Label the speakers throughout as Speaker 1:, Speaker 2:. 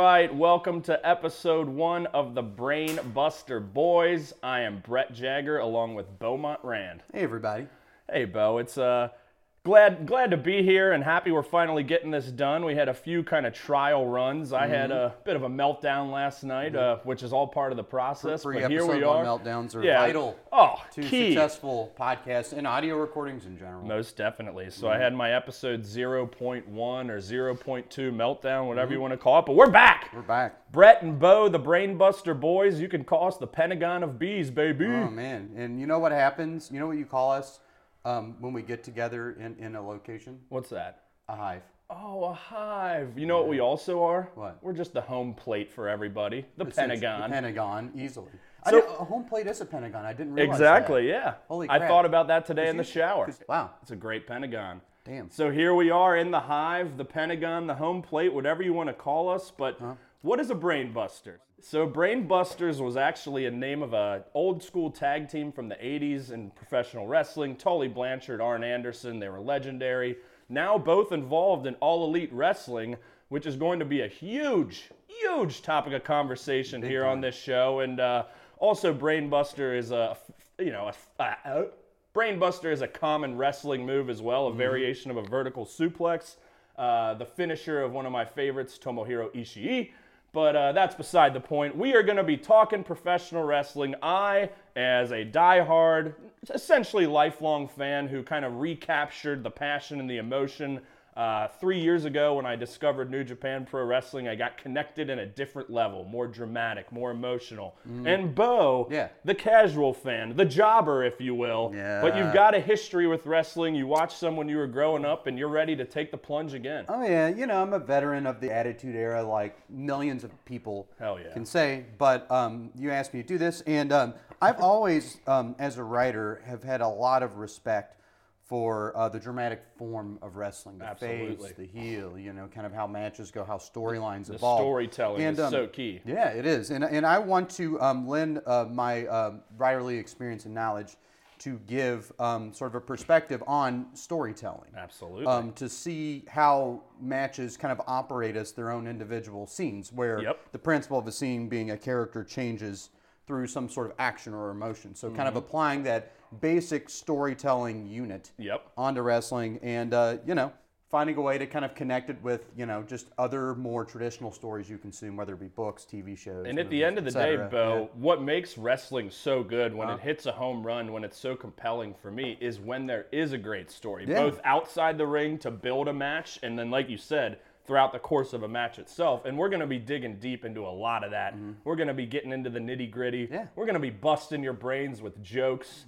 Speaker 1: welcome to episode one of the Brain Buster Boys. I am Brett Jagger along with Beaumont Rand.
Speaker 2: Hey everybody.
Speaker 1: Hey Bo, it's uh glad glad to be here and happy we're finally getting this done. We had a few kind of trial runs. I had a bit of a meltdown last night, uh, which is all part of the process.
Speaker 2: Free
Speaker 1: but here
Speaker 2: episode
Speaker 1: we
Speaker 2: one
Speaker 1: are.
Speaker 2: meltdowns are
Speaker 1: Yeah.
Speaker 2: vital
Speaker 1: Oh,
Speaker 2: to
Speaker 1: key.
Speaker 2: successful podcasts and audio recordings in general.
Speaker 1: Most definitely. So I had my episode 0.1 or 0.2 meltdown, whatever you want to call it. But we're back.
Speaker 2: We're back.
Speaker 1: Brett and Bo, the Brainbuster boys. You can call us the Pentagon of Bees, baby.
Speaker 2: Oh man. And you know what happens? You know what you call us um, when we get together in, in a location?
Speaker 1: What's that?
Speaker 2: A hive.
Speaker 1: Oh, a hive. You know what we also are?
Speaker 2: What?
Speaker 1: We're just the home plate for everybody. The
Speaker 2: It's- it's
Speaker 1: Pentagon.
Speaker 2: The Pentagon, easily. I
Speaker 1: So-
Speaker 2: didn't- a home plate is a Pentagon. I didn't realize
Speaker 1: exactly, yeah.
Speaker 2: Holy
Speaker 1: I
Speaker 2: crap.
Speaker 1: thought about that today in the
Speaker 2: you-
Speaker 1: shower.
Speaker 2: that. Wow.
Speaker 1: It's a great Pentagon.
Speaker 2: Damn.
Speaker 1: So here we are in the hive, the Pentagon, the home plate, whatever you want to call us. But what is a brain buster? So brain busters was actually a name of a old school tag team from the 80s in professional wrestling. Tully Blanchard, Arn Anderson, they were legendary. Now both involved in all elite wrestling, which is going to be a huge, huge topic of conversation here on this show. And uh, also, brain buster is a, you know, a, a Brainbuster is a common wrestling move as well, a variation of a vertical suplex. Uh, the finisher of one of my favorites, Tomohiro Ishii. But uh, that's beside the point. We are going to be talking professional wrestling. I, as a diehard, essentially lifelong fan who kind of recaptured the passion and the emotion uh, three years ago when I discovered New Japan Pro Wrestling, I got connected in a different level, more dramatic, more emotional. And Bo,
Speaker 2: Yeah.
Speaker 1: the casual fan, the jobber, if you will. But you've
Speaker 2: Yeah.
Speaker 1: got a history with wrestling. You watched some when you were growing up, and you're ready to take the plunge again.
Speaker 2: Oh yeah, you know I'm a veteran of the Attitude Era, like millions of people
Speaker 1: Hell yeah.
Speaker 2: can say. But um, you asked me to do this, and um, I've always, um, as a writer, have had a lot of respect for uh, the dramatic form of wrestling, the
Speaker 1: Absolutely.
Speaker 2: face, the heel. You know, kind of how matches go, how storylines evolve.
Speaker 1: Storytelling
Speaker 2: And,
Speaker 1: is
Speaker 2: um,
Speaker 1: so key.
Speaker 2: yeah, it is, and and I want to um, lend uh, my um, writerly experience and knowledge to give um, sort of a perspective on storytelling
Speaker 1: Absolutely.
Speaker 2: um, to see how matches kind of operate as their own individual scenes, where
Speaker 1: Yep.
Speaker 2: the principle of a scene being a character changes through some sort of action or emotion. So, kind
Speaker 1: Mm-hmm.
Speaker 2: of applying that basic storytelling unit
Speaker 1: Yep.
Speaker 2: onto wrestling and, uh, you know, finding a way to kind of connect it with, you know, just other more traditional stories you consume, whether it be books, TV shows.
Speaker 1: and at the end of the day,
Speaker 2: Bo.
Speaker 1: Bo, what makes wrestling so good when it hits a home run, when it's so compelling for me, is when there is a great story,
Speaker 2: Yeah.
Speaker 1: both outside the ring to build a match, and then, like you said, throughout the course of a match itself. And we're going to be digging deep into a lot of that. We're going to be getting into the nitty gritty.
Speaker 2: Mm-hmm. Yeah. Oh,
Speaker 1: We're going to be busting your brains with jokes,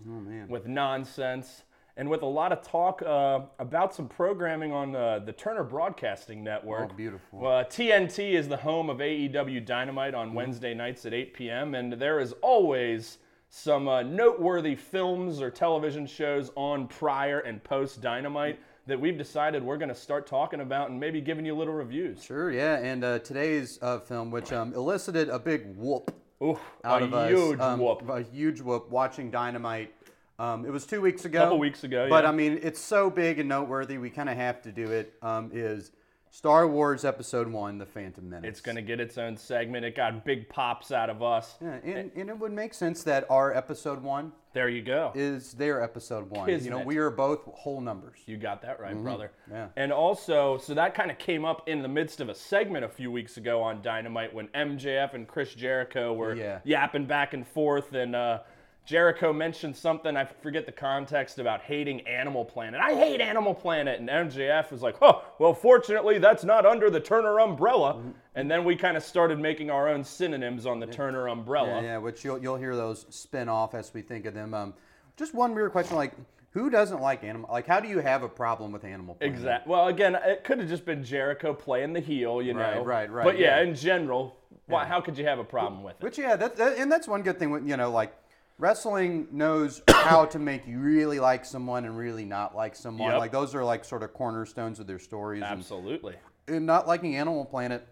Speaker 1: with nonsense. And with a lot of talk uh, about some programming on uh, the Turner Broadcasting Network.
Speaker 2: Oh, beautiful. Mm-hmm.
Speaker 1: Uh, TNT is the home of AEW Dynamite on Wednesday nights at 8 p.m., and there is always some uh, noteworthy films or television shows on prior and post Dynamite that we've decided we're going to start talking about and maybe giving you little reviews.
Speaker 2: Sure, yeah. And uh, today's uh, film, which um, elicited a big whoop
Speaker 1: Ooh,
Speaker 2: out
Speaker 1: a
Speaker 2: of us,
Speaker 1: huge
Speaker 2: um,
Speaker 1: whoop.
Speaker 2: A huge whoop watching Dynamite. Um, it was two weeks ago.
Speaker 1: Couple weeks ago,
Speaker 2: But
Speaker 1: yeah.
Speaker 2: I mean, it's so big and noteworthy. We kind of have to do it. Um, is Star Wars Episode One: The Phantom Menace?
Speaker 1: It's going to get its own segment. It got big pops out of us.
Speaker 2: Yeah, and, and it would make sense that our Episode One
Speaker 1: There you go.
Speaker 2: is their Episode One. You know,
Speaker 1: Kismet.
Speaker 2: we are both whole numbers.
Speaker 1: You got that right, brother.
Speaker 2: Mm-hmm. Yeah.
Speaker 1: And also, so that kind of came up in the midst of a segment a few weeks ago on Dynamite when MJF and Chris Jericho were
Speaker 2: Yeah.
Speaker 1: yapping back and forth, and uh, Jericho mentioned something I forget the context about hating Animal Planet. I hate Animal Planet, and MJF was like, "Oh, well, fortunately, that's not under the Turner umbrella." And then we kind of started making our own synonyms on the Turner umbrella.
Speaker 2: Mm-hmm. Yeah, yeah, which you'll you'll hear those spin off as we think of them. Um, just one weird question, like. Who doesn't like animal? Like, how do you have a problem with Animal Planet?
Speaker 1: Exactly. Well, again, it could have just been Jericho playing the heel, you
Speaker 2: Right,
Speaker 1: know.
Speaker 2: right, right,
Speaker 1: But yeah,
Speaker 2: yeah.
Speaker 1: in general, why, how could you have a problem with it?
Speaker 2: Which yeah, that, that and that's one good thing. With, you know, like wrestling knows how to make you really like someone and really not like someone.
Speaker 1: Yep.
Speaker 2: Like those are like sort of cornerstones of their stories. And,
Speaker 1: Absolutely.
Speaker 2: and not liking Animal Planet,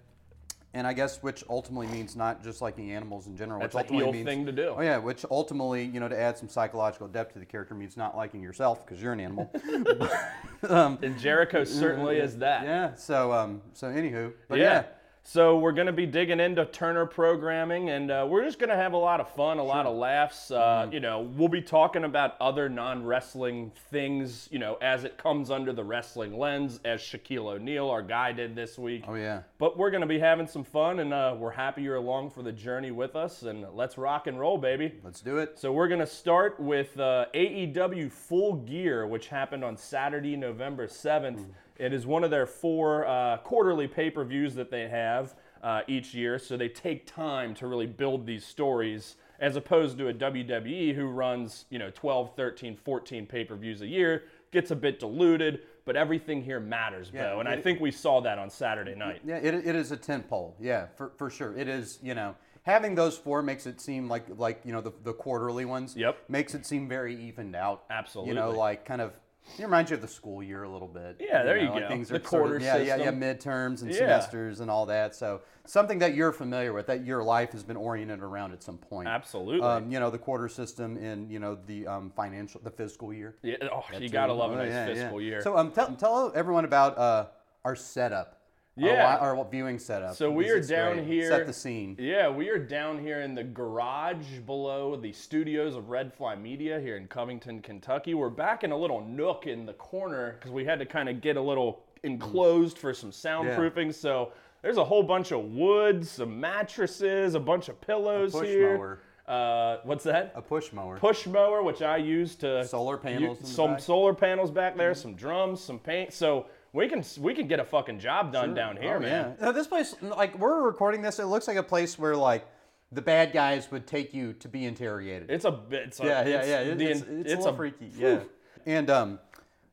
Speaker 2: and I guess which ultimately means not just liking animals in general.
Speaker 1: That's
Speaker 2: which
Speaker 1: a
Speaker 2: ultimately
Speaker 1: heel
Speaker 2: means,
Speaker 1: thing to do.
Speaker 2: Oh yeah, which ultimately you know to add some psychological depth to the character means not liking yourself because you're an animal.
Speaker 1: And Jericho certainly is that.
Speaker 2: yeah. So um. So anywho, but
Speaker 1: Yeah.
Speaker 2: yeah.
Speaker 1: So we're going to be digging into Turner programming, and uh, we're just going to have a lot of fun, a lot of laughs. Uh,
Speaker 2: Mm-hmm.
Speaker 1: You know, we'll be talking about other non-wrestling things. You know, as it comes under the wrestling lens, as Shaquille O'Neal, our guy, did this week.
Speaker 2: Oh yeah.
Speaker 1: But we're going to be having some fun, and uh, we're happy you're along for the journey with us. And let's rock and roll, baby.
Speaker 2: Let's do it.
Speaker 1: So we're gonna start with uh, AEW Full Gear, which happened on Saturday, November seventh.
Speaker 2: Mm.
Speaker 1: It is one of their four uh, quarterly pay-per-views that they have uh, each year. So they take time to really build these stories, as opposed to a WWE who runs you know 12, 13, 14 pay-per-views a year, gets a bit diluted. But everything here matters, Bo, and I think we saw that on Saturday night.
Speaker 2: Yeah, it, it is a tent pole. Yeah, for, for sure. It is, you know, having those four makes it seem like, like you know, the, the quarterly ones.
Speaker 1: Yep.
Speaker 2: Makes it seem very evened out. You know,
Speaker 1: Absolutely.
Speaker 2: like kind of, it reminds you of the school year a little bit.
Speaker 1: Yeah, there you
Speaker 2: know, like
Speaker 1: go.
Speaker 2: Things
Speaker 1: The
Speaker 2: are sort of-
Speaker 1: quarter
Speaker 2: Yeah, yeah, yeah,
Speaker 1: system.
Speaker 2: midterms and
Speaker 1: Yeah.
Speaker 2: semesters and all that. So something that you're familiar with, that your life has been oriented around at some point.
Speaker 1: Absolutely.
Speaker 2: Um, you know, the quarter system in, you know, the um, financial, the fiscal year.
Speaker 1: yeah, oh, you gotta love a
Speaker 2: Oh,
Speaker 1: nice
Speaker 2: yeah, yeah.
Speaker 1: fiscal year.
Speaker 2: So um, tell, tell everyone about uh, our setup. Our
Speaker 1: Yeah.
Speaker 2: li- Our, viewing setup.
Speaker 1: So we
Speaker 2: because
Speaker 1: are
Speaker 2: it's
Speaker 1: down
Speaker 2: great.
Speaker 1: here.
Speaker 2: Set the scene.
Speaker 1: Yeah, we are down here in the garage below the studios of Red Fly Media here in Covington, Kentucky. We're back in a little nook in the corner because we had to kind of get a little enclosed for some soundproofing. So there's a whole bunch of wood, some mattresses, a bunch of pillows
Speaker 2: push
Speaker 1: here.
Speaker 2: mower.
Speaker 1: Uh, what's that?
Speaker 2: A push mower.
Speaker 1: push mower, which I use to
Speaker 2: Solar panels in the
Speaker 1: some
Speaker 2: back. Mm-hmm.
Speaker 1: solar panels back there, some drums, some paint. So we can we can get a fucking job done down here,
Speaker 2: Oh,
Speaker 1: man.
Speaker 2: yeah. Now, this place, like we're recording this, it looks like a place where like the bad guys would take you to be interrogated.
Speaker 1: It's a bit. It's a,
Speaker 2: yeah, yeah,
Speaker 1: it's
Speaker 2: yeah. It-
Speaker 1: the-
Speaker 2: it's, it's, a little freaky. Yeah.
Speaker 1: Whew.
Speaker 2: And um,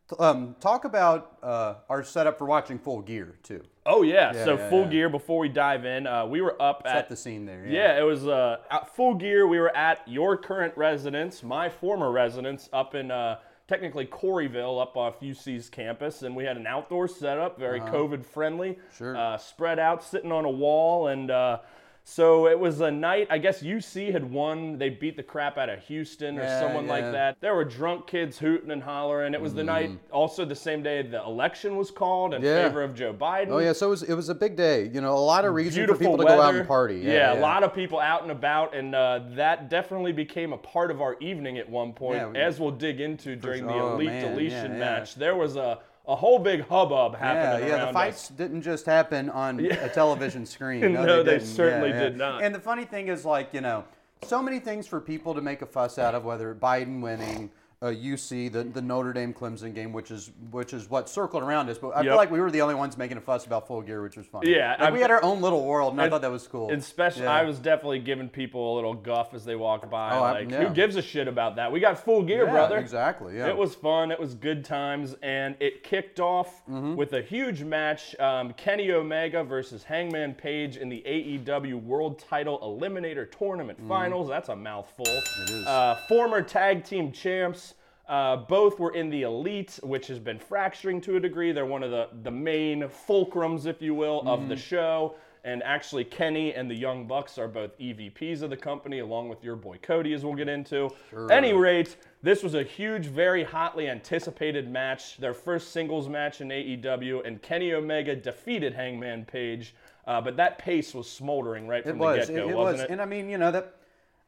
Speaker 2: t- um, talk about uh, our setup for watching Full Gear too.
Speaker 1: Oh yeah. so
Speaker 2: yeah,
Speaker 1: full
Speaker 2: yeah.
Speaker 1: gear. Before we dive in, uh, we were up
Speaker 2: Set
Speaker 1: at
Speaker 2: the scene there.
Speaker 1: yeah. It was uh, at full gear. We were at your current residence, my former residence, up in uh, technically Coryville, up off UC's campus, and we had an outdoor setup, very COVID friendly.
Speaker 2: Uh-huh. Sure.
Speaker 1: Uh, spread out, sitting on a wall, and. Uh, so it was a night. I guess UC had won. They beat the crap out of Houston or
Speaker 2: Yeah,
Speaker 1: someone like
Speaker 2: yeah. Mm.
Speaker 1: that. that. There were drunk kids hooting and hollering. It was the night, also the same day the election was called in
Speaker 2: Yeah.
Speaker 1: favor of Joe Biden.
Speaker 2: Oh yeah, so it was it was a big day. You know, a lot of reason
Speaker 1: Beautiful
Speaker 2: for people to
Speaker 1: weather.
Speaker 2: go out and party.
Speaker 1: Yeah, a lot of people out and about, and uh, that definitely became a part of our evening at one point,
Speaker 2: Yeah, we-
Speaker 1: as we'll dig into during the
Speaker 2: sure. Oh,
Speaker 1: elite
Speaker 2: man,
Speaker 1: deletion
Speaker 2: yeah, yeah.
Speaker 1: match. There was a, a whole big hubbub
Speaker 2: Yeah,
Speaker 1: happening
Speaker 2: yeah.
Speaker 1: around
Speaker 2: The
Speaker 1: us.
Speaker 2: fights didn't just happen on a television screen.
Speaker 1: No, they
Speaker 2: didn't.
Speaker 1: certainly did not.
Speaker 2: And the funny thing is, like you know, so many things for people to make a fuss out of, whether Biden winning. Uh, UC the, the Notre Dame Clemson game, which is which is what circled around us. But I
Speaker 1: Yep.
Speaker 2: feel like we were the only ones making a fuss about full gear, which was fun.
Speaker 1: Yeah,
Speaker 2: Like,
Speaker 1: I'm-
Speaker 2: we had our own little world, and I thought that was cool.
Speaker 1: And special,
Speaker 2: Yeah.
Speaker 1: I was definitely giving people a little guff as they walked by.
Speaker 2: Oh, I-
Speaker 1: like,
Speaker 2: yeah.
Speaker 1: who gives a shit about that? We got full gear,
Speaker 2: Yeah,
Speaker 1: brother.
Speaker 2: Exactly. Yeah.
Speaker 1: It was fun. It was good times, and it kicked off
Speaker 2: Mm-hmm.
Speaker 1: with a huge match: um, Kenny Omega versus Hangman Page in the AEW World Title Eliminator Tournament Finals. That's a mouthful. It
Speaker 2: Mm-hmm. is.
Speaker 1: Uh, former tag team champs. Uh, both were in the elite, which has been fracturing to a degree. They're one of the, the main fulcrums, if you will, of
Speaker 2: Mm-hmm.
Speaker 1: the show. And actually, Kenny and the Young Bucks are both EVPs of the company, along with your boy Cody, as we'll get into. Any rate, this was a huge, very hotly anticipated match, their first singles match in AEW, and Kenny Omega defeated Hangman Page. Uh, but that pace was smoldering right from
Speaker 2: It
Speaker 1: the get
Speaker 2: was. It,
Speaker 1: go,
Speaker 2: it
Speaker 1: wasn't
Speaker 2: was.
Speaker 1: it?
Speaker 2: And I mean, you know that.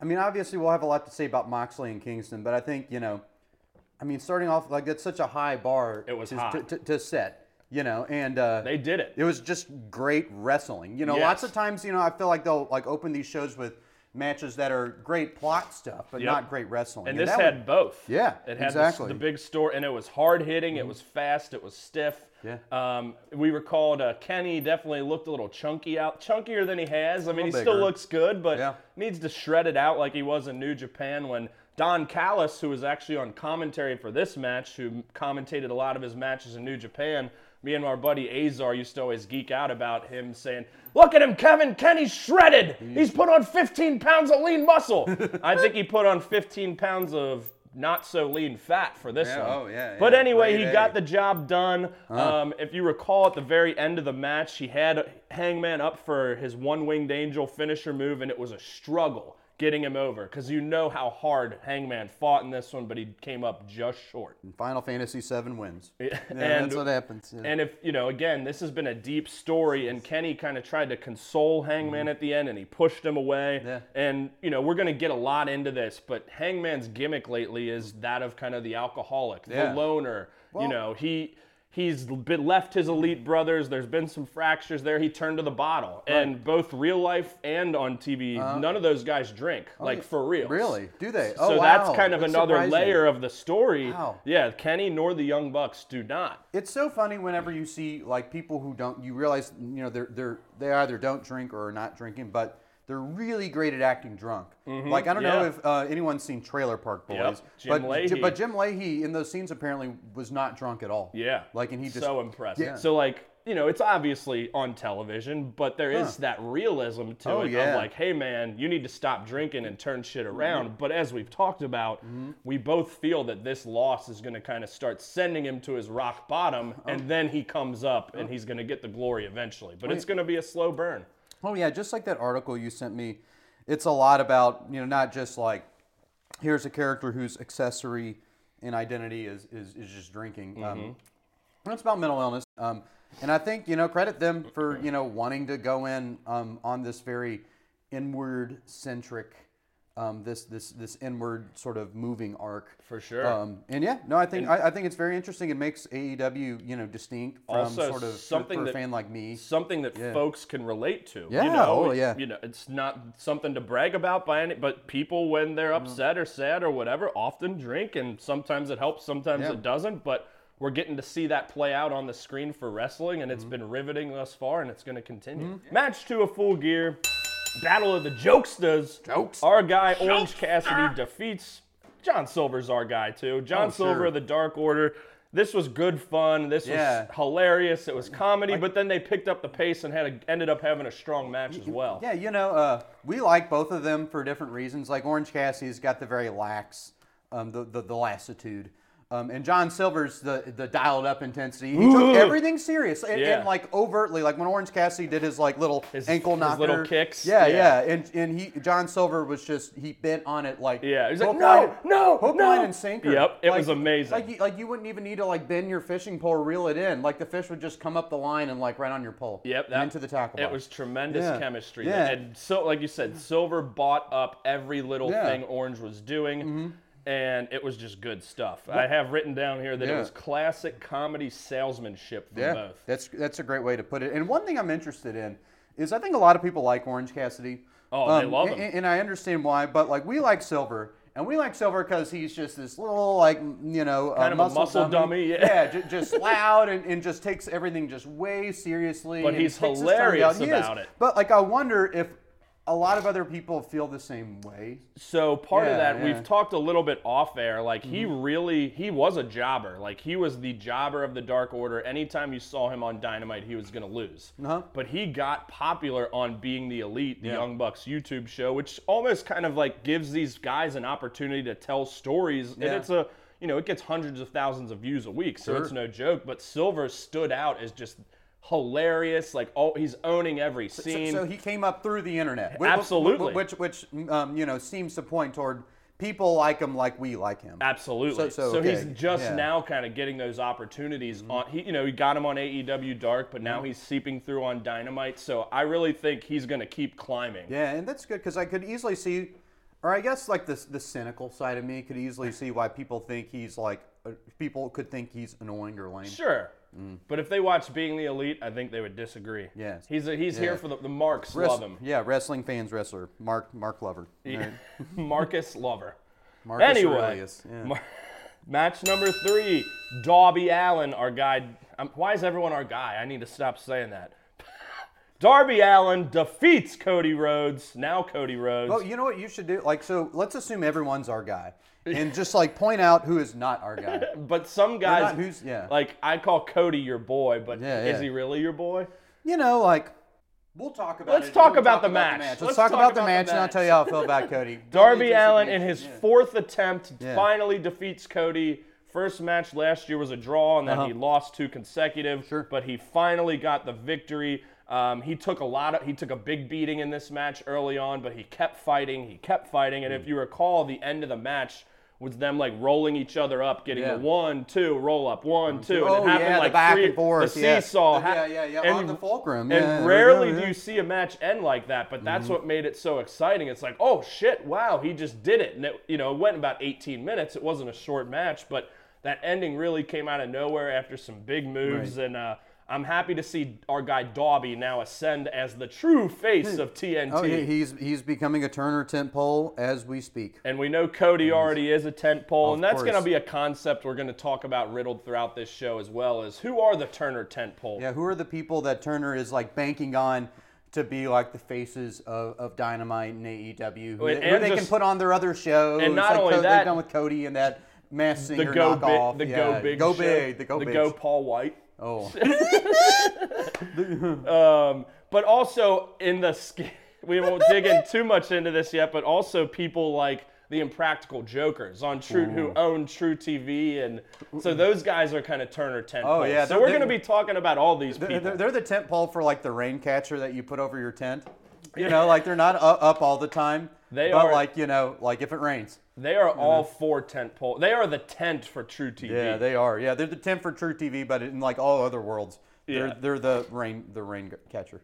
Speaker 2: I mean, obviously, we'll have a lot to say about Moxley and Kingston, but I think you know, I mean, starting off like that's such a high bar. It
Speaker 1: was
Speaker 2: to,
Speaker 1: high.
Speaker 2: To, to, to set. You know, and uh,
Speaker 1: They did it.
Speaker 2: it was just great wrestling. You know,
Speaker 1: Yes.
Speaker 2: lots of times, you know, I feel like they'll like open these shows with matches that are great plot stuff, but
Speaker 1: Yep.
Speaker 2: not great wrestling.
Speaker 1: And this
Speaker 2: that
Speaker 1: had
Speaker 2: would-
Speaker 1: both.
Speaker 2: Yeah,
Speaker 1: it had
Speaker 2: exactly. Mm-hmm.
Speaker 1: the, the big story, and it was hard hitting. It was fast. It was stiff.
Speaker 2: Yeah.
Speaker 1: Um, we recalled uh, Kenny definitely looked a little chunky out, chunkier than he has. I mean, he
Speaker 2: little
Speaker 1: still
Speaker 2: bigger.
Speaker 1: looks good, but
Speaker 2: Yeah.
Speaker 1: needs to shred it out like he was in New Japan when Don Callis, who was actually on commentary for this match, who commentated a lot of his matches in New Japan. Me and our buddy Azar used to always geek out about him saying, Look at him, Kevin Kenny's shredded. He's put on 15 pounds of lean muscle. I think he put on 15 pounds of not so lean fat for this
Speaker 2: Yeah,
Speaker 1: one.
Speaker 2: oh, yeah,
Speaker 1: But
Speaker 2: yeah,
Speaker 1: anyway,
Speaker 2: grade
Speaker 1: he
Speaker 2: A.
Speaker 1: got the job done. Um, if you recall, at the very end of the match, he had Hangman up for his one winged angel finisher move, and it was a struggle. getting him over because you know how hard Hangman fought in this one, but he came up just short.
Speaker 2: And Final Fantasy VII wins. Yeah,
Speaker 1: and-
Speaker 2: that's what happens. yeah.
Speaker 1: And if, you know, again, this has been a deep story, and Kenny kind of tried to console Hangman at the end and he pushed him away.
Speaker 2: Mm-hmm. Yeah.
Speaker 1: And, you know, we're going to get a lot into this, but Hangman's gimmick lately is that of kind of the alcoholic,
Speaker 2: Yeah.
Speaker 1: the loner. you know, he. He's been left his elite brothers. There's been some fractures there. He turned to the bottle, and both real life and on TV, none of those guys drink, like for real.
Speaker 2: Uh-huh. Oh, Really? Do they? Oh,
Speaker 1: so that's
Speaker 2: wow.
Speaker 1: kind of
Speaker 2: That's
Speaker 1: another
Speaker 2: surprising.
Speaker 1: layer of the story.
Speaker 2: Wow.
Speaker 1: Yeah, Kenny nor the Young Bucks do not.
Speaker 2: It's so funny whenever you see like people who don't. You realize you know they're they're they either don't drink or are not drinking, but they're really great at acting drunk. Like I don't know
Speaker 1: Mm-hmm. yeah.
Speaker 2: if uh, anyone's seen Trailer Park Boys,
Speaker 1: Yep, Jim
Speaker 2: but
Speaker 1: Leahy.
Speaker 2: but Jim Leahy in those scenes apparently was not drunk at all.
Speaker 1: Yeah.
Speaker 2: like and he just
Speaker 1: so impressive.
Speaker 2: Yeah.
Speaker 1: So like, you know, it's obviously on television, but there is
Speaker 2: Huh.
Speaker 1: that realism to
Speaker 2: Oh,
Speaker 1: it
Speaker 2: yeah. Mm-hmm.
Speaker 1: of like, hey man, you need to stop drinking and turn shit around. But as we've talked about, we both feel that this loss is gonna kind of start sending him to his rock bottom,
Speaker 2: Uh-huh.
Speaker 1: and then he comes up and he's gonna get the glory eventually. But it's gonna be a slow burn.
Speaker 2: Oh yeah, just like that article you sent me. It's a lot about you know not just like here's a character whose accessory and identity is is, is just drinking. Um,
Speaker 1: Mm-hmm.
Speaker 2: and it's about mental illness. Um, and I think you know credit them for you know wanting to go in um, on this very inward centric. Um, this this this inward sort of moving arc
Speaker 1: For sure.
Speaker 2: Um, and yeah, no, I think I, I think it's very interesting. It makes AEW you know distinct from
Speaker 1: Also,
Speaker 2: sort of
Speaker 1: something
Speaker 2: for, for
Speaker 1: that-
Speaker 2: a fan like me.
Speaker 1: something that folks can relate to.
Speaker 2: Yeah,
Speaker 1: you know?
Speaker 2: oh, yeah.
Speaker 1: You know, it's not something to brag about by any, but people when
Speaker 2: Mm.
Speaker 1: they're upset or sad or whatever often drink, and sometimes it helps, sometimes
Speaker 2: Yeah.
Speaker 1: it doesn't. But we're getting to see that play out on the screen for wrestling, and it's
Speaker 2: Mm-hmm.
Speaker 1: been riveting thus far, and it's going to continue. Match to a full gear, battle of the jokesters.
Speaker 2: Jokes.
Speaker 1: Our guy Orange Cassidy defeats John Silver's our guy too. John
Speaker 2: Oh,
Speaker 1: Silver,
Speaker 2: sure.
Speaker 1: of the Dark Order. This was good fun. This
Speaker 2: Yeah.
Speaker 1: was hilarious. It was comedy, but then they picked up the pace and had a, ended up having a strong match as well.
Speaker 2: Yeah, you know, uh, we like both of them for different reasons. Like Orange Cassidy's got the very lax, um, the, the the lassitude, um, and John Silver's the the dialed up intensity. He took everything serious and,
Speaker 1: Yeah.
Speaker 2: and like overtly, like when Orange Cassidy did his like little
Speaker 1: His-
Speaker 2: ankle
Speaker 1: his
Speaker 2: knocker,
Speaker 1: little kicks,
Speaker 2: Yeah,
Speaker 1: yeah.
Speaker 2: yeah, and and he John Silver was just he bent on it like
Speaker 1: Yeah, he's like,
Speaker 2: hook,
Speaker 1: "No,
Speaker 2: line-
Speaker 1: no,
Speaker 2: hook,
Speaker 1: no."
Speaker 2: line and sinker.
Speaker 1: Yep, it
Speaker 2: Like-
Speaker 1: was amazing.
Speaker 2: Like you, like you wouldn't even need to like bend your fishing pole or reel it in. Like the fish would just come up the line and like right on your pole.
Speaker 1: Yep,
Speaker 2: and into the tackle.
Speaker 1: It
Speaker 2: box.
Speaker 1: was tremendous
Speaker 2: Yeah.
Speaker 1: chemistry.
Speaker 2: Yeah.
Speaker 1: And so, like you said, Silver bought up every little
Speaker 2: Yeah. Mm-hmm.
Speaker 1: thing Orange was doing, and it was just good stuff. I have written down here that it
Speaker 2: Yeah.
Speaker 1: was classic comedy salesmanship from both.
Speaker 2: That's that's a great way to put it. And one thing I'm interested in is I think a lot of people like Orange Cassidy.
Speaker 1: Oh, they love
Speaker 2: and,
Speaker 1: him.
Speaker 2: and I understand why. But like we like Silver, and we like Silver because he's just this little like m- you know
Speaker 1: Kind of a
Speaker 2: muscle,
Speaker 1: muscle dummy, yeah.
Speaker 2: ju- just loud and, and just takes everything just way seriously.
Speaker 1: But
Speaker 2: and
Speaker 1: he's
Speaker 2: takes his time
Speaker 1: hilarious
Speaker 2: down. He is.
Speaker 1: about it.
Speaker 2: But like I wonder if a lot of other people feel the same way.
Speaker 1: So part of
Speaker 2: Yeah,
Speaker 1: that,
Speaker 2: yeah. Mm-hmm.
Speaker 1: we've talked a little bit off air. Like he really, he was a jobber. Like he was the jobber of the Dark Order. Anytime you saw him on Dynamite, he was gonna lose.
Speaker 2: Uh-huh.
Speaker 1: But he got popular on being the elite, the
Speaker 2: Yeah.
Speaker 1: Young Bucks YouTube show, which almost kind of like gives these guys an opportunity to tell stories.
Speaker 2: Yeah.
Speaker 1: And it's a, you know, it gets hundreds of thousands of views a week, so
Speaker 2: Sure.
Speaker 1: it's no joke. But Silver stood out as just hilarious. Like oh, he's owning every
Speaker 2: So,
Speaker 1: scene.
Speaker 2: so he came up through the internet. Wh- wh- wh-
Speaker 1: Absolutely.
Speaker 2: Which which um, you know seems to point toward people like him like we like him.
Speaker 1: Absolutely. So,
Speaker 2: So- so, okay,
Speaker 1: he's just
Speaker 2: yeah. Mm-hmm.
Speaker 1: now kind of getting those opportunities on. He, you know, he got him on AEW Dark, but now he's seeping through on Dynamite. So I really think he's going to keep climbing.
Speaker 2: Yeah, and that's good because I could easily see, or I guess like this the cynical side of me could easily see why people think he's like uh, people could think he's annoying or lame.
Speaker 1: Sure. But if they watch Being the Elite, I think they would disagree.
Speaker 2: Mm. Yes.
Speaker 1: He's a, he's here
Speaker 2: Yeah.
Speaker 1: for the, the Marks
Speaker 2: Wrest-
Speaker 1: love him.
Speaker 2: Yeah, wrestling fans, wrestler Mark Mark Lover. Right.
Speaker 1: Marcus Lover.
Speaker 2: Marcus
Speaker 1: anyway,
Speaker 2: Aurelius, yeah.
Speaker 1: Mar- match number three: Darby Allen, our guy. Um, why is everyone our guy? I need to stop saying that. Darby Allen defeats Cody Rhodes. Now Cody Rhodes.
Speaker 2: Oh, you know what you should do? Like, so let's assume everyone's our guy, and just like point out who is not our guy.
Speaker 1: But some guys,
Speaker 2: not who's- yeah.
Speaker 1: like I call Cody your boy, but
Speaker 2: Yeah,
Speaker 1: is
Speaker 2: yeah.
Speaker 1: he really your boy?
Speaker 2: You know, like we'll talk about.
Speaker 1: Let's
Speaker 2: it.
Speaker 1: talk
Speaker 2: We'll
Speaker 1: about the match.
Speaker 2: Let's,
Speaker 1: Let's
Speaker 2: talk,
Speaker 1: talk
Speaker 2: about,
Speaker 1: about
Speaker 2: the
Speaker 1: the
Speaker 2: match, and I'll
Speaker 1: match.
Speaker 2: tell you how I feel about Cody.
Speaker 1: Darby
Speaker 2: Just
Speaker 1: Allen,
Speaker 2: admit-
Speaker 1: in his
Speaker 2: yeah.
Speaker 1: fourth attempt,
Speaker 2: Yeah.
Speaker 1: finally defeats Cody. First match last year was a draw, and then
Speaker 2: Uh-huh.
Speaker 1: he lost two consecutive.
Speaker 2: Sure.
Speaker 1: But he finally got the victory. Um, he took a lot of he took a big beating in this match early on, but he kept fighting. He kept fighting, and
Speaker 2: Mm.
Speaker 1: if you recall, the end of the match was them like rolling each other up, getting
Speaker 2: Yeah.
Speaker 1: the one two roll up, one two. and
Speaker 2: Oh,
Speaker 1: it happened
Speaker 2: yeah, the
Speaker 1: like
Speaker 2: back
Speaker 1: three,
Speaker 2: and forth,
Speaker 1: the
Speaker 2: Oh, yeah.
Speaker 1: seesaw.
Speaker 2: Yeah, yeah, yeah, on the fulcrum, yeah, there
Speaker 1: and
Speaker 2: we
Speaker 1: rarely
Speaker 2: go, yeah. Mm-hmm.
Speaker 1: do you see a match end like that, but that's what made it so exciting. It's like, oh shit, wow, he just did it, and it you know it went about 18 minutes. It wasn't a short match, but that ending really came out of nowhere after some big moves, and uh, I'm happy to see our guy Dobby now ascend as the true face of TNT.
Speaker 2: Oh, yeah, he's he's becoming a Turner tent pole as we speak.
Speaker 1: And we know Cody already is a tent pole, and that's
Speaker 2: course.
Speaker 1: going to be a concept we're going to talk about riddled throughout this show as well. Is who are the Turner tent pole?
Speaker 2: Yeah, who are the people that Turner is like banking on to be like the faces of, of Dynamite and AEW, who,
Speaker 1: And-
Speaker 2: they, who
Speaker 1: and
Speaker 2: they can
Speaker 1: just-
Speaker 2: put on their other shows?
Speaker 1: and not
Speaker 2: like
Speaker 1: only
Speaker 2: Co-
Speaker 1: that-
Speaker 2: they've done with Cody and that mass singer
Speaker 1: The go
Speaker 2: knockoff.
Speaker 1: big, the
Speaker 2: yeah.
Speaker 1: go big,
Speaker 2: go
Speaker 1: show.
Speaker 2: big, the go
Speaker 1: the
Speaker 2: big.
Speaker 1: go Paul White.
Speaker 2: oh,
Speaker 1: But also in the sk- we won't dig in too much into this yet, but also people like the Impractical Jokers on True who own True TV, and so those guys are kind of Turner tent.
Speaker 2: Oh,
Speaker 1: poles.
Speaker 2: yeah,
Speaker 1: so
Speaker 2: they're-
Speaker 1: we're
Speaker 2: they're-
Speaker 1: going to be talking about all these people.
Speaker 2: they're, they're the tent pole for like the rain catcher that you put over your tent. You know, like they're not up, up all the time.
Speaker 1: They
Speaker 2: but
Speaker 1: are-
Speaker 2: like you know, like if it rains.
Speaker 1: they are all four tent pole. They are the tent for True TV.
Speaker 2: Yeah, they are. Yeah, they're the ten for True TV, but in like all other worlds, they're
Speaker 1: Yeah.
Speaker 2: they're the rain the rain catcher.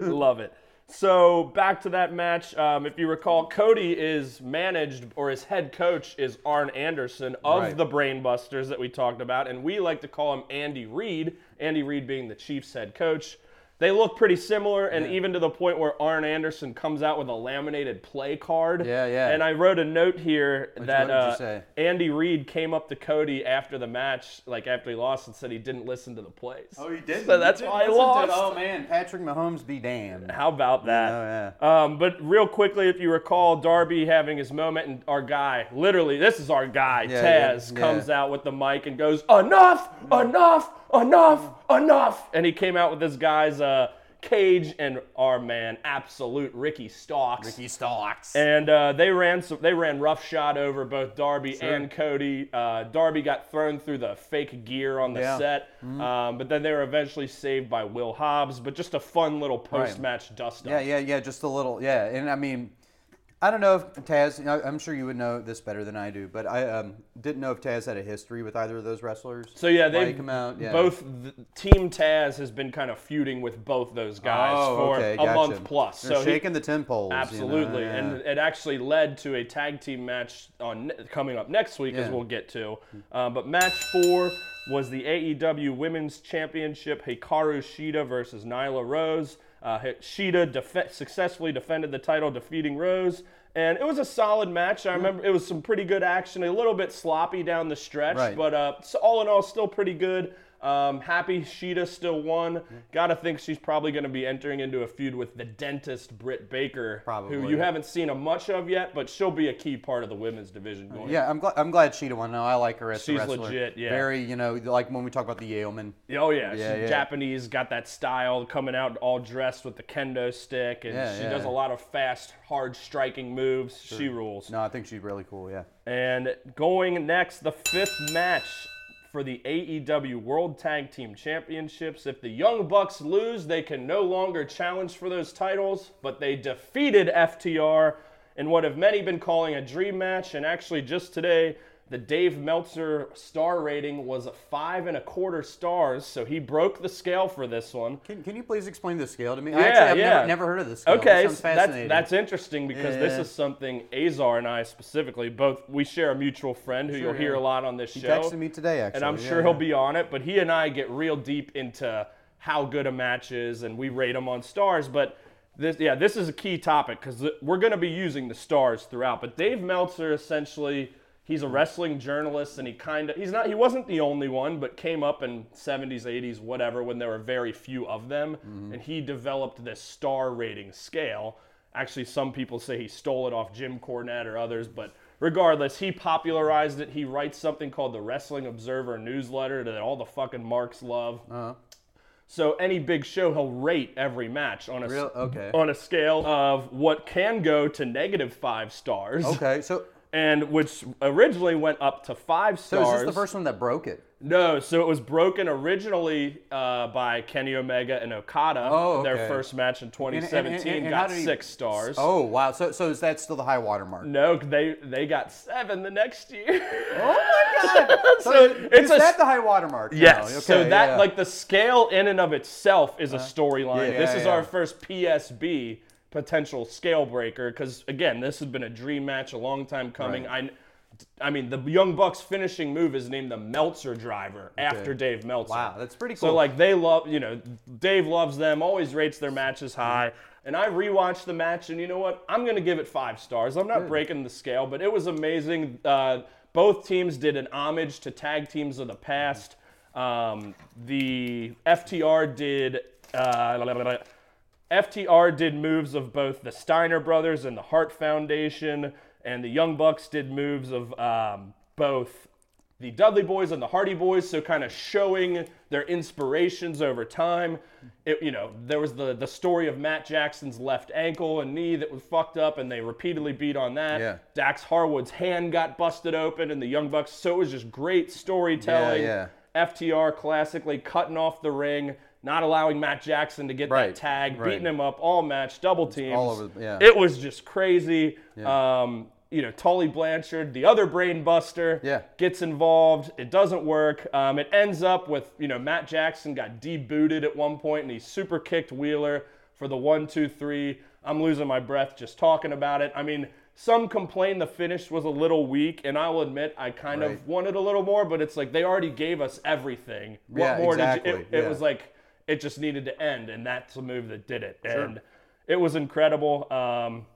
Speaker 1: Love it. So back to that match. Um, if you recall, Cody is managed, or his head coach is Arn Anderson of
Speaker 2: Right.
Speaker 1: the Brainbusters that we talked about, and we like to call him Andy Reid. Andy Reid being the Chiefs' head coach. They look pretty similar, and even to the point where Arn Anderson comes out with a laminated play card.
Speaker 2: Yeah, yeah.
Speaker 1: And I wrote a note here that
Speaker 2: what did you
Speaker 1: uh,
Speaker 2: say?
Speaker 1: Andy Reid came up to Cody after the match, like after he lost, and said he didn't listen to the plays. So that's why I lost.
Speaker 2: Oh man, Patrick Mahomes be damned.
Speaker 1: How about that?
Speaker 2: Mm. Oh,
Speaker 1: Um, but real quickly, if you recall, Darby having his moment, and our guy, literally, this is our guy,
Speaker 2: Yeah,
Speaker 1: Taz,
Speaker 2: yeah,
Speaker 1: comes
Speaker 2: yeah.
Speaker 1: out with the mic and goes, "Enough! Enough! Enough! Enough!" And he came out with this guy's uh, cage and our man, absolute Ricky Starks.
Speaker 2: He stalks.
Speaker 1: And uh, they ran some, they ran roughshod over both Darby and Cody. Uh, Darby got thrown through the fake gear on the
Speaker 2: Yeah. Mm-hmm.
Speaker 1: set, um, but then they were eventually saved by Will Hobbs. But just a fun little post-match dust-up.
Speaker 2: yeah, yeah, yeah, just a little. Yeah, and I mean, I don't know if Taz. you know, I'm sure you would know this better than I do, but I um, didn't know if Taz had a history with either of those wrestlers.
Speaker 1: So yeah,
Speaker 2: Why
Speaker 1: they
Speaker 2: he come out. Yeah.
Speaker 1: both th- team Taz has been kind of feuding with both those guys
Speaker 2: Oh,
Speaker 1: for
Speaker 2: okay,
Speaker 1: a
Speaker 2: gotcha.
Speaker 1: month plus.
Speaker 2: They're
Speaker 1: so he-
Speaker 2: shaking the ten poles. you know,
Speaker 1: absolutely,
Speaker 2: yeah.
Speaker 1: and it actually led to a tag team match on ne- coming up next week, as
Speaker 2: Yeah.
Speaker 1: we'll get to. Uh, but match four was the AEW Women's Championship: Hikaru Shida versus Nyla Rose. Uh, Hi- Shida def- successfully defended the title, defeating Rose. And it was a solid match. I remember it was some pretty good action, a little bit sloppy down the stretch,
Speaker 2: Right.
Speaker 1: but uh, so all in all, still pretty good. Um, happy Sheeta still won. Gotta think she's probably going to be entering into a feud with the dentist Britt Baker, who
Speaker 2: Probably.
Speaker 1: you haven't seen a much of yet, but she'll be a key part of the women's division going.
Speaker 2: Yeah, I'm glad. I'm glad she won. No, I like her as
Speaker 1: She's
Speaker 2: a wrestler.
Speaker 1: legit, yeah.
Speaker 2: Very, you know, like when we talk about the Yaleman.
Speaker 1: Oh yeah, she's
Speaker 2: Yeah, yeah.
Speaker 1: Japanese, got that style, coming out all dressed with the kendo stick, and
Speaker 2: Yeah,
Speaker 1: she
Speaker 2: yeah.
Speaker 1: does a lot of fast, hard striking moves. She rules.
Speaker 2: No, I think she's really cool. Yeah.
Speaker 1: And going next, the fifth match for the AEW World Tag Team Championships. If the Young Bucks lose, they can no longer challenge for those titles, but they defeated FTR in what have many been calling a dream match. And actually, just today, the Dave Meltzer star rating was a five and a quarter stars, so he broke the scale for this one.
Speaker 2: Can, can you please explain the scale to me? I
Speaker 1: Yeah,
Speaker 2: actually, I've
Speaker 1: yeah.
Speaker 2: never, never heard of this scale.
Speaker 1: Okay,
Speaker 2: This sounds
Speaker 1: so
Speaker 2: fascinating.
Speaker 1: that's that's interesting because this
Speaker 2: Yeah.
Speaker 1: is something Azar and I specifically both we share a mutual friend who
Speaker 2: Sure,
Speaker 1: you'll hear
Speaker 2: yeah.
Speaker 1: a lot on this
Speaker 2: he
Speaker 1: show.
Speaker 2: texted me today, actually.
Speaker 1: and I'm
Speaker 2: yeah,
Speaker 1: sure
Speaker 2: yeah.
Speaker 1: he'll be on it, but he and I get real deep into how good a match is and we rate them on stars, but this yeah, this is a key topic cuz we're going to be using the stars throughout. But Dave Meltzer essentially He's a wrestling journalist, and he kind of—he's not—he wasn't the only one, but came up in 70s, 80s, whatever, when there were very few of them,
Speaker 2: Mm-hmm.
Speaker 1: and he developed this star rating scale, Actually, some people say he stole it off Jim Cornette or others, but regardless, he popularized it. He writes something called the Wrestling Observer newsletter that all the fucking marks love.
Speaker 2: Uh-huh.
Speaker 1: So any big show, he'll rate every match on a s-
Speaker 2: Real- okay.
Speaker 1: on a scale of what can go to negative five stars.
Speaker 2: Okay, so
Speaker 1: and which originally went up to five
Speaker 2: So
Speaker 1: stars.
Speaker 2: is this the first one that broke it?
Speaker 1: No, so it was broken originally uh, by Kenny Omega and Okada.
Speaker 2: Oh, okay.
Speaker 1: Their first match in 2017
Speaker 2: And- and- and- and how
Speaker 1: got
Speaker 2: did he-
Speaker 1: six stars.
Speaker 2: Oh wow! So so is that still the high water mark?
Speaker 1: No, they they got seven the next year.
Speaker 2: Oh So,
Speaker 1: So
Speaker 2: is
Speaker 1: it's a-
Speaker 2: that the high water mark? now?
Speaker 1: Yes.
Speaker 2: Okay,
Speaker 1: so that
Speaker 2: yeah. Uh,
Speaker 1: like the scale in and of itself is a storyline.
Speaker 2: yeah,
Speaker 1: this is
Speaker 2: yeah.
Speaker 1: our first PSB potential scale breaker because again, this has been a dream match a long time coming. I, I mean, the Young Bucks finishing move is named the Meltzer Driver after Dave Meltzer.
Speaker 2: wow, that's pretty cool.
Speaker 1: So like they love, you know, Dave loves them. Always rates their matches high. And I rewatched the match, and you know what? I'm gonna give it five stars. I'm not breaking the scale, but it was amazing. Uh, both teams did an homage to tag teams of the past. Um, the FTR did. Uh, blah, blah, blah, blah. FTR did moves of both the Steiner brothers and the Hart Foundation, and the Young Bucks did moves of um, both the Dudley Boys and the Hardy Boys. So kind of showing their inspirations over time. It, you know, there was the the story of Matt Jackson's left ankle and knee that was fucked up, and they repeatedly beat on that.
Speaker 2: Yeah.
Speaker 1: Dax Harwood's hand got busted open, and the Young Bucks. So it was just great storytelling.
Speaker 2: yeah.
Speaker 1: FTR classically cutting off the ring, not allowing Matt Jackson to get
Speaker 2: Right,
Speaker 1: that tag,
Speaker 2: right.
Speaker 1: beating him up all match, double teams.
Speaker 2: all over the- yeah.
Speaker 1: It was just crazy. Um, you know, Tully Blanchard, the other brain buster,
Speaker 2: Yeah.
Speaker 1: gets involved. It doesn't work. Um, it ends up with, you know, Matt Jackson got debooted at one point and he super kicked Wheeler for the one, two, three. I'm losing my breath just talking about it. I mean, some complain the finish was a little weak, and I will admit I kind
Speaker 2: Right.
Speaker 1: of wanted a little more, but it's like they already gave us everything. What
Speaker 2: Yeah,
Speaker 1: more did you? It,
Speaker 2: exactly.
Speaker 1: it
Speaker 2: Yeah.
Speaker 1: was like it just needed to end, and that's the move that did it. And it was incredible. Um,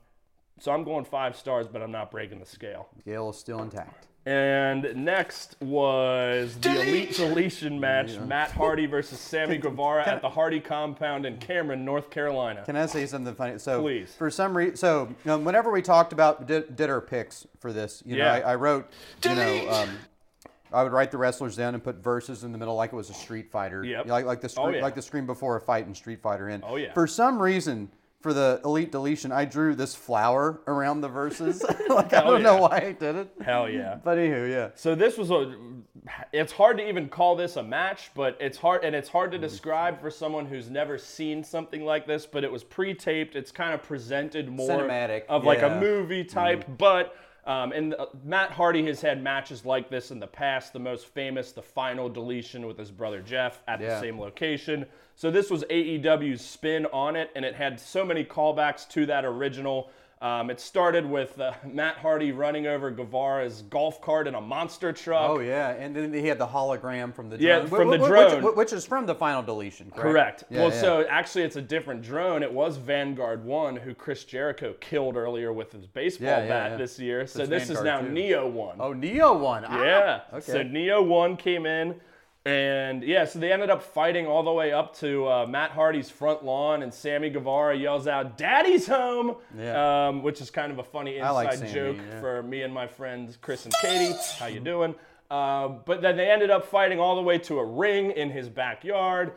Speaker 1: so I'm going five stars, but I'm not breaking the scale.
Speaker 2: Gale is still intact.
Speaker 1: And next was the Elite Deletion match Matt Hardy versus Sammy Guevara at the Hardy compound in Cameron, North Carolina.
Speaker 2: Can I say something funny? So
Speaker 1: Please.
Speaker 2: For some reason, so um, whenever we talked about did, did our picks for this, you
Speaker 1: Yeah.
Speaker 2: know, I, I wrote, you know, um, I would write the wrestlers down and put verses in the middle like it was a Street Fighter,
Speaker 1: Yep.
Speaker 2: like like the screen,
Speaker 1: Oh, yeah.
Speaker 2: like the screen before a fight in Street Fighter. In oh
Speaker 1: yeah.
Speaker 2: For some reason, for the Elite Deletion, I drew this flower around the verses. like I
Speaker 1: Hell
Speaker 2: don't know
Speaker 1: yeah.
Speaker 2: why I did it.
Speaker 1: Hell yeah.
Speaker 2: But anywho, yeah.
Speaker 1: So this was a. It's hard to even call this a match, but it's hard and it's hard to describe for someone who's never seen something like this. But it was pre-taped. It's kind of presented more
Speaker 2: Cinematic,
Speaker 1: of like
Speaker 2: yeah. Mm-hmm.
Speaker 1: a movie type, but. Um, and uh, Matt Hardy has had matches like this in the past. The most famous, the final deletion with his brother Jeff at
Speaker 2: Yeah.
Speaker 1: the same location. So this was AEW's spin on it, and it had so many callbacks to that original. Um, it started with uh, Matt Hardy running over Guevara's golf cart in a monster truck.
Speaker 2: Oh yeah, and then he had the hologram from the
Speaker 1: Yeah,
Speaker 2: drone,
Speaker 1: from
Speaker 2: wh-
Speaker 1: the
Speaker 2: wh- which-
Speaker 1: drone.
Speaker 2: wh- which is from the final deletion. Correct.
Speaker 1: Correct.
Speaker 2: Yeah,
Speaker 1: well,
Speaker 2: yeah.
Speaker 1: so actually, it's a different drone. It was Vanguard One, who Chris Jericho killed earlier with his baseball
Speaker 2: Yeah, yeah,
Speaker 1: bat
Speaker 2: yeah.
Speaker 1: this year. So
Speaker 2: it's
Speaker 1: this is now
Speaker 2: Vanguard two.
Speaker 1: Neo One.
Speaker 2: Oh, Neo one. Ah,
Speaker 1: Yeah.
Speaker 2: okay.
Speaker 1: So Neo One came in, and yeah, so they ended up fighting all the way up to uh, Matt Hardy's front lawn, and Sammy Guevara yells out, "Daddy's home,"
Speaker 2: Yeah.
Speaker 1: um, which is kind of a funny inside
Speaker 2: like Sammy,
Speaker 1: joke
Speaker 2: yeah.
Speaker 1: for me and my friends Chris and Katie. How you doing? Uh, but then they ended up fighting all the way to a ring in his backyard.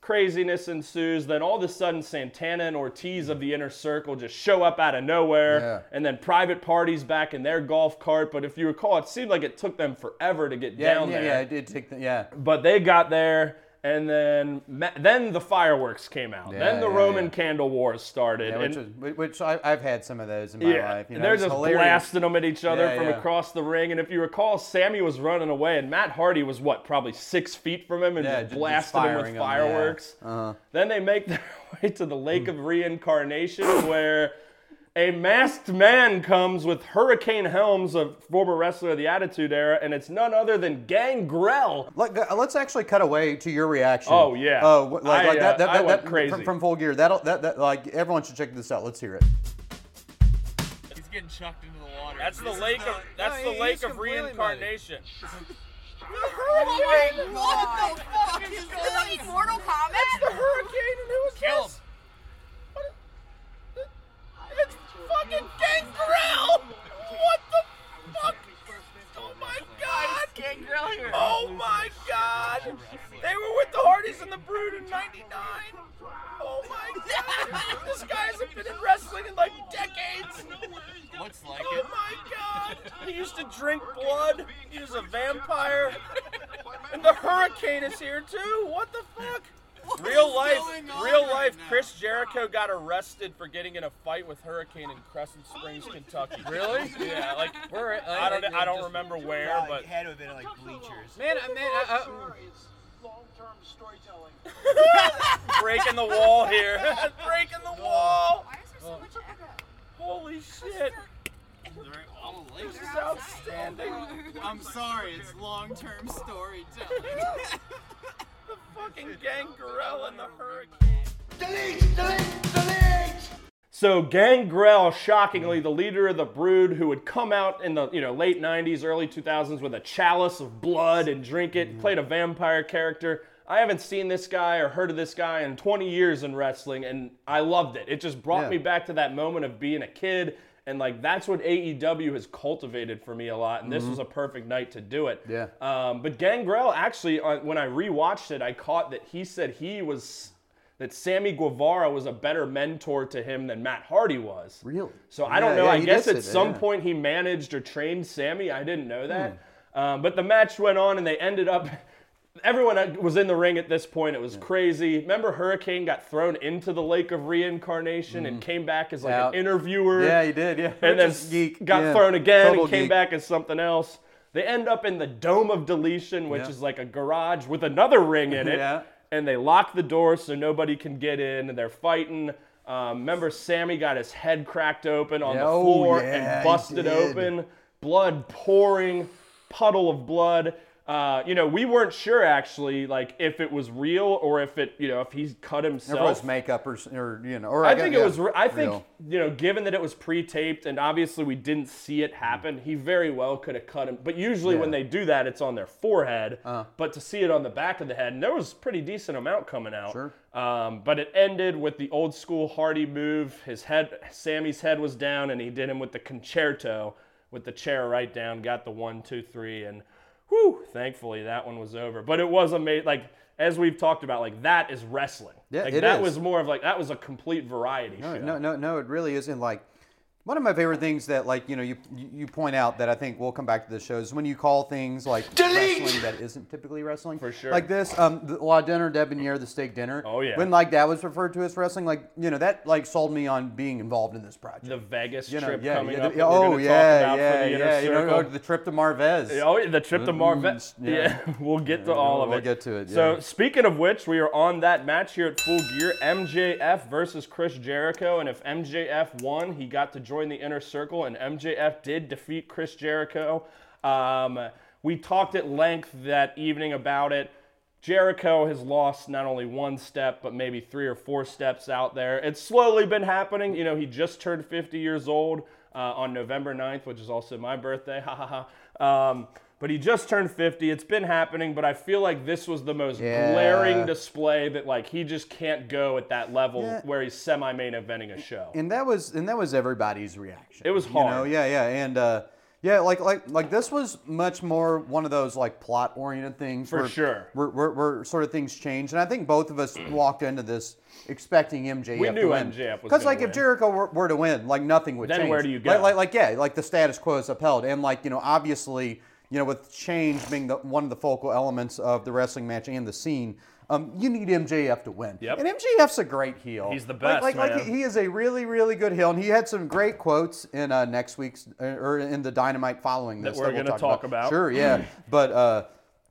Speaker 1: Craziness ensues. Then all of a sudden, Santana and Ortiz of the inner circle just show up out of nowhere
Speaker 2: Yeah.
Speaker 1: and then private parties back in their golf cart. But if you recall, it seemed like it took them forever to get
Speaker 2: yeah,
Speaker 1: down
Speaker 2: yeah,
Speaker 1: there.
Speaker 2: yeah, it did take the, yeah.
Speaker 1: But they got there, and then ma- then the fireworks came out. then the
Speaker 2: yeah,
Speaker 1: Roman
Speaker 2: yeah.
Speaker 1: candle wars started.
Speaker 2: Yeah, which,
Speaker 1: and,
Speaker 2: is, which I, I've had some of those in my
Speaker 1: yeah,
Speaker 2: life. You
Speaker 1: and
Speaker 2: know,
Speaker 1: they're
Speaker 2: it's
Speaker 1: just
Speaker 2: hilarious.
Speaker 1: blasting them at each other
Speaker 2: Yeah,
Speaker 1: from
Speaker 2: yeah.
Speaker 1: across the ring. And if you recall, Sammy was running away, and Matt Hardy was what, probably six feet from him, and just
Speaker 2: Yeah, ju- just
Speaker 1: blasted him
Speaker 2: firing
Speaker 1: with
Speaker 2: 'em, yeah. Uh-huh.
Speaker 1: fireworks. Then they make their way to the
Speaker 2: Hmm.
Speaker 1: Lake of Reincarnation, where a masked man comes with Hurricane Helms, a former wrestler of the Attitude Era, and it's none other than Gangrel.
Speaker 2: Let, go- uh, let's actually cut away to your reaction.
Speaker 1: Oh, yeah.
Speaker 2: Oh, wh- like,
Speaker 1: I,
Speaker 2: like that,
Speaker 1: uh,
Speaker 2: that,
Speaker 1: I
Speaker 2: that,
Speaker 1: went
Speaker 2: that-
Speaker 1: crazy.
Speaker 2: From, from Full Gear. That'll, that, that, like, everyone should check this out. Let's hear it.
Speaker 3: He's getting chucked into the water.
Speaker 1: That's the Lake of that's the Lake of Reincarnation.
Speaker 4: Oh
Speaker 5: Hurricane? What the fuck is that? Is Mortal Kombat? That's the hurricane and who is
Speaker 3: Kill him.
Speaker 5: It's fucking Gangrel! What the fuck? Oh my god! Gangrel here! Oh my god! They were with the Hardys and the Brood in 99! Oh my god! this guy hasn't been in wrestling in like decades!
Speaker 3: Look looks like
Speaker 5: Oh
Speaker 3: it.
Speaker 5: my god! He used to drink blood. He was a vampire. And the hurricane is here too. What the fuck? real
Speaker 3: is
Speaker 5: life,
Speaker 3: going on
Speaker 5: real
Speaker 3: right
Speaker 5: life.
Speaker 3: now?
Speaker 5: Chris Jericho got arrested for getting in a fight with Hurricane in Crescent Springs,
Speaker 3: Oh.
Speaker 5: Kentucky. Really? Yeah. Like
Speaker 6: Where,
Speaker 5: I don't, I don't remember where,
Speaker 7: God,
Speaker 5: but
Speaker 7: it had to have been like bleachers.
Speaker 6: Man, I- man, I, I,
Speaker 3: uh,
Speaker 8: long-term storytelling.
Speaker 3: uh,
Speaker 5: breaking the wall here. breaking the wall.
Speaker 4: Why is there so much echo?
Speaker 5: Holy shit!
Speaker 3: They're all
Speaker 5: This
Speaker 3: late.
Speaker 5: is outstanding.
Speaker 3: I'm sorry, it's long-term storytelling.
Speaker 5: The fucking gangrel and the hurricane.
Speaker 1: So Gangrel, shockingly, the leader of the Brood, who would come out in the you know late '90s, early 2000s with a chalice of blood and drink it, played a vampire character. I haven't seen this guy or heard of this guy in 20 years in wrestling, and I loved it. It just brought
Speaker 2: Yeah.
Speaker 1: me back to that moment of being a kid, and like that's what AEW has cultivated for me a lot, and this was a perfect night to do it.
Speaker 2: Yeah.
Speaker 1: Um, but Gangrel actually, uh, when I rewatched it, I caught that he said he was that Sammy Guevara was a better mentor to him than Matt Hardy was.
Speaker 2: Really?
Speaker 1: So I don't
Speaker 2: Yeah,
Speaker 1: know.
Speaker 2: yeah,
Speaker 1: I
Speaker 2: he
Speaker 1: guess
Speaker 2: did
Speaker 1: at
Speaker 2: say that,
Speaker 1: some
Speaker 2: yeah.
Speaker 1: point he managed or trained Sammy. I didn't know that.
Speaker 2: Hmm.
Speaker 1: Um, but the match went on, and they ended up. Everyone was in the ring at this point. It was crazy. Remember, Hurricane got thrown into the lake of reincarnation and came back as like
Speaker 2: Out.
Speaker 1: an interviewer
Speaker 2: Hmm. Yeah, he did. Yeah.
Speaker 1: and then
Speaker 2: Just geek.
Speaker 1: got
Speaker 2: yeah.
Speaker 1: thrown again
Speaker 2: Total
Speaker 1: and came
Speaker 2: geek.
Speaker 1: back as something else. They end up in the Dome of Deletion, which
Speaker 2: Yeah.
Speaker 1: is like a garage with another ring in it.
Speaker 2: Yeah.
Speaker 1: And they lock the door so nobody can get in, and they're fighting. Um, remember, Sammy got his head cracked open on
Speaker 2: Yeah,
Speaker 1: the
Speaker 2: oh,
Speaker 1: floor
Speaker 2: yeah,
Speaker 1: and
Speaker 2: he
Speaker 1: busted
Speaker 2: did.
Speaker 1: open, blood pouring, puddle of blood. Uh, you know, we weren't sure actually, like if it was real or if it, you know, if he's cut
Speaker 2: Or
Speaker 1: himself.
Speaker 2: was makeup or, s- or you know. Or
Speaker 1: I
Speaker 2: guess-
Speaker 1: think
Speaker 2: yeah,
Speaker 1: it was. re- I think
Speaker 2: real.
Speaker 1: you know, given that it was pre-taped and obviously we didn't see it happen, he very well could have cut him. But usually when
Speaker 2: Yeah. Uh-huh.
Speaker 1: they do that, it's on their forehead. But to see it on the back of the head, and there was a pretty decent amount coming out.
Speaker 2: Sure.
Speaker 1: Um, but it ended with the old school Hardy move. His head, Sammy's head was down, and he did him with the concerto, with the chair right down. Got the one, two, three, and whew, thankfully that one was over. But it was amazing. Like as we've talked about, like that is wrestling.
Speaker 2: Yeah,
Speaker 1: like,
Speaker 2: it
Speaker 1: that
Speaker 2: is.
Speaker 1: was more of like that was a complete variety
Speaker 2: No,
Speaker 1: show.
Speaker 2: no, no, no, it really isn't. Like one of my favorite things that, like you know, you you point out that I think we'll come back to the show is when you call things like wrestling that isn't typically wrestling. For
Speaker 1: sure.
Speaker 2: Like this, um, the La Dinner Debonair, the steak dinner.
Speaker 1: Oh, yeah.
Speaker 2: When like that was referred to as wrestling, like you know that like sold me on being involved in this project.
Speaker 1: The Vegas
Speaker 2: you know,
Speaker 1: trip
Speaker 2: yeah,
Speaker 1: coming
Speaker 2: yeah,
Speaker 1: up.
Speaker 2: the-
Speaker 1: that we're
Speaker 2: oh
Speaker 1: gonna
Speaker 2: yeah,
Speaker 1: talk about
Speaker 2: yeah,
Speaker 1: for the
Speaker 2: yeah.
Speaker 1: inner
Speaker 2: You know,
Speaker 1: circle.
Speaker 2: oh, the trip to Marvez.
Speaker 1: Oh, the trip to Marvette.
Speaker 2: Mm, yeah.
Speaker 1: Yeah. we'll get to all of
Speaker 2: we'll
Speaker 1: it.
Speaker 2: get to it,
Speaker 1: So,
Speaker 2: yeah.
Speaker 1: speaking of which, we are on that match here at Full Gear MJF versus Chris Jericho. And if MJF won, he got to join the inner circle, and MJF did defeat Chris Jericho. Um, we talked at length that evening about it. Jericho has lost not only one step, but maybe three or four steps out there. It's slowly been happening. You know, he just turned 50 years old uh, on November 9th, which is also my birthday. Ha ha ha. Um, but he just turned 50. It's been happening, but I feel like this was the most
Speaker 2: Yeah.
Speaker 1: glaring display that, like, he just can't go at that level
Speaker 2: Yeah.
Speaker 1: where he's semi main eventing a show.
Speaker 2: and that was and that was everybody's reaction.
Speaker 1: It was
Speaker 2: You know?
Speaker 1: hard.
Speaker 2: Yeah, yeah, and uh, yeah, like like like this was much more one of those like plot oriented things
Speaker 1: For
Speaker 2: where-
Speaker 1: sure.
Speaker 2: Where, where, where sort of things change, and I think both of us walked into this expecting MJF.
Speaker 1: We
Speaker 2: to
Speaker 1: knew
Speaker 2: win.
Speaker 1: MJF was
Speaker 2: like
Speaker 1: gonna
Speaker 2: if
Speaker 1: win.
Speaker 2: Jericho were, were to win, like nothing would
Speaker 1: Then
Speaker 2: change.
Speaker 1: where do you go?
Speaker 2: Like, like like yeah, like the status quo is upheld, and like you know obviously. You know, with change being the, one of the focal elements of the wrestling match and the scene, um, you need MJF to win.
Speaker 1: Yep.
Speaker 2: And MJF's a great heel.
Speaker 1: He's the
Speaker 2: Like-
Speaker 1: best,
Speaker 2: Like, like,
Speaker 1: man.
Speaker 2: he is a really, really good heel, and he had some great quotes in uh, next week's or in the Dynamite following this
Speaker 1: we're
Speaker 2: we'll
Speaker 1: gonna talk about.
Speaker 2: Sure, yeah, but uh,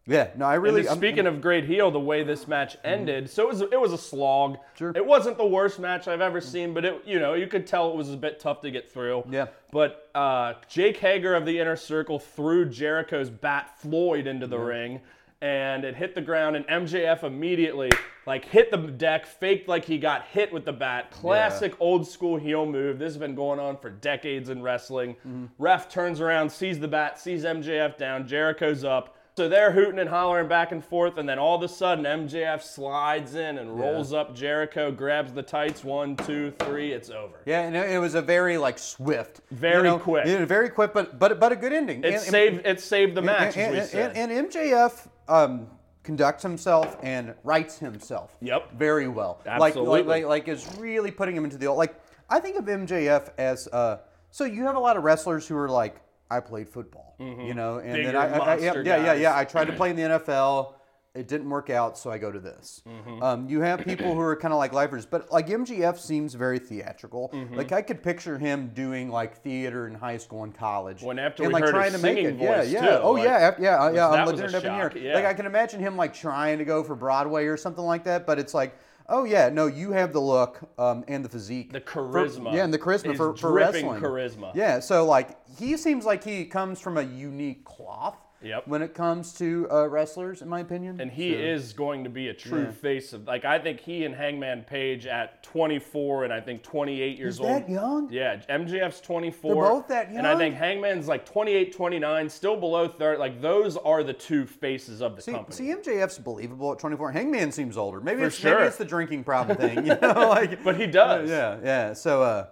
Speaker 2: yeah, no, I
Speaker 1: And
Speaker 2: really.
Speaker 1: then
Speaker 2: I'm- Mm-hmm.
Speaker 1: speaking of great heel, the way this match ended, so it was it was a slog.
Speaker 2: Sure. Mm.
Speaker 1: It wasn't the worst match I've ever seen, but it you know you could tell it was a bit tough to get through.
Speaker 2: Yeah.
Speaker 1: But uh, Jake Hager of the Inner Circle threw Jericho's bat Floyd into the ring, and it hit the ground. And MJF immediately like hit the deck, faked like he got hit with the bat. Classic old school heel move. This has been going on for decades in wrestling. Ref turns around, sees the bat, sees MJF down. Jericho's up. So they're hooting and hollering back and forth, and then all of a sudden MJF slides in and rolls up Jericho, grabs the tights. One, two, three. It's over.
Speaker 2: yeah, and it it was a very like swift, you
Speaker 1: Very
Speaker 2: know,
Speaker 1: quick.
Speaker 2: yeah, very quick, but but but a good ending.
Speaker 1: It
Speaker 2: And- and-
Speaker 1: saved it saved the match.
Speaker 2: and,
Speaker 1: as we
Speaker 2: and,
Speaker 1: said.
Speaker 2: and- and MJF um, conducts himself and writes himself.
Speaker 1: Yep.
Speaker 2: Very well. Like,
Speaker 1: Absolutely.
Speaker 2: like, like, like is really putting him into the like. I think of MJF as uh, So you have a lot of wrestlers who are like, I played football,
Speaker 1: Mm-hmm.
Speaker 2: you know, and then
Speaker 1: Bigger
Speaker 2: I, I- I- yeah,
Speaker 1: monster
Speaker 2: yeah, yeah,
Speaker 1: guys.
Speaker 2: yeah. I tried to play in the NFL. It didn't work out, so I go to this.
Speaker 1: Mm-hmm.
Speaker 2: Um, you have people who are kind of like lifers, but like MGF seems very theatrical.
Speaker 1: Mm-hmm.
Speaker 2: Like I could picture him doing like theater in high school and college,
Speaker 1: When after
Speaker 2: and
Speaker 1: we
Speaker 2: like
Speaker 1: heard
Speaker 2: trying
Speaker 1: his
Speaker 2: to make it,
Speaker 1: singing
Speaker 2: yeah,
Speaker 1: voice,
Speaker 2: yeah,
Speaker 1: too,
Speaker 2: oh
Speaker 1: like,
Speaker 2: yeah, af- yeah, uh, yeah.
Speaker 1: that
Speaker 2: I'm
Speaker 1: was a
Speaker 2: legit up in here.
Speaker 1: shock, yeah.
Speaker 2: Like I can imagine him like trying to go for Broadway or something like that, but it's like, oh yeah, no, you have the look um, and the physique,
Speaker 1: The
Speaker 2: for-
Speaker 1: charisma.
Speaker 2: yeah, and the charisma
Speaker 1: Is
Speaker 2: for, for
Speaker 1: dripping
Speaker 2: wrestling.
Speaker 1: charisma.
Speaker 2: Yeah, so like he seems like he comes from a unique cloth.
Speaker 1: Yep.
Speaker 2: When it comes to uh, wrestlers, in my opinion,
Speaker 1: And he
Speaker 2: So-
Speaker 1: is going to be a true face of like I think he and Hangman Page at 24 and I think 28 years old.
Speaker 2: that young?
Speaker 1: Yeah, MJF's 24.
Speaker 2: They're both that
Speaker 1: And I
Speaker 2: young?
Speaker 1: think Hangman's like 28, 29, still below 30. Like those are the two faces of the
Speaker 2: See,
Speaker 1: company.
Speaker 2: see, MJF's believable at 24. Hangman seems older. Maybe
Speaker 1: For
Speaker 2: it's
Speaker 1: sure.
Speaker 2: maybe it's the drinking problem thing. You know, like,
Speaker 1: But he does.
Speaker 2: yeah, yeah. So, uh,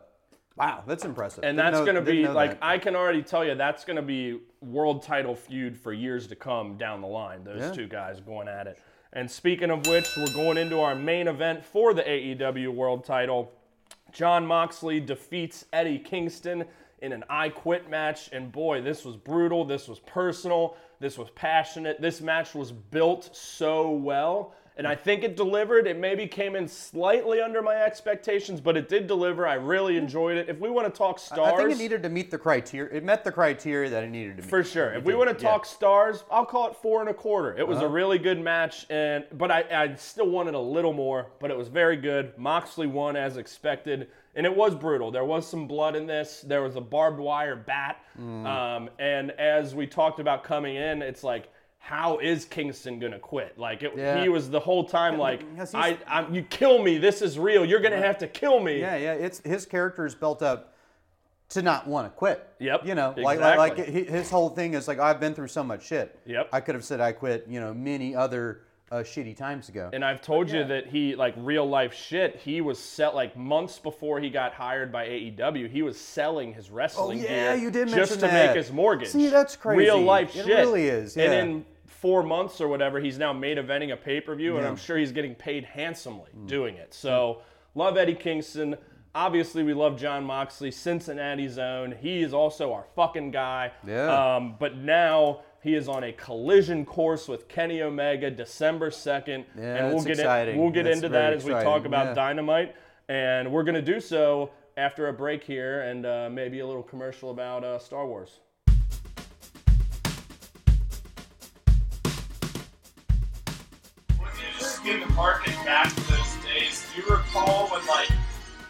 Speaker 2: wow, that's impressive.
Speaker 1: And
Speaker 2: Didn't
Speaker 1: that's
Speaker 2: know-
Speaker 1: going to
Speaker 2: didn't
Speaker 1: be
Speaker 2: know
Speaker 1: like
Speaker 2: that.
Speaker 1: I can already tell you that's going to be world title feud for years to come down the line. Those
Speaker 2: Yeah.
Speaker 1: two guys going at it. And speaking of which, we're going into our main event for the AEW World Title. John Moxley defeats Eddie Kingston in an I Quit match, and boy, this was brutal. This was personal. This was passionate. This match was built so well, and I think it delivered. It maybe came in slightly under my expectations, but it did deliver. I really enjoyed it. If we want to talk stars,
Speaker 2: I think it needed to meet the criteria. It met the criteria that it needed to meet.
Speaker 1: for sure. If we
Speaker 2: did,
Speaker 1: want to
Speaker 2: yeah. Uh-huh.
Speaker 1: talk stars, I'll call it four and a quarter. It was a really good match, and but I, I still wanted a little more. But it was very good. Moxley won as expected, and it was brutal. There was some blood in this. There was a barbed wire bat,
Speaker 2: Mm.
Speaker 1: um, and as we talked about coming in, it's like. How is Kingston gonna quit? Like it,
Speaker 2: Yeah.
Speaker 1: he was the whole time like,
Speaker 2: Because
Speaker 1: I,
Speaker 2: he's-
Speaker 1: I'm, you kill me. This is real. You're gonna have to kill me.
Speaker 2: Yeah, yeah. It's his character is built up to not want to quit.
Speaker 1: Yep,
Speaker 2: You know, like like, like
Speaker 1: exactly.
Speaker 2: hi- his whole thing is like I've been through so much shit.
Speaker 1: Yep.
Speaker 2: I could have said I quit. You know, many other uh, shitty times ago.
Speaker 1: And I've told you that he like real life shit. He was set like months before he got hired by AEW. He was selling his wrestling
Speaker 2: Oh, yeah,
Speaker 1: gear
Speaker 2: you did
Speaker 1: just to
Speaker 2: mention that.
Speaker 1: make his mortgage.
Speaker 2: See, that's
Speaker 1: Real
Speaker 2: crazy.
Speaker 1: life
Speaker 2: It
Speaker 1: shit.
Speaker 2: really is,
Speaker 1: And
Speaker 2: yeah.
Speaker 1: in four months or whatever, he's now made eventing a pay per view, and I'm sure he's getting paid handsomely
Speaker 2: Mm.
Speaker 1: doing it. So love Eddie Kingston. Obviously, we love John Moxley, Cincinnati's own. He is also our fucking guy.
Speaker 2: Yeah.
Speaker 1: Um, but now he is on a collision course with Kenny Omega December 2nd
Speaker 2: Yeah,
Speaker 1: and we'll
Speaker 2: that's
Speaker 1: get
Speaker 2: exciting.
Speaker 1: In, we'll get
Speaker 2: That's
Speaker 1: into
Speaker 2: very
Speaker 1: that as we
Speaker 2: exciting,
Speaker 1: talk about
Speaker 2: yeah.
Speaker 1: Dynamite, and we're gonna do so after a break here, and uh, maybe a little commercial about uh, Star Wars.
Speaker 3: Once you just get the market back to those days, do you recall when like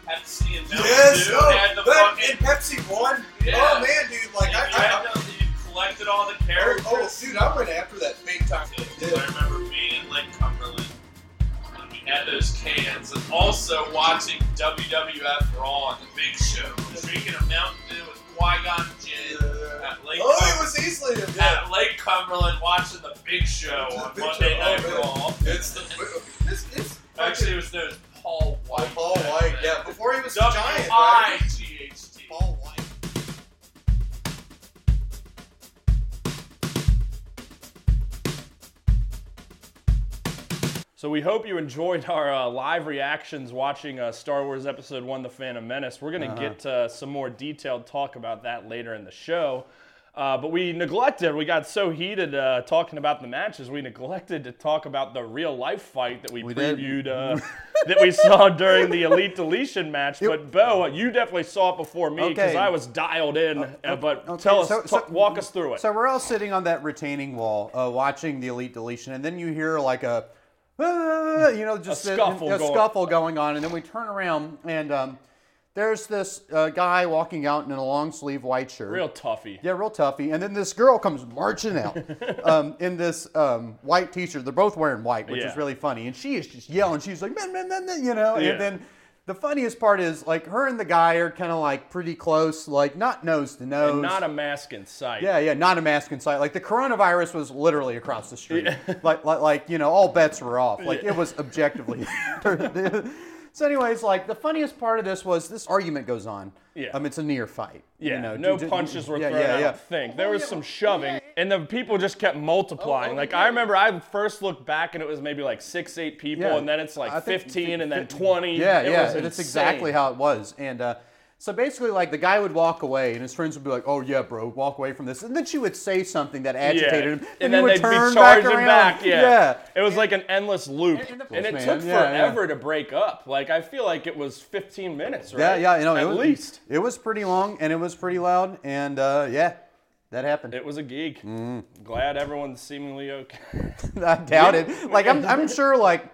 Speaker 3: Pepsi and Mountain
Speaker 6: Yes,
Speaker 3: Dew
Speaker 6: oh,
Speaker 3: had the
Speaker 6: that,
Speaker 3: fucking
Speaker 6: and Pepsi won.
Speaker 3: Yeah.
Speaker 6: Oh man, dude, like
Speaker 3: you,
Speaker 6: I,
Speaker 3: had
Speaker 6: I, I
Speaker 3: those, you collected all the
Speaker 6: oh,
Speaker 3: characters?
Speaker 6: oh, dude, I went after that big time.
Speaker 3: Yeah, 'cause I remember being in Lake Cumberland when we had those cans, and also watching WWF Raw on the Big Show, drinking a Mountain Dew with Qui Gon Jinn at Lake.
Speaker 6: Oh,
Speaker 3: Cum-
Speaker 6: it was easily a
Speaker 3: at Lake Cumberland, watching the Big Show
Speaker 6: The
Speaker 3: on
Speaker 6: Big
Speaker 3: Monday
Speaker 6: Show,
Speaker 3: Night
Speaker 6: oh, man.
Speaker 3: Raw.
Speaker 6: It's the it's, it's
Speaker 3: Actually, it was those Paul White.
Speaker 6: Paul White. Yeah, before he was a giant, right?
Speaker 3: W-I-G-H-T.
Speaker 6: Paul White.
Speaker 1: So we hope you enjoyed our uh, live reactions watching uh, Star Wars Episode One: The Phantom Menace. We're
Speaker 2: Uh-huh.
Speaker 1: gonna get uh, some more detailed talk about that later in the show. Uh, but we neglected, we got so heated uh, talking about the matches, we neglected to talk about the real life fight that we,
Speaker 2: did.
Speaker 1: previewed, uh, that we saw during the Elite Deletion match. But, Bo, uh, you definitely saw it before me because
Speaker 2: Okay.
Speaker 1: I was dialed in. uh, but
Speaker 2: Okay,
Speaker 1: tell us,
Speaker 2: so-
Speaker 1: ta-
Speaker 2: so-
Speaker 1: walk us through it.
Speaker 2: So we're all sitting on that retaining wall, uh, watching the elite deletion, and then you hear like a, "Ah," you know, just
Speaker 1: A scuffle
Speaker 2: a
Speaker 1: going-
Speaker 2: scuffle going on, and then we turn around and um, there's this uh, guy walking out in a long sleeve white shirt,
Speaker 1: real toughy.
Speaker 2: yeah, real toughy, and then this girl comes marching out um, in this um, white t-shirt. They're both wearing white, which
Speaker 1: Yeah.
Speaker 2: is really funny, and she is just yelling. She's like, man, man, man, man, you know,
Speaker 1: Yeah.
Speaker 2: and then. The funniest part is like her and the guy are kind of like pretty close, like not nose to nose.
Speaker 1: And not a mask in sight.
Speaker 2: Yeah, yeah, not a mask in sight. Like the coronavirus was literally across the street. like, like, like, you know, all bets were off. Like it was objectively. so, anyways, like the funniest part of this was this argument goes on.
Speaker 1: Yeah.
Speaker 2: Um, it's a near fight. you
Speaker 1: Yeah,
Speaker 2: know,
Speaker 1: no
Speaker 2: d- d-
Speaker 1: punches were
Speaker 2: yeah,
Speaker 1: thrown.
Speaker 2: yeah,
Speaker 1: I
Speaker 2: yeah.
Speaker 1: don't think there was some shoving, and the people just kept multiplying.
Speaker 2: Oh, oh,
Speaker 1: like
Speaker 2: yeah.
Speaker 1: I remember, I first looked back and it was maybe like six, eight people,
Speaker 2: Yeah.
Speaker 1: and then it's
Speaker 2: I
Speaker 1: like
Speaker 2: think-
Speaker 1: fifteen, and then twenty.
Speaker 2: Yeah,
Speaker 1: it
Speaker 2: yeah,
Speaker 1: was
Speaker 2: that's
Speaker 1: insane.
Speaker 2: exactly how it was. And uh, So basically, like the guy would walk away, and his friends would be like, "Oh yeah, bro, walk away from this." And then she would say something that agitated him,
Speaker 1: and
Speaker 2: he
Speaker 1: then
Speaker 2: would
Speaker 1: they'd
Speaker 2: turn
Speaker 1: be charging
Speaker 2: back around.
Speaker 1: back. yeah. it was like an endless loop,
Speaker 2: and
Speaker 1: and,
Speaker 2: the-
Speaker 1: it
Speaker 2: Man,
Speaker 1: took
Speaker 2: yeah, yeah.
Speaker 1: forever to break up. Like I feel like it was 15 minutes, right?
Speaker 2: yeah, yeah. You know,
Speaker 1: at
Speaker 2: it was,
Speaker 1: least
Speaker 2: it was pretty long, and it was pretty loud, and uh, yeah, that happened.
Speaker 1: it was a geek.
Speaker 2: Mm.
Speaker 1: Glad everyone's seemingly okay.
Speaker 2: I doubt it. Like I'm, I'm sure like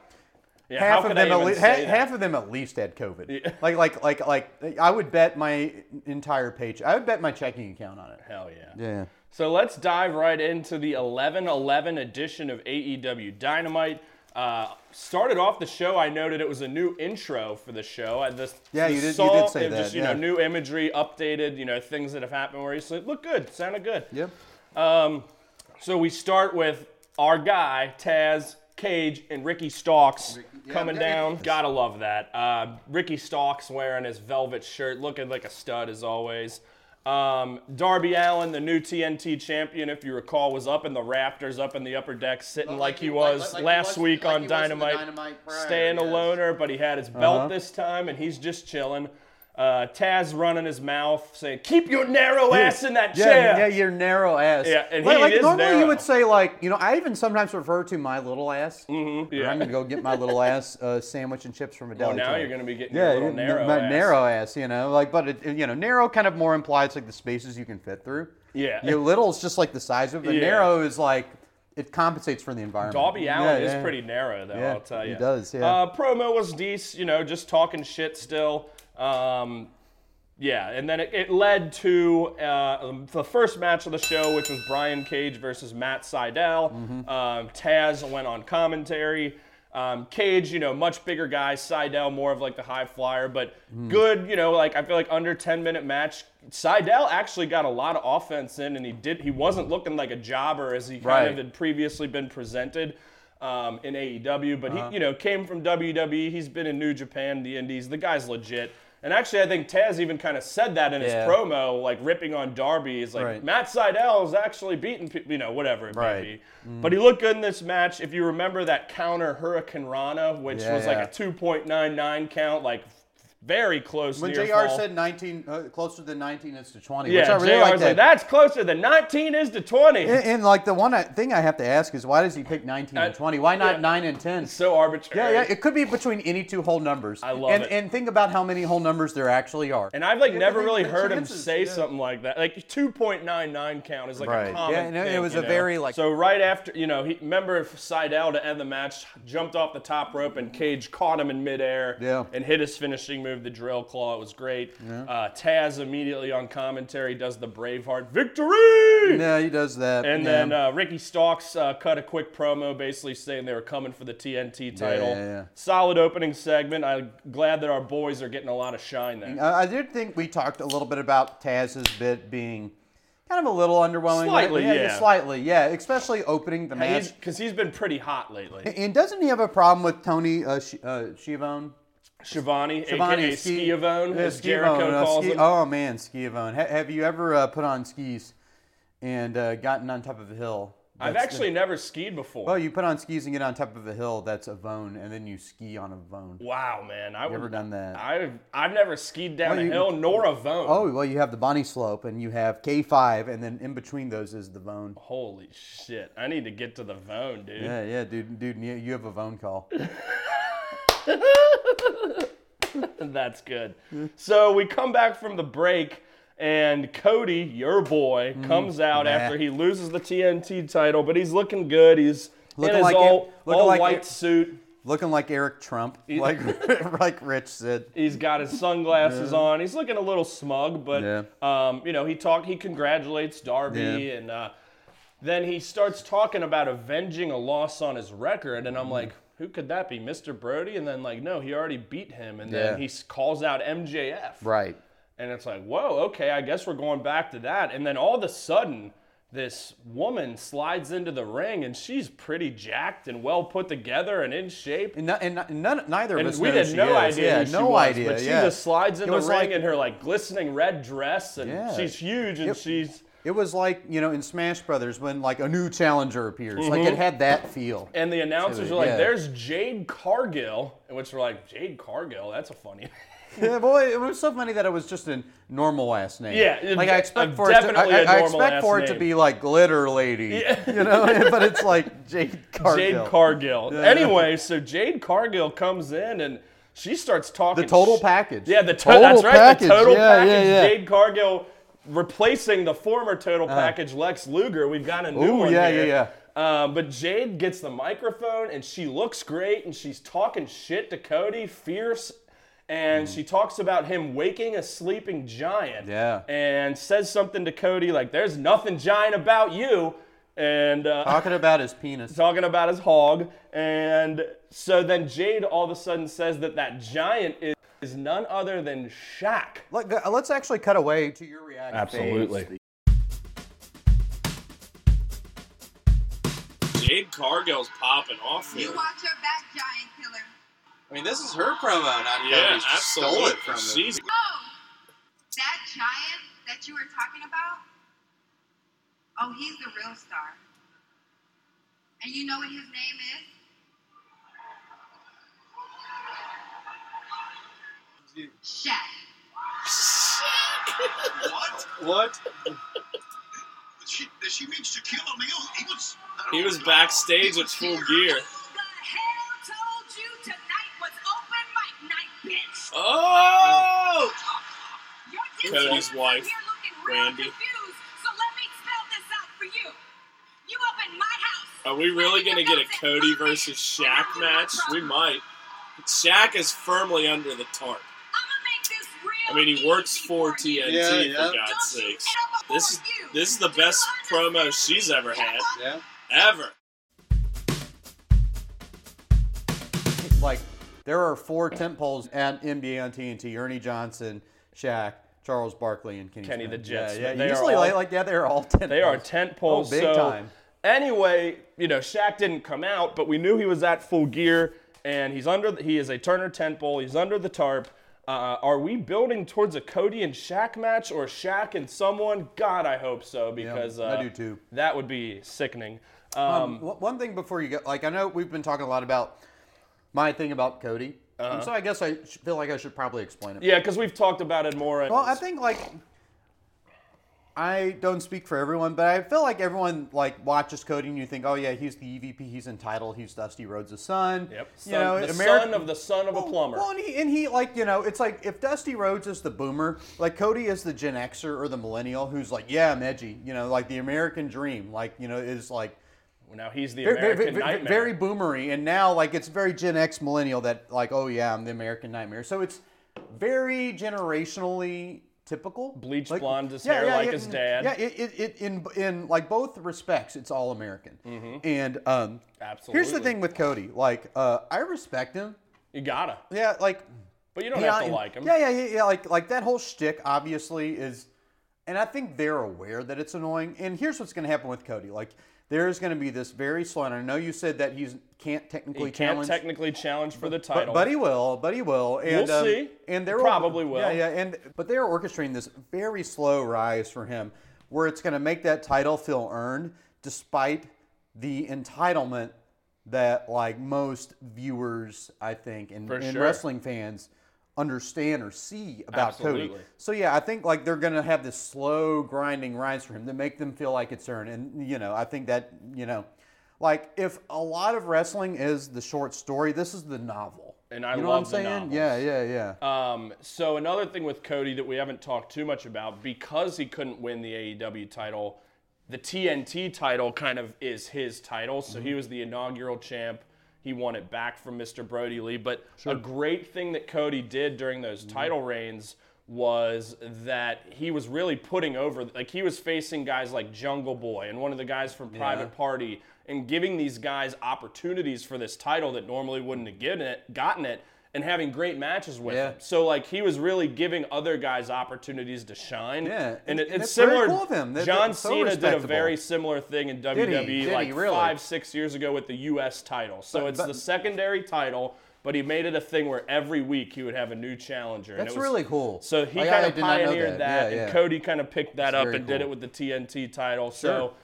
Speaker 1: Yeah, how
Speaker 2: half of
Speaker 1: could
Speaker 2: them
Speaker 1: I
Speaker 2: at
Speaker 1: even
Speaker 2: least
Speaker 1: say
Speaker 2: half,
Speaker 1: that?
Speaker 2: of them at least had COVID. Like like like like I would bet my entire paycheck. I would bet my checking account on it.
Speaker 1: Hell yeah.
Speaker 2: Yeah.
Speaker 1: So let's dive right into the 11 11 edition of AEW Dynamite. Uh, started off the show, I noted it was a new intro for the show. I this,
Speaker 2: Yeah,
Speaker 1: the
Speaker 2: you did- you
Speaker 1: song,
Speaker 2: did say
Speaker 1: it was Just,
Speaker 2: that,
Speaker 1: you
Speaker 2: yeah.
Speaker 1: know, new imagery, updated, you know, things that have happened where you said, look good, sounded good.
Speaker 2: Yep.
Speaker 1: So we start with our guy, Taz Cage, and Ricky Stalks coming down. Gotta love that. Uh, Ricky Stalks wearing his velvet shirt, looking like a stud as always. Um, Darby Allen, the new TNT champion, if you recall, was up in the rafters, up in the upper deck, sitting Oh, like, he was last week on Dynamite, staying a loner, but he had
Speaker 2: Uh-huh.
Speaker 1: his belt this time and he's just chilling. Uh, Taz running his mouth, saying, "Keep your narrow ass in that
Speaker 2: yeah,
Speaker 1: chair."
Speaker 2: Yeah, your narrow ass.
Speaker 1: Yeah, and
Speaker 2: like,
Speaker 1: he
Speaker 2: like
Speaker 1: is
Speaker 2: normally you
Speaker 1: narrow.
Speaker 2: would say like you know I even sometimes refer to my little ass. Mm-hmm.
Speaker 1: yeah.
Speaker 2: I'm gonna go get my little ass uh, sandwich and chips from a deli.
Speaker 1: Well, now
Speaker 2: today.
Speaker 1: you're going to be getting
Speaker 2: yeah,
Speaker 1: your little
Speaker 2: you-
Speaker 1: narrow
Speaker 2: my
Speaker 1: ass.
Speaker 2: narrow ass, you know, like, but it, it- you know, narrow kind of more implies like the spaces you can fit through.
Speaker 1: Yeah.
Speaker 2: your little is just like the size of it. but
Speaker 1: Yeah.
Speaker 2: Narrow is like it compensates for the environment.
Speaker 1: Darby Allen
Speaker 2: Yeah,
Speaker 1: is
Speaker 2: yeah.
Speaker 1: pretty narrow, though.
Speaker 2: Yeah,
Speaker 1: I'll tell
Speaker 2: he
Speaker 1: you.
Speaker 2: does, yeah.
Speaker 1: Uh, promo was decent, you know, just talking shit still. Um, yeah, and then it, it led to uh, um, the first match of the show, which was Brian Cage versus Matt Seidel.
Speaker 2: Mm-hmm.
Speaker 1: Um, Taz went on commentary. Um, Cage, you know, much bigger guy. Seidel, more of like the high flyer, but
Speaker 2: Mm.
Speaker 1: good, you know, like I feel like under 10 minute match. Seidel actually got a lot of offense in, and he did. He wasn't looking like a jobber as he kind
Speaker 2: Right.
Speaker 1: of had previously been presented um, in AEW, but
Speaker 2: Uh-huh.
Speaker 1: he, you know, came from WWE. He's been in New Japan, the Indies. The guy's legit. And actually, I think Taz even kind of said that in his
Speaker 2: Yeah.
Speaker 1: promo, like ripping on Darby. Is like
Speaker 2: Right.
Speaker 1: Matt Seidel is actually beating, pe- you know, whatever it
Speaker 2: Right. Mm.
Speaker 1: may be. But he looked good in this match. If you remember that counter Hurricane Rana, which
Speaker 2: Yeah,
Speaker 1: was
Speaker 2: yeah.
Speaker 1: like a 2.99 count, like very close.
Speaker 2: When
Speaker 1: near
Speaker 2: Jr.
Speaker 1: fall.
Speaker 2: said 19, uh, closer than 19 is to 20, which I
Speaker 1: yeah,
Speaker 2: really
Speaker 1: JR
Speaker 2: like
Speaker 1: was
Speaker 2: that.
Speaker 1: like, that's closer than 19 is to 20.
Speaker 2: And, and, like the one I, thing I have to ask is why does he pick 19 and
Speaker 1: Uh,
Speaker 2: 20? Why not
Speaker 1: yeah.
Speaker 2: 9 and 10?
Speaker 1: so
Speaker 2: yeah,
Speaker 1: arbitrary.
Speaker 2: yeah, it could be between any two whole numbers.
Speaker 1: I love
Speaker 2: and,
Speaker 1: it.
Speaker 2: And think about how many whole numbers there actually are.
Speaker 1: And I've like
Speaker 2: Yeah,
Speaker 1: never
Speaker 2: they-
Speaker 1: really
Speaker 2: they
Speaker 1: heard him
Speaker 2: chances,
Speaker 1: say
Speaker 2: yeah.
Speaker 1: something like that. Like 2.99 count is like
Speaker 2: Right.
Speaker 1: a common
Speaker 2: Yeah, and it- it
Speaker 1: thing,
Speaker 2: was
Speaker 1: you
Speaker 2: a
Speaker 1: know?
Speaker 2: very, like-
Speaker 1: So right after, you know, he remember if Seidel to end the match jumped off the top rope and Cage caught him in midair
Speaker 2: Yeah.
Speaker 1: and hit his finishing move, the drill claw. It was great. Uh, Taz immediately on commentary does the Braveheart victory.
Speaker 2: yeah, he does that.
Speaker 1: And
Speaker 2: yeah.
Speaker 1: then uh, Ricky Stalks uh, cut a quick promo basically saying they were coming for the TNT title.
Speaker 2: yeah, yeah.
Speaker 1: Solid opening segment. I'm glad that our boys are getting a lot of shine there.
Speaker 2: I I did think we talked a little bit about Taz's bit being kind of a little underwhelming.
Speaker 1: Slightly, yeah.
Speaker 2: Slightly, yeah. Especially opening the match.
Speaker 1: Because he's been pretty hot lately.
Speaker 2: and doesn't he have a problem with Tony uh, Sh- uh, Shivone?
Speaker 1: Shivani,
Speaker 2: Shivani,
Speaker 1: aka
Speaker 2: Ski-
Speaker 1: Skiavone,
Speaker 2: Yeah,
Speaker 1: as
Speaker 2: Skivone,
Speaker 1: Jericho
Speaker 2: uh,
Speaker 1: calls
Speaker 2: Ski-
Speaker 1: him.
Speaker 2: Oh man, Skiavone. Ha- have you ever uh, put on skis and uh, gotten on top of a hill?
Speaker 1: I've
Speaker 2: That's the-
Speaker 1: actually never skied before.
Speaker 2: Oh, you put on skis and get on top of a hill. That's a vone, and then you ski on a vone.
Speaker 1: wow, man. I
Speaker 2: You ever
Speaker 1: would-
Speaker 2: done that?
Speaker 1: I've, I've never skied down
Speaker 2: Well,
Speaker 1: a
Speaker 2: you-
Speaker 1: hill nor a vone.
Speaker 2: Oh, well, you have the Bonnie Slope, and you have K5, and then in between those is the vone.
Speaker 1: Holy shit. I need to get to the vone, dude.
Speaker 2: Yeah, yeah, dude, dude, you, you have a phone call.
Speaker 1: That's good. So we come back from the break, and Cody, your boy, comes out
Speaker 2: Mm-hmm. Nah.
Speaker 1: after he loses the TNT title, but he's looking good. He's
Speaker 2: Looking
Speaker 1: in his
Speaker 2: like
Speaker 1: all,
Speaker 2: it- looking
Speaker 1: all
Speaker 2: like
Speaker 1: white
Speaker 2: it-
Speaker 1: suit.
Speaker 2: Looking like Eric Trump, like like Rich said.
Speaker 1: He's got his sunglasses on. He's looking a little smug, but
Speaker 2: Yeah.
Speaker 1: um, you know he talk. He congratulates Darby,
Speaker 2: Yeah.
Speaker 1: and uh, then he starts talking about avenging a loss on his record.
Speaker 2: Mm-hmm.
Speaker 1: And I'm like, who could that be, Mr. Brody? And then like, no, he already beat him. And
Speaker 2: Yeah.
Speaker 1: then he s- calls out MJF.
Speaker 2: Right.
Speaker 1: And it's like, whoa, okay, I guess we're going back to that. And then all of a sudden, this woman slides into the ring, and she's pretty jacked and well put together and in shape.
Speaker 2: And, no, and no- none, neither of
Speaker 1: And
Speaker 2: us.
Speaker 1: we
Speaker 2: know
Speaker 1: had
Speaker 2: who
Speaker 1: no
Speaker 2: she is.
Speaker 1: idea.
Speaker 2: Yeah,
Speaker 1: who she
Speaker 2: no
Speaker 1: was,
Speaker 2: idea.
Speaker 1: But she
Speaker 2: yeah.
Speaker 1: just slides in
Speaker 2: It
Speaker 1: the
Speaker 2: was
Speaker 1: ring
Speaker 2: like-
Speaker 1: in her like glistening red dress, and
Speaker 2: Yeah.
Speaker 1: she's huge, and
Speaker 2: It-
Speaker 1: she's.
Speaker 2: It was like you know in Smash Brothers when like a new challenger appears. Like
Speaker 1: Mm-hmm.
Speaker 2: it had that feel.
Speaker 1: And the announcers
Speaker 2: So,
Speaker 1: were like,
Speaker 2: yeah.
Speaker 1: "There's Jade Cargill," which we're like, "Jade Cargill? That's a funny."
Speaker 2: yeah, boy, it was so funny that it was just a normal last name.
Speaker 1: Yeah, it-
Speaker 2: like I expect
Speaker 1: uh,
Speaker 2: for it to, I,
Speaker 1: definitely a
Speaker 2: I- I
Speaker 1: normal
Speaker 2: expect
Speaker 1: last
Speaker 2: for it to
Speaker 1: name.
Speaker 2: be like Glitter Lady,
Speaker 1: Yeah.
Speaker 2: you know. but it's like Jade Cargill.
Speaker 1: Jade Cargill.
Speaker 2: Yeah.
Speaker 1: Anyway, so Jade Cargill comes in and she starts talking.
Speaker 2: The total
Speaker 1: sh-
Speaker 2: package.
Speaker 1: Yeah, the to-
Speaker 2: total
Speaker 1: that's right. The
Speaker 2: package.
Speaker 1: total
Speaker 2: yeah,
Speaker 1: package.
Speaker 2: Yeah, yeah.
Speaker 1: Jade Cargill replacing the former total package Lex Luger. We've got a new
Speaker 2: Ooh,
Speaker 1: one
Speaker 2: yeah,
Speaker 1: here.
Speaker 2: yeah,
Speaker 1: Uh, but Jade gets the microphone and she looks great and she's talking shit to Cody, fierce. And
Speaker 2: Mm.
Speaker 1: she talks about him waking a sleeping giant.
Speaker 2: Yeah.
Speaker 1: And says something to Cody like, "There's nothing giant about you." And uh,
Speaker 2: Talking about his penis.
Speaker 1: talking about his hog. And so then Jade all of a sudden says that that giant is, is none other than Shaq.
Speaker 2: Let, go- let's actually cut away to your reaction.
Speaker 1: Absolutely.
Speaker 2: phase.
Speaker 3: Jade Cargill's popping off.
Speaker 4: You
Speaker 3: here.
Speaker 4: watch your back, giant killer.
Speaker 6: I mean, this is her promo, not
Speaker 3: Yeah,
Speaker 6: Cody's. She
Speaker 3: absolutely.
Speaker 6: Stole it from him.
Speaker 3: She's
Speaker 4: Oh, that giant that you were talking about? Oh, he's the real star. And you know what his name is? Shaq.
Speaker 6: what?
Speaker 3: what?
Speaker 6: She, she means to kill him. He was.
Speaker 3: He was backstage at full gear.
Speaker 4: Who the hell told you tonight was open mic night, bitch?
Speaker 3: Oh!
Speaker 4: Your
Speaker 3: Cody's
Speaker 4: dickheads
Speaker 3: wife,
Speaker 4: are here looking real
Speaker 3: Randy.
Speaker 4: confused, so let me spell this out for you. You up in my house.
Speaker 3: Are we really gonna get a Cody versus Shaq match? We might. Shaq is firmly under the tarp.
Speaker 4: I'ma make this real
Speaker 3: I mean, he works
Speaker 4: easy
Speaker 3: for
Speaker 4: you.
Speaker 3: TNT
Speaker 6: Yeah, yeah.
Speaker 3: for God's
Speaker 4: Don't you
Speaker 3: sakes.
Speaker 4: ever
Speaker 3: This is
Speaker 4: afford you.
Speaker 3: this is the
Speaker 4: Do
Speaker 3: best
Speaker 4: you
Speaker 3: promo
Speaker 4: understand?
Speaker 3: she's ever had,
Speaker 6: Yeah.
Speaker 3: ever.
Speaker 2: Like there are four tent poles at NBA on TNT: Ernie Johnson, Shaq, Charles Barkley, and Kenny.
Speaker 1: Kenny
Speaker 2: Smith.
Speaker 1: the Jet
Speaker 2: Yeah,
Speaker 1: Smith.
Speaker 2: yeah.
Speaker 1: They are
Speaker 2: Usually,
Speaker 1: all-
Speaker 2: like, like, yeah, they're all tent.
Speaker 1: They are
Speaker 2: poles.
Speaker 1: tent poles.
Speaker 2: Oh, big
Speaker 1: so
Speaker 2: time.
Speaker 1: Anyway, you know, Shaq didn't come out, but we knew he was at full gear, and he's under. The, he is a Turner tent pole. He's under the tarp. Uh, are we building towards a Cody and Shaq match, or Shaq and someone? God, I hope so because
Speaker 2: I
Speaker 1: uh,
Speaker 2: do too.
Speaker 1: That would be sickening.
Speaker 2: Um, one- one thing before you go, like I know we've been talking a lot about my thing about Cody, and so I guess I sh- feel like I should probably explain it.
Speaker 1: Uh-huh. Yeah, because we've talked about it more.
Speaker 2: Well, I think like I don't speak for everyone, but I feel like everyone like watches Cody and you think, oh yeah, he's the EVP, he's entitled, he's Dusty Rhodes' son.
Speaker 1: Yep.
Speaker 2: You
Speaker 1: Son-
Speaker 2: know,
Speaker 1: the
Speaker 2: Ameri-
Speaker 1: son of the son of a
Speaker 2: Well-
Speaker 1: plumber.
Speaker 2: Well, and he, and he like you know, it's like if Dusty Rhodes is the boomer, like Cody is the Gen Xer or the millennial who's like, yeah, I'm edgy, you know, like the American dream, like you know, is like
Speaker 1: now he's the
Speaker 2: very, very,
Speaker 1: American
Speaker 2: very-
Speaker 1: nightmare.
Speaker 2: very boomery, and now like it's very Gen X millennial that like, oh yeah, I'm the American nightmare. So it's very generationally typical.
Speaker 1: Bleached
Speaker 2: Like-
Speaker 1: blonde, his hair like his dad.
Speaker 2: Yeah, it, it, it in in like both respects, it's all American. And um, here's the
Speaker 1: Mm-hmm. Absolutely.
Speaker 2: thing with Cody, like uh, I respect him.
Speaker 1: you gotta,
Speaker 2: Yeah, like
Speaker 1: but you don't
Speaker 2: yeah,
Speaker 1: have to
Speaker 2: and-
Speaker 1: like him.
Speaker 2: Yeah, yeah, yeah, yeah. Like like that whole shtick obviously is, and I think they're aware that it's annoying. And here's what's going to happen with Cody. Like there is going to be this very slow. And I know you said that he's can't technically
Speaker 1: He can't
Speaker 2: challenge.
Speaker 1: technically challenge for the
Speaker 2: but,
Speaker 1: title.
Speaker 2: but he will, but he will, and
Speaker 1: We'll
Speaker 2: um,
Speaker 1: see.
Speaker 2: And
Speaker 1: He
Speaker 2: they're
Speaker 1: probably will.
Speaker 2: Yeah, yeah, and but they're orchestrating this very slow rise for him, where it's going to make that title feel earned, despite the entitlement that like most viewers, I think, and,
Speaker 1: For
Speaker 2: and
Speaker 1: sure.
Speaker 2: wrestling fans understand or see about Cody.
Speaker 1: Absolutely.
Speaker 2: So yeah, I think like they're going to have this slow grinding rise for him to make them feel like it's earned, and you know, I think that you know. Like if a lot of wrestling is the short story, this is the novel.
Speaker 1: And I
Speaker 2: you
Speaker 1: love
Speaker 2: know what I'm
Speaker 1: the novels.
Speaker 2: saying? Yeah, yeah, yeah.
Speaker 1: Um, so another thing with Cody that we haven't talked too much about, because he couldn't win the AEW title, the TNT title kind of is his title. So he was the inaugural champ. He won it back from Mr. Brody Lee. But a great thing that Cody did during those title reigns was that he was really putting over like he was facing guys like Jungle Boy and one of the guys from Private Party and giving these guys opportunities for this title that normally wouldn't have given it, gotten it and having great matches with
Speaker 2: Yeah.
Speaker 1: them. So like he was really giving other guys opportunities to shine.
Speaker 2: Yeah,
Speaker 1: and,
Speaker 2: and-
Speaker 1: it,
Speaker 2: and
Speaker 1: it's
Speaker 2: that's very
Speaker 1: similar.
Speaker 2: cool of him. That-
Speaker 1: John
Speaker 2: that's so
Speaker 1: Cena did a
Speaker 2: respectable.
Speaker 1: very similar thing in WWE
Speaker 2: Did he? Did he,
Speaker 1: like
Speaker 2: really?
Speaker 1: five six years ago with the U.S. title. So it's
Speaker 2: but-
Speaker 1: the secondary title. But he made it a thing where every week he would have a new challenger. and
Speaker 2: That's
Speaker 1: it was-
Speaker 2: really cool.
Speaker 1: So he
Speaker 2: Like, I
Speaker 1: kind of
Speaker 2: did not know
Speaker 1: pioneered that,
Speaker 2: that. Yeah,
Speaker 1: and
Speaker 2: yeah.
Speaker 1: Cody kind of picked that up
Speaker 2: very
Speaker 1: and did it
Speaker 2: cool.
Speaker 1: with the TNT title. So
Speaker 2: Sure.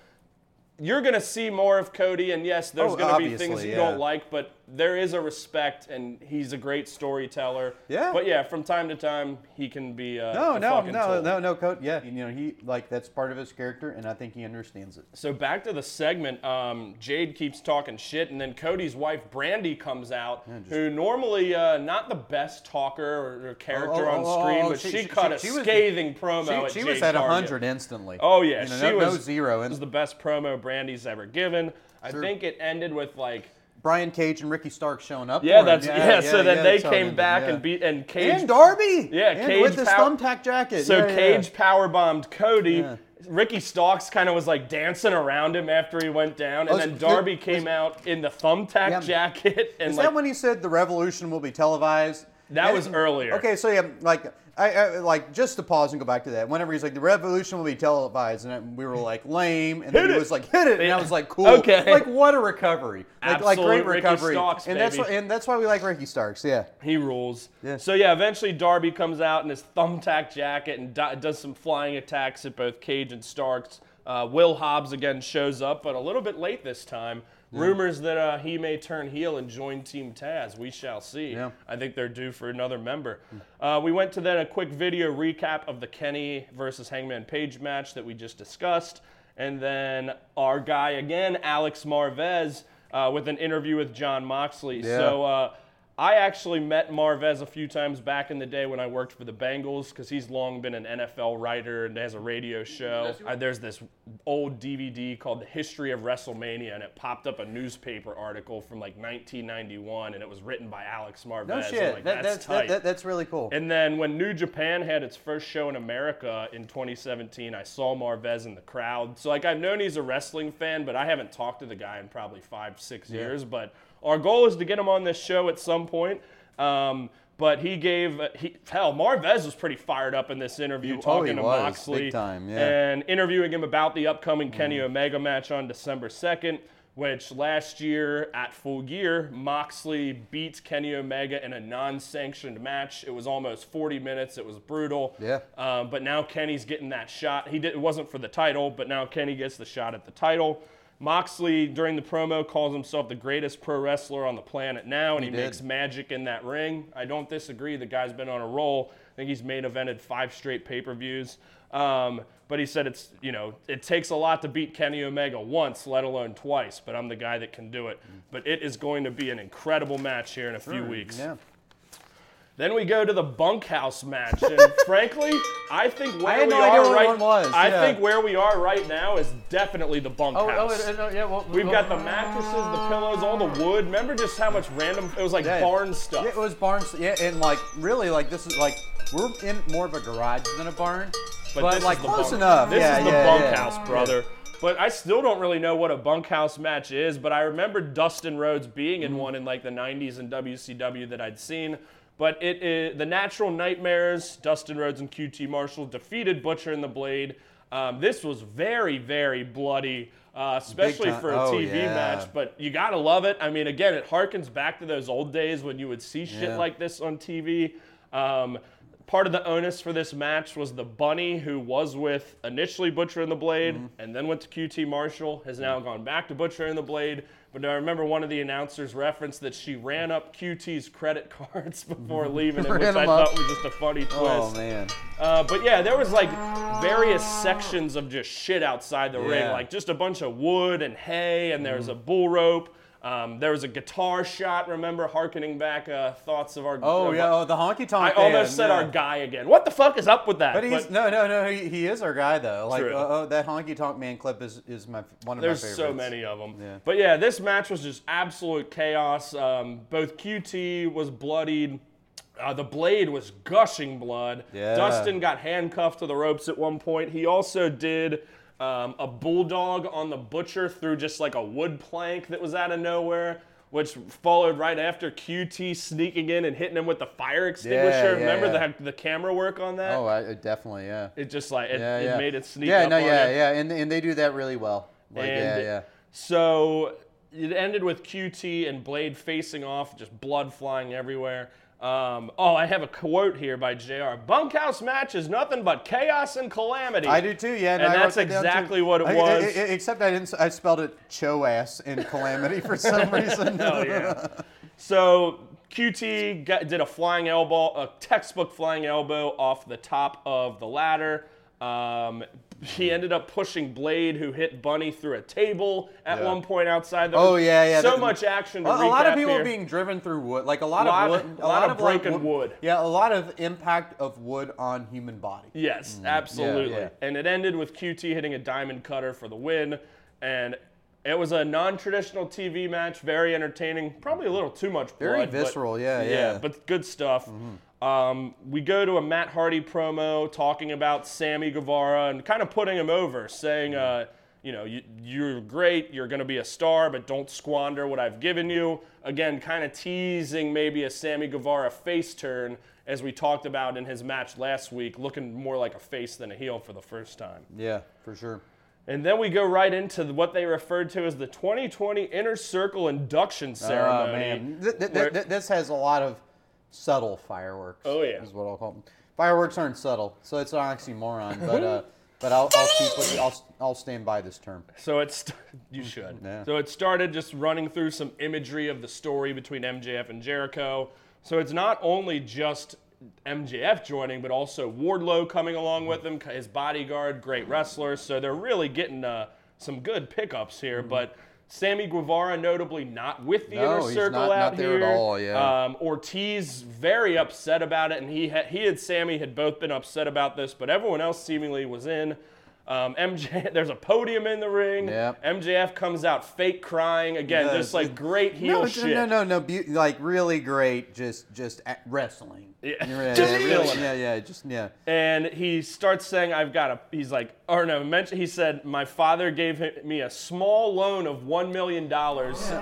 Speaker 1: you're going to see more of Cody, and yes, there's
Speaker 2: Oh,
Speaker 1: going to be things
Speaker 2: obviously,
Speaker 1: you
Speaker 2: yeah.
Speaker 1: don't like, but there is a respect, and he's a great storyteller.
Speaker 2: Yeah.
Speaker 1: But yeah, from time to time, he can be. Uh,
Speaker 2: No,
Speaker 1: a
Speaker 2: no,
Speaker 1: fucking
Speaker 2: no,
Speaker 1: tool.
Speaker 2: no, no, coach. Yeah, you know he like that's part of his character, and I think he understands it.
Speaker 1: So back to the segment, um, Jade keeps talking shit, and then Cody's wife Brandy comes out, who normally uh, not the best talker or, or character
Speaker 2: Oh, oh, oh,
Speaker 1: on screen,
Speaker 2: oh,
Speaker 1: but
Speaker 2: she-
Speaker 1: she,
Speaker 2: she-
Speaker 1: cut a
Speaker 2: she was-
Speaker 1: scathing promo.
Speaker 2: She,
Speaker 1: at
Speaker 2: she was
Speaker 1: Jade's
Speaker 2: at
Speaker 1: Target.
Speaker 2: hundred instantly.
Speaker 1: Oh yeah,
Speaker 2: you know,
Speaker 1: she
Speaker 2: no,
Speaker 1: was
Speaker 2: no zero.
Speaker 1: It was
Speaker 2: And
Speaker 1: the best promo Brandy's ever given. I
Speaker 2: Sure.
Speaker 1: think it ended with like
Speaker 2: Brian Cage and Ricky Stark showing up.
Speaker 1: yeah,
Speaker 2: for him.
Speaker 1: that's yeah. so then
Speaker 2: yeah,
Speaker 1: they
Speaker 2: that's how it
Speaker 1: came
Speaker 2: ended,
Speaker 1: back
Speaker 2: yeah.
Speaker 1: and beat and Cage
Speaker 2: and Darby.
Speaker 1: Yeah,
Speaker 2: and
Speaker 1: Cage
Speaker 2: with his
Speaker 1: pow-
Speaker 2: thumbtack jacket.
Speaker 1: So
Speaker 2: Yeah, yeah, yeah.
Speaker 1: Cage power bombed Cody.
Speaker 2: Yeah.
Speaker 1: Ricky Starks kind of was like dancing around him after he went down, and
Speaker 2: Was-
Speaker 1: then Darby came
Speaker 2: was-
Speaker 1: out in the thumbtack
Speaker 2: Yeah.
Speaker 1: jacket and
Speaker 2: Is
Speaker 1: like
Speaker 2: that when he said the revolution will be televised?
Speaker 1: That was earlier.
Speaker 2: Okay, so yeah, like I, I like just to pause and go back to that. Whenever he's like the revolution will be televised, and we were like lame, and
Speaker 1: Hit
Speaker 2: then he
Speaker 1: it.
Speaker 2: was like hit it, and I was like cool.
Speaker 1: Okay.
Speaker 2: like what a recovery, like, like
Speaker 1: Absolute
Speaker 2: great
Speaker 1: Ricky
Speaker 2: recovery,
Speaker 1: Starks,
Speaker 2: and that's why,
Speaker 1: baby.
Speaker 2: and that's why we like Ricky Starks. Yeah,
Speaker 1: he rules.
Speaker 2: Yeah.
Speaker 1: So yeah, eventually Darby comes out in his thumbtack jacket and do- does some flying attacks at both Cage and Starks. Uh, Will Hobbs again shows up, but a little bit late this time. Rumors that uh, he may turn heel and join Team Taz. We shall see.
Speaker 2: Yeah.
Speaker 1: I think they're due for another member. Uh, we went to then a quick video recap of the Kenny versus Hangman Page match that we just discussed. And then our guy again, Alex Marvez, uh, with an interview with John Moxley.
Speaker 2: Yeah.
Speaker 1: So uh, I actually met Marvez a few times back in the day when I worked for the Bengals because he's long been an NFL writer and has a radio show. Uh, there's this old DVD called The History of WrestleMania, and it popped up a newspaper article from like 1991, and it was written by Alex Marvez.
Speaker 2: no
Speaker 1: I'm
Speaker 2: Oh, shit,
Speaker 1: like,
Speaker 2: that,
Speaker 1: that's
Speaker 2: that's
Speaker 1: tight.
Speaker 2: that, that, that's really cool.
Speaker 1: And then when New Japan had its first show in America in 2017, I saw Marvez in the crowd. So like I've known he's a wrestling fan, but I haven't talked to the guy in probably five, six years. But our goal is to get him on this show at some point. Um, but he gave he, hell. Marvez was pretty fired up in this interview,
Speaker 2: He- oh,
Speaker 1: talking
Speaker 2: he
Speaker 1: to
Speaker 2: was,
Speaker 1: Moxley
Speaker 2: big time, yeah. Mm.
Speaker 1: and interviewing him about the upcoming Kenny Omega match on December 2nd, which last year at Full Gear, Moxley beat Kenny Omega in a non sanctioned match. It was almost 40 minutes, it was brutal.
Speaker 2: Yeah.
Speaker 1: Um, but now Kenny's getting that shot. He did, it wasn't for the title, but now Kenny gets the shot at the title. Moxley during the promo calls himself the greatest pro wrestler on the planet now, and he,
Speaker 2: did.
Speaker 1: makes magic in that ring. I don't disagree. The guy's been on a roll. I think he's main evented five straight pay per views. Um, but he said it's you know it takes a lot to beat Kenny Omega once, let alone twice. But I'm the guy that can do it. But it is going to be an incredible match here in a few weeks.
Speaker 2: yeah.
Speaker 1: Then we go to the bunkhouse match, and frankly, I think where
Speaker 2: had
Speaker 1: we
Speaker 2: no idea
Speaker 1: are
Speaker 2: what
Speaker 1: right
Speaker 2: one was,
Speaker 1: I
Speaker 2: yeah.
Speaker 1: think where we are right now is definitely the
Speaker 2: Oh,
Speaker 1: bunkhouse.
Speaker 2: oh, and- and- yeah, well,
Speaker 1: We've
Speaker 2: well-
Speaker 1: got the mattresses, the pillows, all the wood. Remember just how much random it was like
Speaker 2: Yeah.
Speaker 1: barn stuff.
Speaker 2: Yeah, it was barn. st- Yeah, and like really, like this is like we're in more of a garage than a barn, but,
Speaker 1: this is
Speaker 2: like
Speaker 1: the
Speaker 2: close
Speaker 1: bunk-
Speaker 2: enough.
Speaker 1: This
Speaker 2: yeah,
Speaker 1: is the
Speaker 2: yeah, yeah.
Speaker 1: bunkhouse, brother. But I still don't really know what a bunkhouse match is. But I remember Dustin Rhodes being
Speaker 2: Mm.
Speaker 1: in one in like the '90s in WCW that I'd seen. But it is the Natural Nightmares. Dustin Rhodes and QT Marshall defeated Butcher and the Blade. Um, this was very, very bloody, uh, especially
Speaker 2: time.
Speaker 1: for a
Speaker 2: Oh,
Speaker 1: TV
Speaker 2: yeah.
Speaker 1: match. But you gotta love it. I mean, again, it harkens back to those old days when you would see shit
Speaker 2: Yeah.
Speaker 1: like this on TV. Um, part of the onus for this match was the bunny who was with initially Butcher and the Blade
Speaker 2: Mm-hmm.
Speaker 1: and then went to QT Marshall has now gone back to Butcher and the Blade. But I remember one of the announcers referenced that she ran up QT's credit cards before leaving, it,
Speaker 2: Mm-hmm. Ran
Speaker 1: which I
Speaker 2: them up.
Speaker 1: thought was just a funny twist.
Speaker 2: Oh man.
Speaker 1: Uh, but yeah, there was like various sections of just shit outside the ring,
Speaker 2: Yeah. Mm-hmm.
Speaker 1: like just a bunch of wood and hay, and there was a bull rope. Um, there was a guitar shot. Remember, harkening back uh, thoughts of our.
Speaker 2: Oh
Speaker 1: of
Speaker 2: yeah,
Speaker 1: our-
Speaker 2: oh, the honky
Speaker 1: I
Speaker 2: tonk.
Speaker 1: almost said
Speaker 2: man,
Speaker 1: our
Speaker 2: yeah.
Speaker 1: guy again. What the fuck is up with that?
Speaker 2: But he's no, no, no. He, he is our guy though. Like
Speaker 1: True.
Speaker 2: oh, oh, that honky tonk man clip is is my one of
Speaker 1: There's
Speaker 2: my favorites.
Speaker 1: so many of them.
Speaker 2: Yeah.
Speaker 1: But yeah, this match was just absolute chaos. Um, both QT was bloodied. Uh, the blade was gushing blood.
Speaker 2: Yeah.
Speaker 1: Dustin got handcuffed to the ropes at one point. He also did um, a bulldog on the butcher through just like a wood plank that was out of nowhere, which followed right after QT sneaking in and hitting him with the fire extinguisher.
Speaker 2: yeah,
Speaker 1: Remember
Speaker 2: yeah.
Speaker 1: The, the camera work on that?
Speaker 2: Oh, I, I definitely yeah.
Speaker 1: It just like it,
Speaker 2: yeah,
Speaker 1: it
Speaker 2: yeah.
Speaker 1: made it sneak
Speaker 2: Yeah,
Speaker 1: up
Speaker 2: no,
Speaker 1: on
Speaker 2: yeah,
Speaker 1: it.
Speaker 2: yeah, and and they do that really well. Like yeah,
Speaker 1: And
Speaker 2: yeah.
Speaker 1: So it ended with QT and Blade facing off, just blood flying everywhere. Um, oh, I have a quote here by JR. Bunkhouse match is nothing but chaos and calamity.
Speaker 2: I do too. Yeah, no,
Speaker 1: And
Speaker 2: I wrote
Speaker 1: that's
Speaker 2: that down, too.
Speaker 1: exactly what it
Speaker 2: I- I-
Speaker 1: was.
Speaker 2: I- except I didn't. s- I spelled it choass and calamity for some reason.
Speaker 1: Oh, yeah. So QT got, did a flying elbow, a textbook flying elbow off the top of the ladder. Um, he ended up pushing Blade, who hit Bunny through a table at
Speaker 2: Yeah.
Speaker 1: one point outside. There
Speaker 2: Oh
Speaker 1: was
Speaker 2: yeah, yeah.
Speaker 1: So
Speaker 2: that-
Speaker 1: much action. To
Speaker 2: a, a lot of
Speaker 1: recap
Speaker 2: people
Speaker 1: here.
Speaker 2: being driven through wood, like a lot,
Speaker 1: Lot-
Speaker 2: of wood,
Speaker 1: a lot of
Speaker 2: like,
Speaker 1: breaking
Speaker 2: wo-
Speaker 1: wood.
Speaker 2: Yeah, a lot of impact of wood on human body.
Speaker 1: Yes, absolutely.
Speaker 2: mm, yeah.
Speaker 1: And it ended with QT hitting a diamond cutter for the win. And it was a non-traditional TV match, very entertaining. Probably a little too much blood.
Speaker 2: Very
Speaker 1: but-
Speaker 2: visceral, yeah, yeah. Mm-hmm.
Speaker 1: But good stuff. Um, we go to a Matt Hardy promo talking about Sammy Guevara and kind of putting him over, saying, uh,
Speaker 2: Mm-hmm.
Speaker 1: you know, you, you're great, you're going to be a star, but don't squander what I've given you. Again, kind of teasing maybe a Sammy Guevara face turn, as we talked about in his match last week, looking more like a face than a heel for the first time.
Speaker 2: Yeah, for sure.
Speaker 1: And then we go right into the- what they referred to as the 2020 Inner Circle induction ceremony.
Speaker 2: Oh man, Th- th-
Speaker 1: where-
Speaker 2: th- th- this has a lot of subtle fireworks.
Speaker 1: Oh, yeah.
Speaker 2: is what I'll call them. Fireworks aren't subtle, so it's an oxymoron. But uh, but I'll, I'll keep with, I'll I'll stand by this term.
Speaker 1: So it's you should.
Speaker 2: Yeah.
Speaker 1: So it started just running through some imagery of the story between MJF and Jericho. So it's not only just MJF joining, but also Wardlow coming along with him, his bodyguard, great wrestler. So they're really getting uh, some good pickups here. But Sammy Guevara, notably, not with the
Speaker 2: Mm-hmm. No,
Speaker 1: inner
Speaker 2: he's
Speaker 1: circle
Speaker 2: not-
Speaker 1: out
Speaker 2: not there
Speaker 1: here.
Speaker 2: at all, yeah.
Speaker 1: Uh, um, Ortiz very upset about it, and he ha- he and Sammy had both been upset about this, but everyone else seemingly was in. Um, MJ, there's a podium in the ring.
Speaker 2: Yep.
Speaker 1: MJF comes out fake crying again,
Speaker 2: No,
Speaker 1: just like
Speaker 2: it's-
Speaker 1: great heel
Speaker 2: no, it's-
Speaker 1: shit.
Speaker 2: no, no, no, beau- like really great, just just at wrestling.
Speaker 1: Yeah.
Speaker 2: You're-
Speaker 1: Just
Speaker 2: yeah,
Speaker 1: feeling it.
Speaker 2: really, yeah, yeah, just yeah.
Speaker 1: And he starts saying, "I've got a." He's like, or no, mention, he said, "My father gave hi- me a small loan of one million dollars." So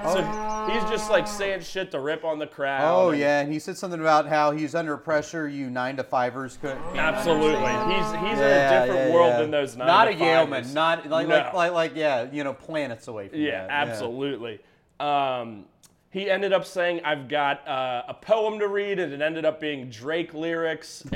Speaker 1: he's just like saying shit to rip on the crowd.
Speaker 2: Oh
Speaker 1: and-
Speaker 2: yeah, and he said something about how he's under pressure. You nine to fivers couldn't. can't
Speaker 1: Absolutely,
Speaker 2: understand.
Speaker 1: he's he's in
Speaker 2: Yeah,
Speaker 1: a different
Speaker 2: yeah,
Speaker 1: world
Speaker 2: yeah.
Speaker 1: than those nine.
Speaker 2: Not
Speaker 1: to
Speaker 2: a Yaleman,
Speaker 1: fivers.
Speaker 2: not like,
Speaker 1: No.
Speaker 2: like like like yeah, you know, planets away from
Speaker 1: Yeah,
Speaker 2: that,
Speaker 1: absolutely. Um, he ended up saying, "I've got uh, a poem to read," and it ended up being Drake lyrics.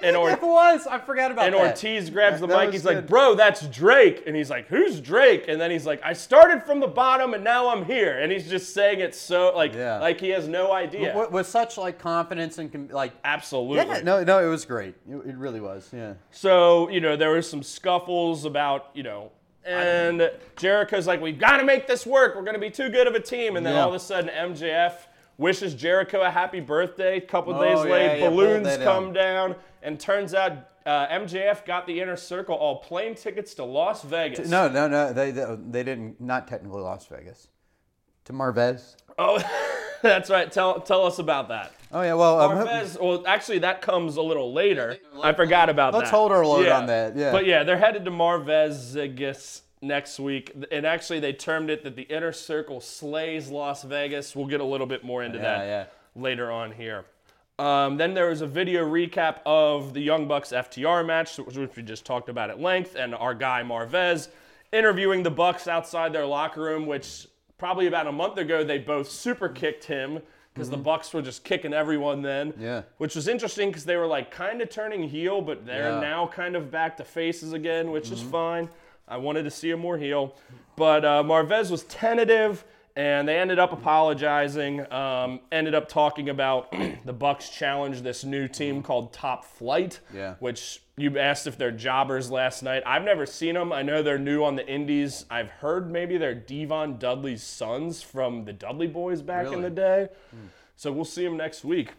Speaker 1: And, and, Or-
Speaker 2: it was. I forgot about
Speaker 1: and
Speaker 2: that.
Speaker 1: Ortiz grabs the
Speaker 2: That
Speaker 1: mic.
Speaker 2: was
Speaker 1: He's like,
Speaker 2: good.
Speaker 1: "Bro, that's Drake," and he's like, "Who's Drake?" And then he's like, "I started from the bottom, and now I'm here." And he's just saying it so like
Speaker 2: Yeah.
Speaker 1: like he has no idea.
Speaker 2: With, with such like confidence and com- like.
Speaker 1: Absolutely.
Speaker 2: Yeah, no, no, it was great. It, it really was. Yeah.
Speaker 1: So, you know, there was some scuffles about, you know, and Jericho's like, we've got to make this work. We're going to be too good of a team. And then
Speaker 2: Yeah.
Speaker 1: all of a sudden, MJF wishes Jericho a happy birthday. A couple
Speaker 2: Oh,
Speaker 1: days
Speaker 2: yeah,
Speaker 1: later,
Speaker 2: yeah, pull
Speaker 1: balloons
Speaker 2: that
Speaker 1: come down. And turns out uh, MJF got the inner circle all plane tickets to Las Vegas.
Speaker 2: No, no, no. They they, they didn't. Not technically Las Vegas. To Marvez.
Speaker 1: Oh, that's right. Tell, tell us about that.
Speaker 2: Oh yeah. Well, um,
Speaker 1: Marvez, well, actually, that comes a little later. I forgot about
Speaker 2: Let's
Speaker 1: that.
Speaker 2: hold our load on that, yeah.
Speaker 1: But yeah, they're headed to Marvez Vegas next week, and actually, they termed it that the inner circle slays Las Vegas. We'll get a little bit more into
Speaker 2: Yeah,
Speaker 1: that
Speaker 2: yeah.
Speaker 1: later on here. Um, then there was a video recap of the Young Bucks FTR match, which which we just talked about at length, and our guy Marvez interviewing the Bucks outside their locker room, which probably about a month ago they both super kicked him because the Bucks were just kicking everyone then.
Speaker 2: Yeah.
Speaker 1: Which was interesting because they were like kind of turning heel, but they're
Speaker 2: Yeah.
Speaker 1: now kind of back to faces again, which is fine. I wanted to see him more heel, but uh, Marvez was tentative, and they ended up apologizing. Um, ended up talking about the Bucks challenge this new team called Top Flight,
Speaker 2: Yeah.
Speaker 1: which you asked if they're jobbers last night. I've never seen them. I know they're new on the Indies. I've heard maybe they're Devon Dudley's sons from the Dudley Boys back in
Speaker 2: Really? Hmm.
Speaker 1: the day. So we'll see him next week.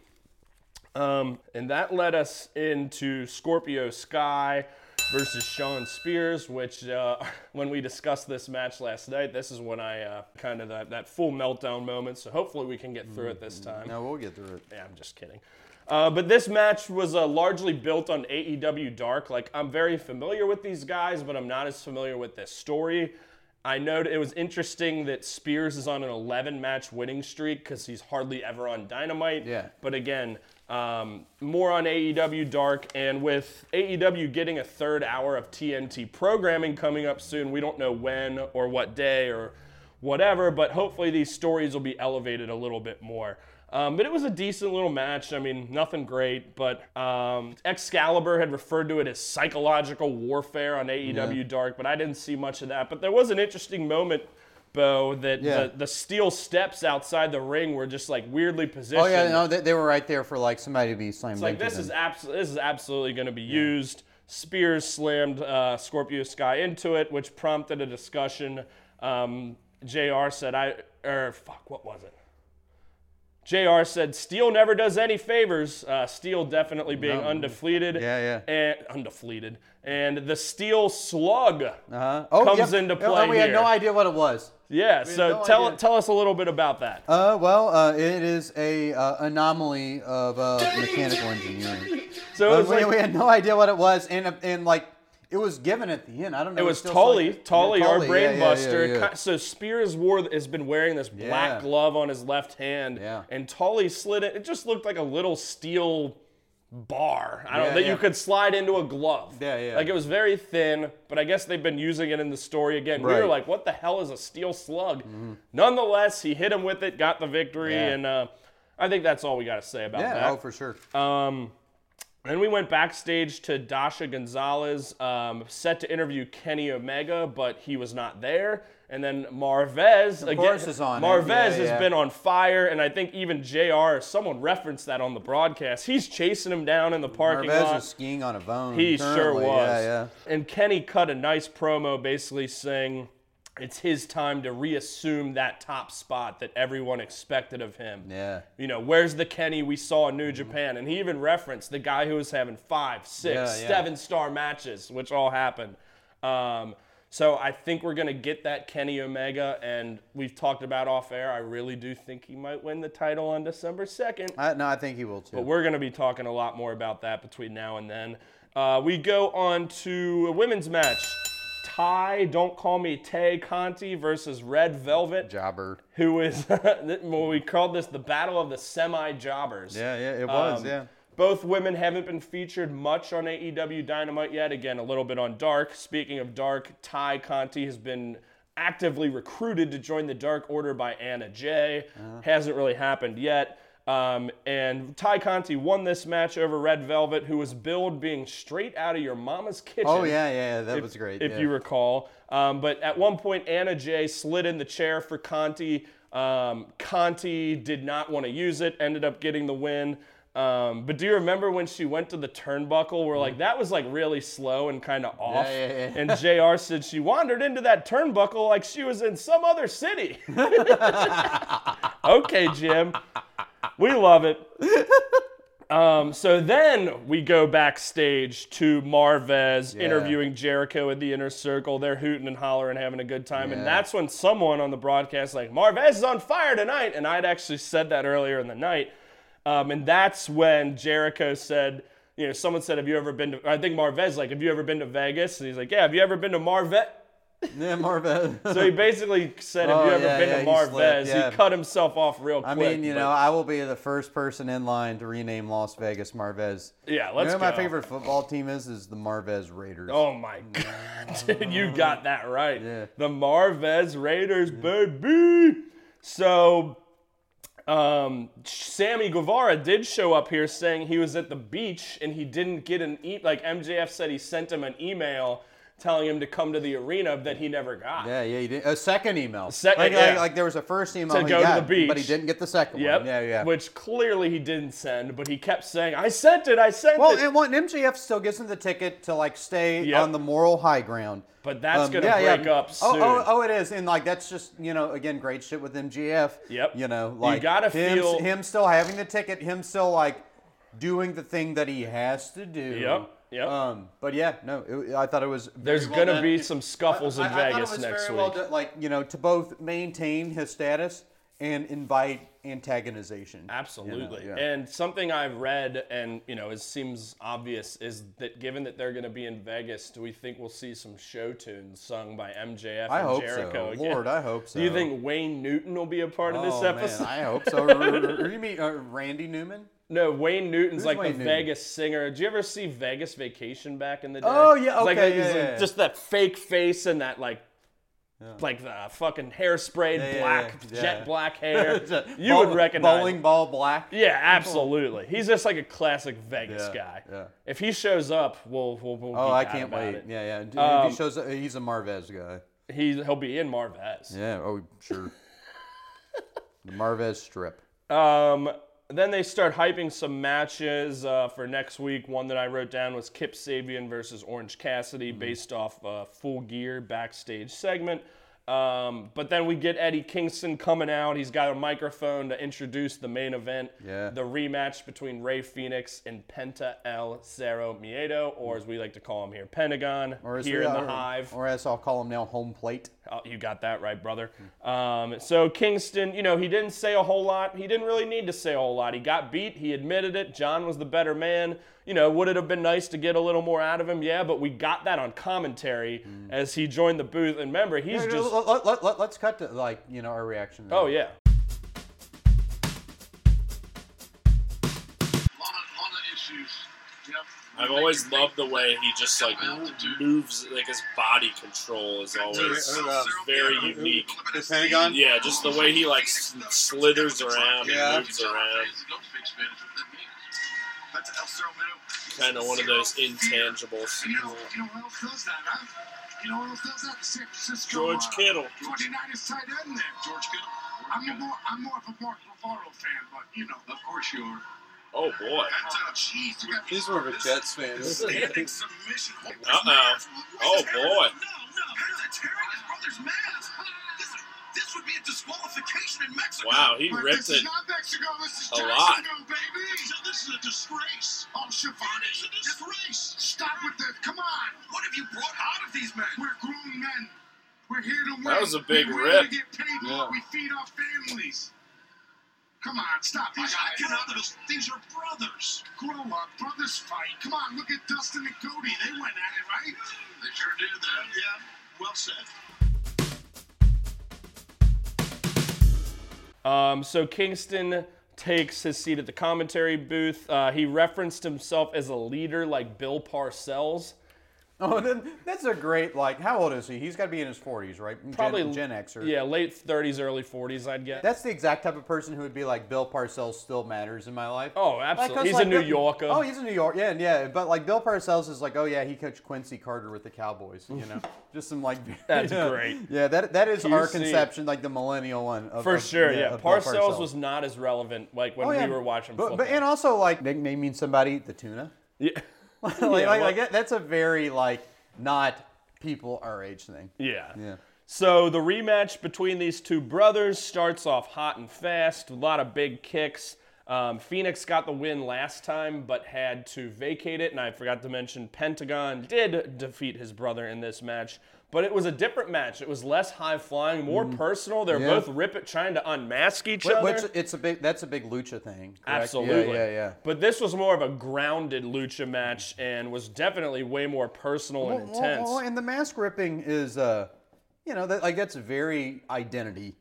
Speaker 1: Um, and that led us into Scorpio Sky versus Sean Spears, which uh, when we discussed this match last night, this is when I uh, kind of that, that full meltdown moment. So hopefully we can get through it this time.
Speaker 2: Mm-hmm. no, we'll get through it.
Speaker 1: Yeah, I'm just kidding. Uh, but this match was uh, largely built on AEW Dark. Like, I'm very familiar with these guys, but I'm not as familiar with this story. I know it was interesting that Spears is on an 11 match winning streak because he's hardly ever on Dynamite.
Speaker 2: Yeah.
Speaker 1: But again, um, more on AEW Dark. And with AEW getting a third hour of TNT programming coming up soon, we don't know when or what day or whatever, but hopefully these stories will be elevated a little bit more. Um, but it was a decent little match. I mean, nothing great, but um, Excalibur had referred to it as E psychological warfare on AEW Dark, but I didn't see much of that. But there was an interesting moment Bo, that
Speaker 2: Yeah.
Speaker 1: the, the steel steps outside the ring were just like weirdly positioned.
Speaker 2: Oh yeah, no, they, they were right there for like somebody to be slammed.
Speaker 1: It's like
Speaker 2: into
Speaker 1: this
Speaker 2: them.
Speaker 1: is absolutely this is absolutely going to be used. Spears slammed uh, Scorpio Sky into it, which prompted a discussion. Um, Jr. said, "I or fuck, what was it?" Jr. said, "Steel never does any favors. Uh, Steel definitely being undefeated.
Speaker 2: Yeah, yeah.
Speaker 1: And undefeated. And the Steel Slug.
Speaker 2: uh-huh. oh,
Speaker 1: comes into play
Speaker 2: we had no
Speaker 1: here.
Speaker 2: idea what it was.
Speaker 1: Yeah. So
Speaker 2: no
Speaker 1: tell
Speaker 2: idea.
Speaker 1: tell us a little bit about that.
Speaker 2: Uh, well, uh, it is a uh, anomaly of uh, mechanical engineering.
Speaker 1: So it
Speaker 2: Uh,
Speaker 1: was
Speaker 2: we,
Speaker 1: like,
Speaker 2: we had no idea what it was, and uh, and like it was given at the end. I don't know.
Speaker 1: It was
Speaker 2: still
Speaker 1: Tully,
Speaker 2: selected.
Speaker 1: Tully,
Speaker 2: Yeah,
Speaker 1: our
Speaker 2: Tully, yeah, yeah,
Speaker 1: brain
Speaker 2: yeah,
Speaker 1: buster.
Speaker 2: yeah.
Speaker 1: Ki- So Spears wore has been wearing this black
Speaker 2: Yeah.
Speaker 1: glove on his left hand,
Speaker 2: Yeah.
Speaker 1: and Tully slid it. It just looked like a little steel bar. I don't
Speaker 2: Yeah,
Speaker 1: that
Speaker 2: yeah.
Speaker 1: you could slide into a glove.
Speaker 2: Yeah, yeah.
Speaker 1: Like it was very thin, but I guess they've been using it in the story again. We were
Speaker 2: Right. Mm-hmm.
Speaker 1: like, what the hell is a steel slug? Nonetheless, he hit him with it, got the victory,
Speaker 2: Yeah.
Speaker 1: and uh, I think that's all we got to say about that.
Speaker 2: Yeah, oh for sure.
Speaker 1: Um, then we went backstage to Dasha Gonzalez, um, set to interview Kenny Omega, but he was not there. And then Marvez again.
Speaker 2: course is on it.
Speaker 1: Marvez
Speaker 2: Yeah,
Speaker 1: has
Speaker 2: yeah.
Speaker 1: been on fire, and I think even Jr. Someone referenced that on the broadcast. He's chasing him down in the parking
Speaker 2: Marvez
Speaker 1: lot.
Speaker 2: was skiing on a bone.
Speaker 1: He sure
Speaker 2: currently.
Speaker 1: was.
Speaker 2: Yeah, yeah.
Speaker 1: And Kenny cut a nice promo basically saying it's his time to reassume that top spot that everyone expected of him.
Speaker 2: Yeah.
Speaker 1: You know, where's the Kenny we saw in New Japan? And he even referenced the guy who was having five, six,
Speaker 2: Yeah, yeah.
Speaker 1: seven star matches, which all happened. Um, so I think we're gonna get that Kenny Omega, and we've talked about off air. I really do think he might win the title on December second.
Speaker 2: I, no, I think he will too.
Speaker 1: But we're going to be talking a lot more about that between now and then. Uh, we go on to a women's match. Ty, don't call me Tay Conti versus Red Velvet,
Speaker 2: Jobber.
Speaker 1: who is, well, we called this the Battle of the Semi Jobbers.
Speaker 2: Yeah, yeah, it was.
Speaker 1: Um,
Speaker 2: yeah.
Speaker 1: Both women haven't been featured much on AEW Dynamite yet. Again, a little bit on Dark. Speaking of Dark, Ty Conti has been actively recruited to join the Dark Order by Anna Jay.
Speaker 2: Uh-huh.
Speaker 1: Hasn't really happened yet. Um, and Ty Conti won this match over Red Velvet, who was billed being straight out of your mama's kitchen
Speaker 2: Oh yeah, yeah, yeah, that was great.
Speaker 1: if
Speaker 2: yeah.
Speaker 1: you recall. Um, but at one point, Anna Jay slid in the chair for Conti. Um, Conti did not want to use it, ended up getting the win. Um, but do you remember when she went to the turnbuckle? Where like that was like really slow and kind of off.
Speaker 2: Mm-hmm. yeah, yeah.
Speaker 1: And Jr. said she wandered into that turnbuckle like she was in some other city. okay, Jim, we love it. Um, so then we go backstage to Marvez interviewing Jericho in the inner circle. They're hooting and hollering, having a good time,
Speaker 2: Yeah.
Speaker 1: and that's when someone on the broadcast like Marvez is on fire tonight, and I'd actually said that earlier in the night, um, and that's when Jericho said. You know, someone said, "Have you ever been to?" I think Marvez like, "Have you ever been to Vegas?" And he's like, "Yeah." Have you ever been to Marvez?
Speaker 2: yeah, Marvez.
Speaker 1: So he basically said, "Have
Speaker 2: Oh,
Speaker 1: you ever
Speaker 2: yeah,
Speaker 1: been
Speaker 2: yeah,
Speaker 1: to
Speaker 2: he
Speaker 1: Marvez?"
Speaker 2: slipped, yeah.
Speaker 1: He cut himself off real quick.
Speaker 2: I mean, you
Speaker 1: but-
Speaker 2: know, I will be the first person in line to rename Las Vegas Marvez.
Speaker 1: yeah.
Speaker 2: You
Speaker 1: Let's
Speaker 2: know, who my
Speaker 1: go.
Speaker 2: favorite football team is is the Marvez Raiders.
Speaker 1: Oh my god, dude, you got that right.
Speaker 2: Yeah.
Speaker 1: The Marvez Raiders, baby. So, um, Sammy Guevara did show up here saying he was at the beach and he didn't get an e. Like MJF said, he sent him an email telling him to come to the arena that he never got.
Speaker 2: Yeah, yeah, he did. A second email.
Speaker 1: Second,
Speaker 2: like,
Speaker 1: yeah.
Speaker 2: like, like there was a first email
Speaker 1: To
Speaker 2: he
Speaker 1: go to
Speaker 2: got,
Speaker 1: the
Speaker 2: but he
Speaker 1: beach.
Speaker 2: didn't get the second
Speaker 1: Yep.
Speaker 2: one. Yeah, yeah.
Speaker 1: Which clearly he didn't send, but he kept saying, "I sent it. I sent
Speaker 2: well,
Speaker 1: it."
Speaker 2: and one MJF still gives him the ticket to like stay
Speaker 1: Yep.
Speaker 2: on the moral high ground.
Speaker 1: But that's gonna break up
Speaker 2: Um, Oh,
Speaker 1: soon.
Speaker 2: oh, oh, it is, and like that's just you know again great shit with MJF.
Speaker 1: Yep.
Speaker 2: You know,
Speaker 1: You
Speaker 2: like
Speaker 1: gotta
Speaker 2: him,
Speaker 1: feel-
Speaker 2: him still having the ticket, him still like doing the thing that he has to do.
Speaker 1: Yep, yep.
Speaker 2: Um, but yeah, no, it, I thought it was. very
Speaker 1: There's
Speaker 2: well
Speaker 1: gonna
Speaker 2: done.
Speaker 1: be some scuffles in
Speaker 2: I- I- I thought
Speaker 1: Vegas
Speaker 2: it was
Speaker 1: next
Speaker 2: very
Speaker 1: week.
Speaker 2: well done, like you know, to both maintain his status and invite antagonization.
Speaker 1: Absolutely.
Speaker 2: yeah.
Speaker 1: And something I've read, and you know, it seems obvious, is that given that they're going to be in Vegas, do we think we'll see some show tunes sung by MJF
Speaker 2: I
Speaker 1: and
Speaker 2: hope
Speaker 1: Jericho?
Speaker 2: so.
Speaker 1: again?
Speaker 2: Lord, I hope so.
Speaker 1: Do you think Wayne Newton will be a part of
Speaker 2: oh,
Speaker 1: this episode?
Speaker 2: Man, I hope so. Or- or- or you mean uh, Randy Newman?
Speaker 1: no, Wayne Newton's
Speaker 2: Who's
Speaker 1: like
Speaker 2: Wayne
Speaker 1: the
Speaker 2: Newton?
Speaker 1: Vegas singer. Did you ever see Vegas Vacation back in the day?
Speaker 2: Oh, yeah,
Speaker 1: It's like
Speaker 2: okay,
Speaker 1: a-
Speaker 2: yeah,
Speaker 1: he's
Speaker 2: yeah, yeah.
Speaker 1: just that fake face and that like. Like the fucking hairsprayed
Speaker 2: Yeah, yeah,
Speaker 1: black,
Speaker 2: yeah.
Speaker 1: jet
Speaker 2: Yeah.
Speaker 1: black hair.
Speaker 2: It's a
Speaker 1: you
Speaker 2: bowl-
Speaker 1: would recognize.
Speaker 2: bowling ball black.
Speaker 1: Yeah, absolutely. He's just like a classic Vegas
Speaker 2: Oh. Yeah,
Speaker 1: guy.
Speaker 2: yeah.
Speaker 1: If he shows up, we'll we'll, we'll
Speaker 2: Oh,
Speaker 1: geek
Speaker 2: I
Speaker 1: out
Speaker 2: can't
Speaker 1: about
Speaker 2: wait.
Speaker 1: it.
Speaker 2: Yeah, yeah. Dude, if
Speaker 1: Um,
Speaker 2: he shows up, he's a Marvez guy.
Speaker 1: He's, he'll be in Marvez.
Speaker 2: Yeah. Oh, sure. the Marvez strip.
Speaker 1: Um, then they start hyping some matches uh, for next week. One that I wrote down was Kip Sabian versus Orange Cassidy,
Speaker 2: Mm-hmm.
Speaker 1: based off uh, Full Gear backstage segment. Um, but then we get Eddie Kingston coming out. He's got a microphone to introduce the main event,
Speaker 2: Yeah.
Speaker 1: the rematch between Ray Phoenix and Penta El Cerro Miedo, or as we like to call him here, Pentagon,
Speaker 2: as
Speaker 1: here
Speaker 2: we-
Speaker 1: in the
Speaker 2: or- uh,
Speaker 1: Hive.
Speaker 2: Or as I'll call him now, home plate.
Speaker 1: Oh, you got that right, brother. Um, so Kingston, you know, he didn't say a whole lot. He didn't really need to say a whole lot. He got beat. He admitted it. John was the better man. You know, would it have been nice to get a little more out of him? Yeah, but we got that on commentary as he joined the booth. And remember, he's
Speaker 2: Let-
Speaker 1: just
Speaker 2: let, let, let, us cut to like you know our reaction. to
Speaker 1: oh
Speaker 2: that.
Speaker 1: yeah.
Speaker 6: lot of, lot of issues. You know,
Speaker 3: I've always loved the way he just like moves, like his body control is always
Speaker 6: Who, uh,
Speaker 3: very unique.
Speaker 6: Eliminate
Speaker 9: The Pentagon?
Speaker 6: Steve.
Speaker 3: Yeah, just the way he like s- slithers around
Speaker 9: Yeah.
Speaker 3: and moves around.
Speaker 6: That's El Cerro Mero.
Speaker 3: Kind of one of those
Speaker 6: Zero fear.
Speaker 3: intangibles.
Speaker 6: You know, you know who else does that, huh? You know who else does that? The San Francisco.
Speaker 3: George
Speaker 6: uh,
Speaker 3: Kittle.
Speaker 6: 49ers tight end there. George Kittle. I'm a more, I'm more of a Mark Bavaro fan, but you know. Of course you are.
Speaker 3: Oh boy.
Speaker 6: That's uh, jeez. you got
Speaker 9: He's more of a
Speaker 6: this-
Speaker 9: Jets fan.
Speaker 6: this Standing submission.
Speaker 3: Uh-oh. Oh, boy.
Speaker 6: No, no. Here's a tearing his brother's mask. This, this would be a disqualification in Mexico.
Speaker 3: Wow, he
Speaker 6: But
Speaker 3: ripped
Speaker 6: this is
Speaker 3: it
Speaker 6: not Mexico. This is
Speaker 3: a lot.
Speaker 6: Jacksonville, baby. this is a disgrace. Oh, Shivani, it's a disgrace. Stop with this. Come on. What have you brought out of these men? We're grown men. We're here to win.
Speaker 3: That was a big
Speaker 6: we
Speaker 3: rip.
Speaker 6: We get paid for what we feed our families. Come on, stop. These are, brothers. These are brothers. Grow up, brothers fight. Come on, look at Dustin and Cody. They went at it, right? They sure did. That. Yeah. Well said.
Speaker 1: Um, so Kingston takes his seat at the commentary booth. Uh, he referenced himself as a leader like Bill Parcells.
Speaker 2: Oh, and then, that's a great like. How old is he? He's got to be in his forties, right? Gen-
Speaker 1: Probably
Speaker 2: Gen, Xer.
Speaker 1: Yeah, late 30s, early 40s, I'd get.
Speaker 2: That's the exact type of person who would be like Bill Parcells still matters in my life.
Speaker 1: Oh,
Speaker 2: Like,
Speaker 1: absolutely.
Speaker 2: 'cause,
Speaker 1: he's
Speaker 2: like,
Speaker 1: a New
Speaker 2: Bill-
Speaker 1: Yorker.
Speaker 2: Oh, he's a New York. Yeah, and yeah. But like Bill Parcells is like, oh yeah, he coached Quincy Carter with the Cowboys. You know, just some like.
Speaker 1: That's
Speaker 2: yeah.
Speaker 1: great.
Speaker 2: Yeah, that that is our
Speaker 1: QC.
Speaker 2: conception, like the millennial one. Of,
Speaker 1: For
Speaker 2: of-
Speaker 1: sure, yeah.
Speaker 2: of Bill
Speaker 1: Parcells, was not as relevant like when
Speaker 2: Oh, yeah.
Speaker 1: we were watching
Speaker 2: But,
Speaker 1: football.
Speaker 2: but and also like nickname means somebody the tuna.
Speaker 1: yeah.
Speaker 2: like,
Speaker 1: Yeah,
Speaker 2: like,
Speaker 1: well-
Speaker 2: like that, that's a very like not people our age thing.
Speaker 1: yeah.
Speaker 2: Yeah.
Speaker 1: So the rematch between these two brothers starts off hot and fast, a lot of big kicks. Um, Phoenix got the win last time, but had to vacate it. And I forgot to mention, Pentagon did defeat his brother in this match, but it was a different match. It was less high flying, more personal. They're
Speaker 2: Mm-hmm. Yeah.
Speaker 1: both rip it, trying to unmask each
Speaker 2: Which,
Speaker 1: other.
Speaker 2: which it's a big that's a big lucha thing. correct?
Speaker 1: Absolutely.
Speaker 2: Yeah, yeah, yeah.
Speaker 1: But this was more of a grounded lucha match and was definitely way more personal and
Speaker 2: Well, well,
Speaker 1: intense.
Speaker 2: well, Oh, and the mask ripping is, uh, you know, that, like that's very identity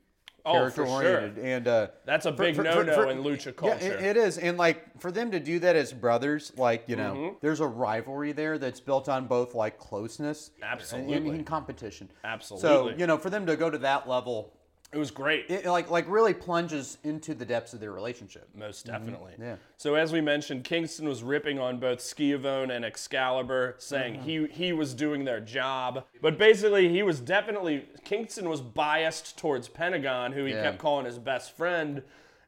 Speaker 1: Oh, for
Speaker 2: character oriented,
Speaker 1: sure.
Speaker 2: and uh,
Speaker 1: That's a big no-no in lucha
Speaker 2: Yeah,
Speaker 1: culture.
Speaker 2: it- it is, and like for them to do that as brothers, like you know,
Speaker 1: Mm-hmm.
Speaker 2: there's a rivalry there that's built on both like closeness, and- and,
Speaker 1: Absolutely.
Speaker 2: and competition. So
Speaker 1: Absolutely.
Speaker 2: you know, for them to go to that level,
Speaker 1: it was great.
Speaker 2: it like like really plunges into the depths of their relationship.
Speaker 1: most definitely.
Speaker 2: Mm-hmm. yeah.
Speaker 1: So as we mentioned, Kingston was ripping on both Schiavone and Excalibur, saying
Speaker 2: Mm-hmm.
Speaker 1: he he was doing their job. But basically, he was definitely Kingston was biased towards Pentagon, who he
Speaker 2: Yeah.
Speaker 1: kept calling his best friend.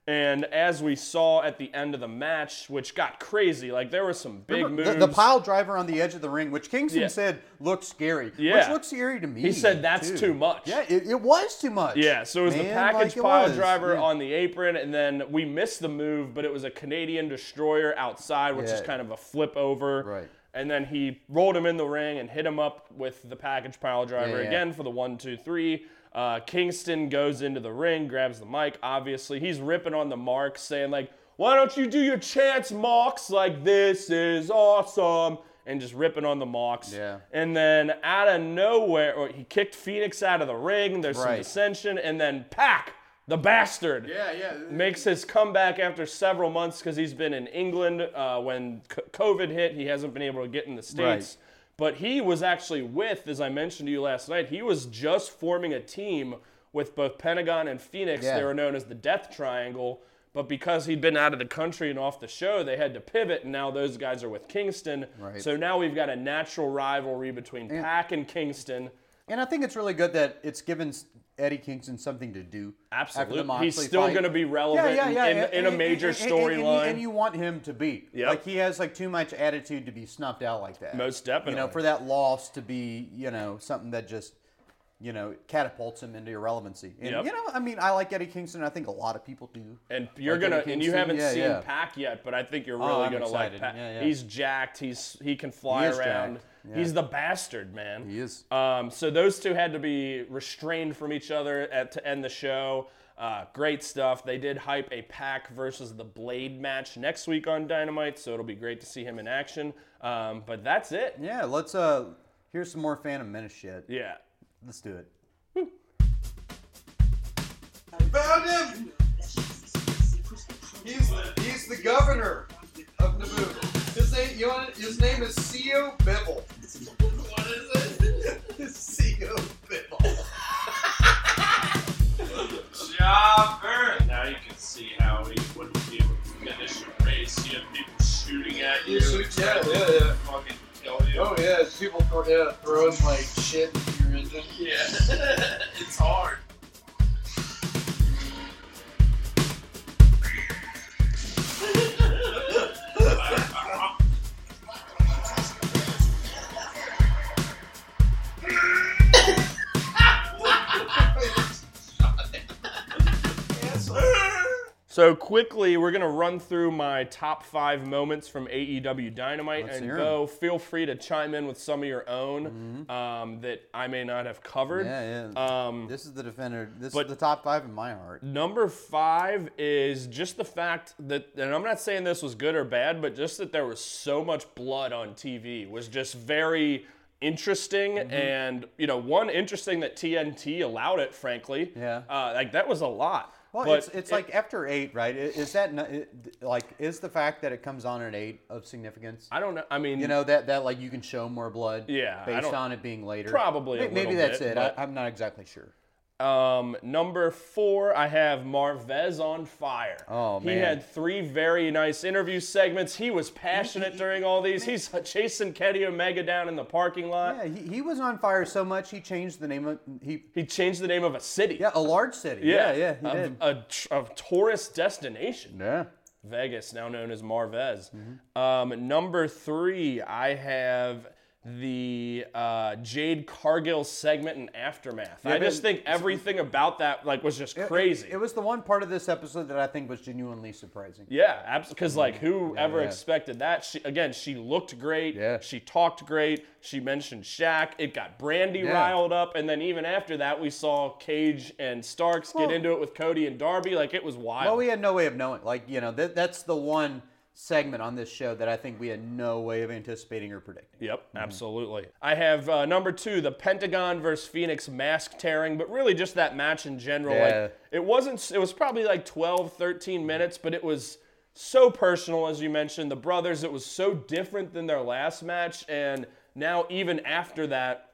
Speaker 1: And as we saw at the end of the match, which got crazy, like there were some big
Speaker 2: Remember
Speaker 1: moves.
Speaker 2: The, the pile driver on the edge of the ring, which Kingston
Speaker 1: Yeah.
Speaker 2: said looked scary, which
Speaker 1: Yeah.
Speaker 2: looked scary to me.
Speaker 1: He said that's too much.
Speaker 2: Yeah, it, it was too much.
Speaker 1: Yeah, so it was the
Speaker 2: Man,
Speaker 1: package
Speaker 2: like it
Speaker 1: pile
Speaker 2: was.
Speaker 1: driver
Speaker 2: Yeah.
Speaker 1: on the apron, and then we missed the move, but it was a Canadian destroyer outside, which is
Speaker 2: Yeah.
Speaker 1: kind of a flip over.
Speaker 2: Right.
Speaker 1: And then he rolled him in the ring and hit him up with the package pile driver
Speaker 2: Yeah, yeah.
Speaker 1: again for the one, two, three. Uh, Kingston goes into the ring, grabs the mic. Obviously, he's ripping on the mark, saying like, "Why don't you do your chance, Mox? Like this is awesome." And just ripping on the Mox.
Speaker 2: Yeah.
Speaker 1: And then out of nowhere, or he kicked Phoenix out of the ring. There's some
Speaker 2: Right.
Speaker 1: dissension, and then Pack, the bastard,
Speaker 2: Yeah, yeah.
Speaker 1: makes his comeback after several months because he's been in England uh, when c- COVID hit. He hasn't been able to get in the states. But he was actually with, as I mentioned to you last night, he was just forming a team with both Pentagon and Phoenix.
Speaker 2: Yeah.
Speaker 1: They were known as the Death Triangle. But because he'd been out of the country and off the show, they had to pivot, and now those guys are with Kingston.
Speaker 2: Right.
Speaker 1: So now we've got a natural rivalry between Pack and Kingston.
Speaker 2: And I think it's really good that it's given s- Eddie Kingston something to do. after the
Speaker 1: Absolutely. He's
Speaker 2: Moxley
Speaker 1: still
Speaker 2: fight.
Speaker 1: gonna be relevant in- in- in a major
Speaker 2: and- and- and you-
Speaker 1: storyline.
Speaker 2: And you want him to be.
Speaker 1: Yep.
Speaker 2: Like he has like too much attitude to be snuffed out like that.
Speaker 1: Most
Speaker 2: You know,
Speaker 1: definitely.
Speaker 2: for that loss to be, you know, something that just, you know, catapults him into irrelevancy. And
Speaker 1: Yep. Eh.
Speaker 2: you know, I mean, I like Eddie Kingston. I think a lot of people do.
Speaker 1: And you're
Speaker 2: Like
Speaker 1: gonna
Speaker 2: Eddie
Speaker 1: and you
Speaker 2: Kingston?
Speaker 1: haven't
Speaker 2: Yeah,
Speaker 1: seen
Speaker 2: yeah.
Speaker 1: Pac yet, but I think you're really
Speaker 2: Oh, I'm
Speaker 1: gonna
Speaker 2: excited.
Speaker 1: like Pac.
Speaker 2: Yeah, yeah.
Speaker 1: He's jacked. He's he can fly
Speaker 2: is
Speaker 1: around.
Speaker 2: jacked. Yeah.
Speaker 1: He's the bastard man.
Speaker 2: He is.
Speaker 1: Um, so those two had to be restrained from each other at, to end the show. Uh, great stuff. They did hype a Pac versus the Blade match next week on Dynamite, so it'll be great to see him in action. Um, but that's it.
Speaker 2: Yeah, let's uh here's some more Phantom Menace shit.
Speaker 1: Yeah.
Speaker 2: Let's do it.
Speaker 9: Found him! He's, he's the governor of Naboo. His name, you want, his name is Seo Bibble.
Speaker 3: What is it?
Speaker 9: Seo Bibble.
Speaker 3: Jobber! Now you can see how he wouldn't be able to finish a race. You have people shooting at you.
Speaker 9: You shoot- yeah, yeah, yeah.
Speaker 3: Fucking kill you.
Speaker 9: Oh yeah, it's people throw, yeah, throwing like shit in your engine.
Speaker 3: Yeah. it's hard.
Speaker 1: So quickly, we're gonna run through my top five moments from AEW Dynamite,
Speaker 2: Let's
Speaker 1: and
Speaker 2: hear 'em. Mm-hmm.
Speaker 1: Bo, feel free to chime in with some of your own um, that I may not have covered.
Speaker 2: Yeah, yeah.
Speaker 1: Um,
Speaker 2: This is the defender. This
Speaker 1: but-
Speaker 2: is the top five in my heart.
Speaker 1: Number five is just the fact that, and I'm not saying this was good or bad, but just that there was so much blood on TV was just very interesting.
Speaker 2: Mm-hmm.
Speaker 1: And, you know, one interesting that TNT allowed it, frankly.
Speaker 2: Yeah.
Speaker 1: Uh, like, that was a lot.
Speaker 2: Well,
Speaker 1: But
Speaker 2: it's, it's
Speaker 1: it-
Speaker 2: like after eight, right? I- Is that no- it- like is the fact that it comes on at eight of significance?
Speaker 1: I don't know. I mean,
Speaker 2: You know that that like you can show more blood,
Speaker 1: Yeah, I
Speaker 2: based
Speaker 1: don't-
Speaker 2: on it being later.
Speaker 1: Probably a
Speaker 2: May- maybe
Speaker 1: little
Speaker 2: that's
Speaker 1: bit,
Speaker 2: it. I,
Speaker 1: but-
Speaker 2: I'm not exactly sure.
Speaker 1: Um, number four, I have Marvez on fire.
Speaker 2: Oh,
Speaker 1: He
Speaker 2: man.
Speaker 1: had three very nice interview segments. He was passionate during all these. He's chasing Kenny Omega down in the parking lot.
Speaker 2: Yeah, he, he was on fire so much he changed the name of he.
Speaker 1: He changed the name of a city.
Speaker 2: Yeah, a large city. Yeah, yeah, he
Speaker 1: a,
Speaker 2: did.
Speaker 1: A, tr- a tourist destination.
Speaker 2: yeah.
Speaker 1: Vegas, now known as Marvez.
Speaker 2: Mm-hmm.
Speaker 1: Um, number three, I have the uh, Jade Cargill segment and aftermath. I
Speaker 2: but
Speaker 1: just think everything about that like was just crazy.
Speaker 2: It was the one part of this episode that I think was genuinely surprising.
Speaker 1: Yeah, absolutely. Because like, who ever
Speaker 2: Mm. yeah.
Speaker 1: expected that? She again, she looked great.
Speaker 2: Yeah.
Speaker 1: She talked great. She mentioned Shaq. It got Brandy
Speaker 2: Yeah.
Speaker 1: riled up, and then even after that, we saw Cage and Starks
Speaker 2: Well-
Speaker 1: get into it with Cody and Darby. Like it was wild.
Speaker 2: Well, Oh, we had no way of knowing. Like, you know, that that's the one segment on this show that I think we had no way of anticipating or predicting.
Speaker 1: Yep, absolutely. I have uh, number two, the Pentagon versus Phoenix mask tearing, but really just that match in general.
Speaker 2: Yeah. Mm-hmm.
Speaker 1: Like, it wasn't, it was probably like 12, 13 minutes, but it was so personal, as you mentioned. The brothers, it was so different than their last match. And now, even after that,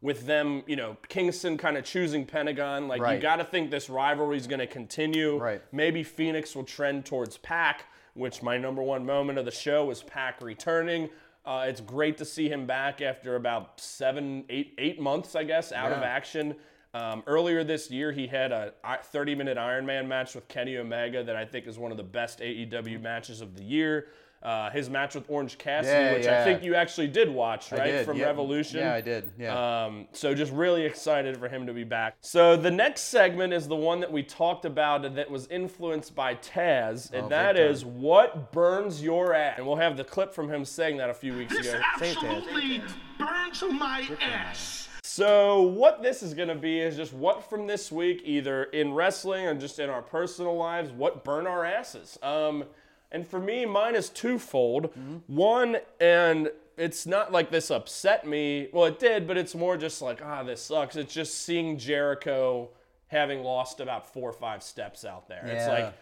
Speaker 1: with them, you know, Kingston kind of choosing Pentagon, like, you
Speaker 2: Right.
Speaker 1: got to think this rivalry is going to continue.
Speaker 2: Right.
Speaker 1: Maybe Phoenix will trend towards Pac, which my number one moment of the show was Pac returning. Uh, it's great to see him back after about seven, eight, eight months, I guess, out of
Speaker 2: Yeah.
Speaker 1: action. Um, earlier this year, he had a 30 minute Iron Man match with Kenny Omega that I think is one of the best AEW matches of the year. Uh, his match with Orange Cassidy,
Speaker 2: Yeah,
Speaker 1: which I
Speaker 2: yeah.
Speaker 1: think you actually did watch, right?
Speaker 2: did,
Speaker 1: From
Speaker 2: yeah.
Speaker 1: Revolution.
Speaker 2: Yeah, I did, yeah.
Speaker 1: Um, so just really excited for him to be back. So the next segment is the one that we talked about and that was influenced by Taz, and
Speaker 2: big
Speaker 1: that
Speaker 2: time.
Speaker 1: is what burns your ass. And we'll have the clip from him saying that a few weeks
Speaker 6: This
Speaker 1: ago.
Speaker 6: absolutely burns my ass.
Speaker 1: So what this is gonna be is just what from this week, either in wrestling or just in our personal lives, what burn our asses. Um, and for me, mine is twofold.
Speaker 2: Mm-hmm.
Speaker 1: One, and it's not like this upset me. Well, it did, but it's more just like ah, this sucks. It's just seeing Jericho having lost about four or five steps out there. It's
Speaker 2: Yeah.
Speaker 1: like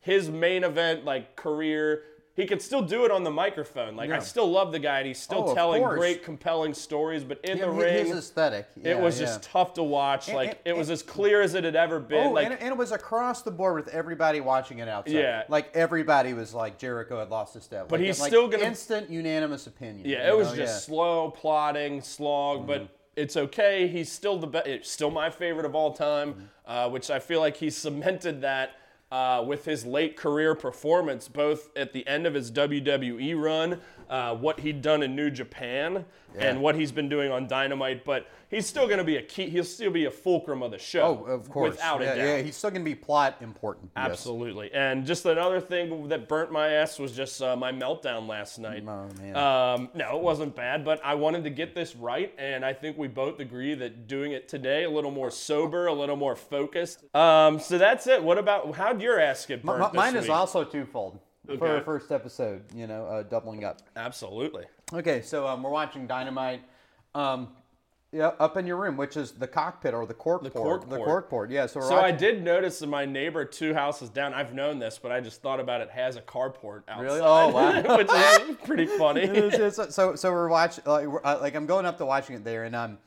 Speaker 1: his main event like career. He could still do it on the microphone. Like I
Speaker 2: Yeah.
Speaker 1: still love the guy, and he's still
Speaker 2: Oh, of
Speaker 1: telling
Speaker 2: course.
Speaker 1: great, compelling stories. But in the
Speaker 2: His-
Speaker 1: ring,
Speaker 2: His aesthetic.
Speaker 1: it
Speaker 2: yeah,
Speaker 1: was
Speaker 2: yeah.
Speaker 1: just tough to watch.
Speaker 2: And-
Speaker 1: like
Speaker 2: and-
Speaker 1: it was
Speaker 2: and-
Speaker 1: as clear as it had ever been.
Speaker 2: Oh,
Speaker 1: like
Speaker 2: and, and it was across the board with everybody watching it outside.
Speaker 1: Yeah.
Speaker 2: like everybody was like Jericho had lost his step.
Speaker 1: But
Speaker 2: Like,
Speaker 1: he's
Speaker 2: like,
Speaker 1: still gonna-
Speaker 2: instant unanimous opinion.
Speaker 1: yeah,
Speaker 2: you
Speaker 1: it was
Speaker 2: know, Mm-hmm.
Speaker 1: just slow, plodding, slog, but It's okay. He's still the best. Still my favorite of all
Speaker 2: Mm-hmm.
Speaker 1: time, uh, which I feel like he cemented that uh, with his late career performance, both at the end of his WWE run, uh, what he'd done in New Japan, and what he's been doing on Dynamite. But he's still going to be a key. He'll still be a fulcrum of the show.
Speaker 2: Oh, of course.
Speaker 1: without
Speaker 2: yeah,
Speaker 1: a doubt.
Speaker 2: Yeah, he's still gonna be plot important. yes.
Speaker 1: Absolutely. And just another thing that burnt my ass was just uh, my meltdown last night.
Speaker 2: Oh, man.
Speaker 1: Um, no, it wasn't bad, but I wanted to get this right, and I think we both agree that doing it today, a little more sober, a little more focused. Um, so that's it. What about how'd your ass get
Speaker 2: M-
Speaker 1: burnt?
Speaker 2: m-
Speaker 1: this
Speaker 2: mine is
Speaker 1: week?
Speaker 2: also twofold for our
Speaker 1: Okay.
Speaker 2: first episode. You know, uh, doubling up.
Speaker 1: absolutely.
Speaker 2: Okay, so um, we're watching Dynamite. Um, yeah, up in your room, which is the cockpit or the cork the
Speaker 1: cork
Speaker 2: board. the
Speaker 1: board.
Speaker 2: cork board. Yeah. So, we're
Speaker 1: So I
Speaker 2: watching-
Speaker 1: did notice that my neighbor two houses down. I've known this, but I just thought about it has a carport outside,
Speaker 2: Really? Oh wow.
Speaker 1: which is pretty funny.
Speaker 2: It's- it's- so- so so we're watching like, we're, uh, like I'm going up to watching it there, and I'm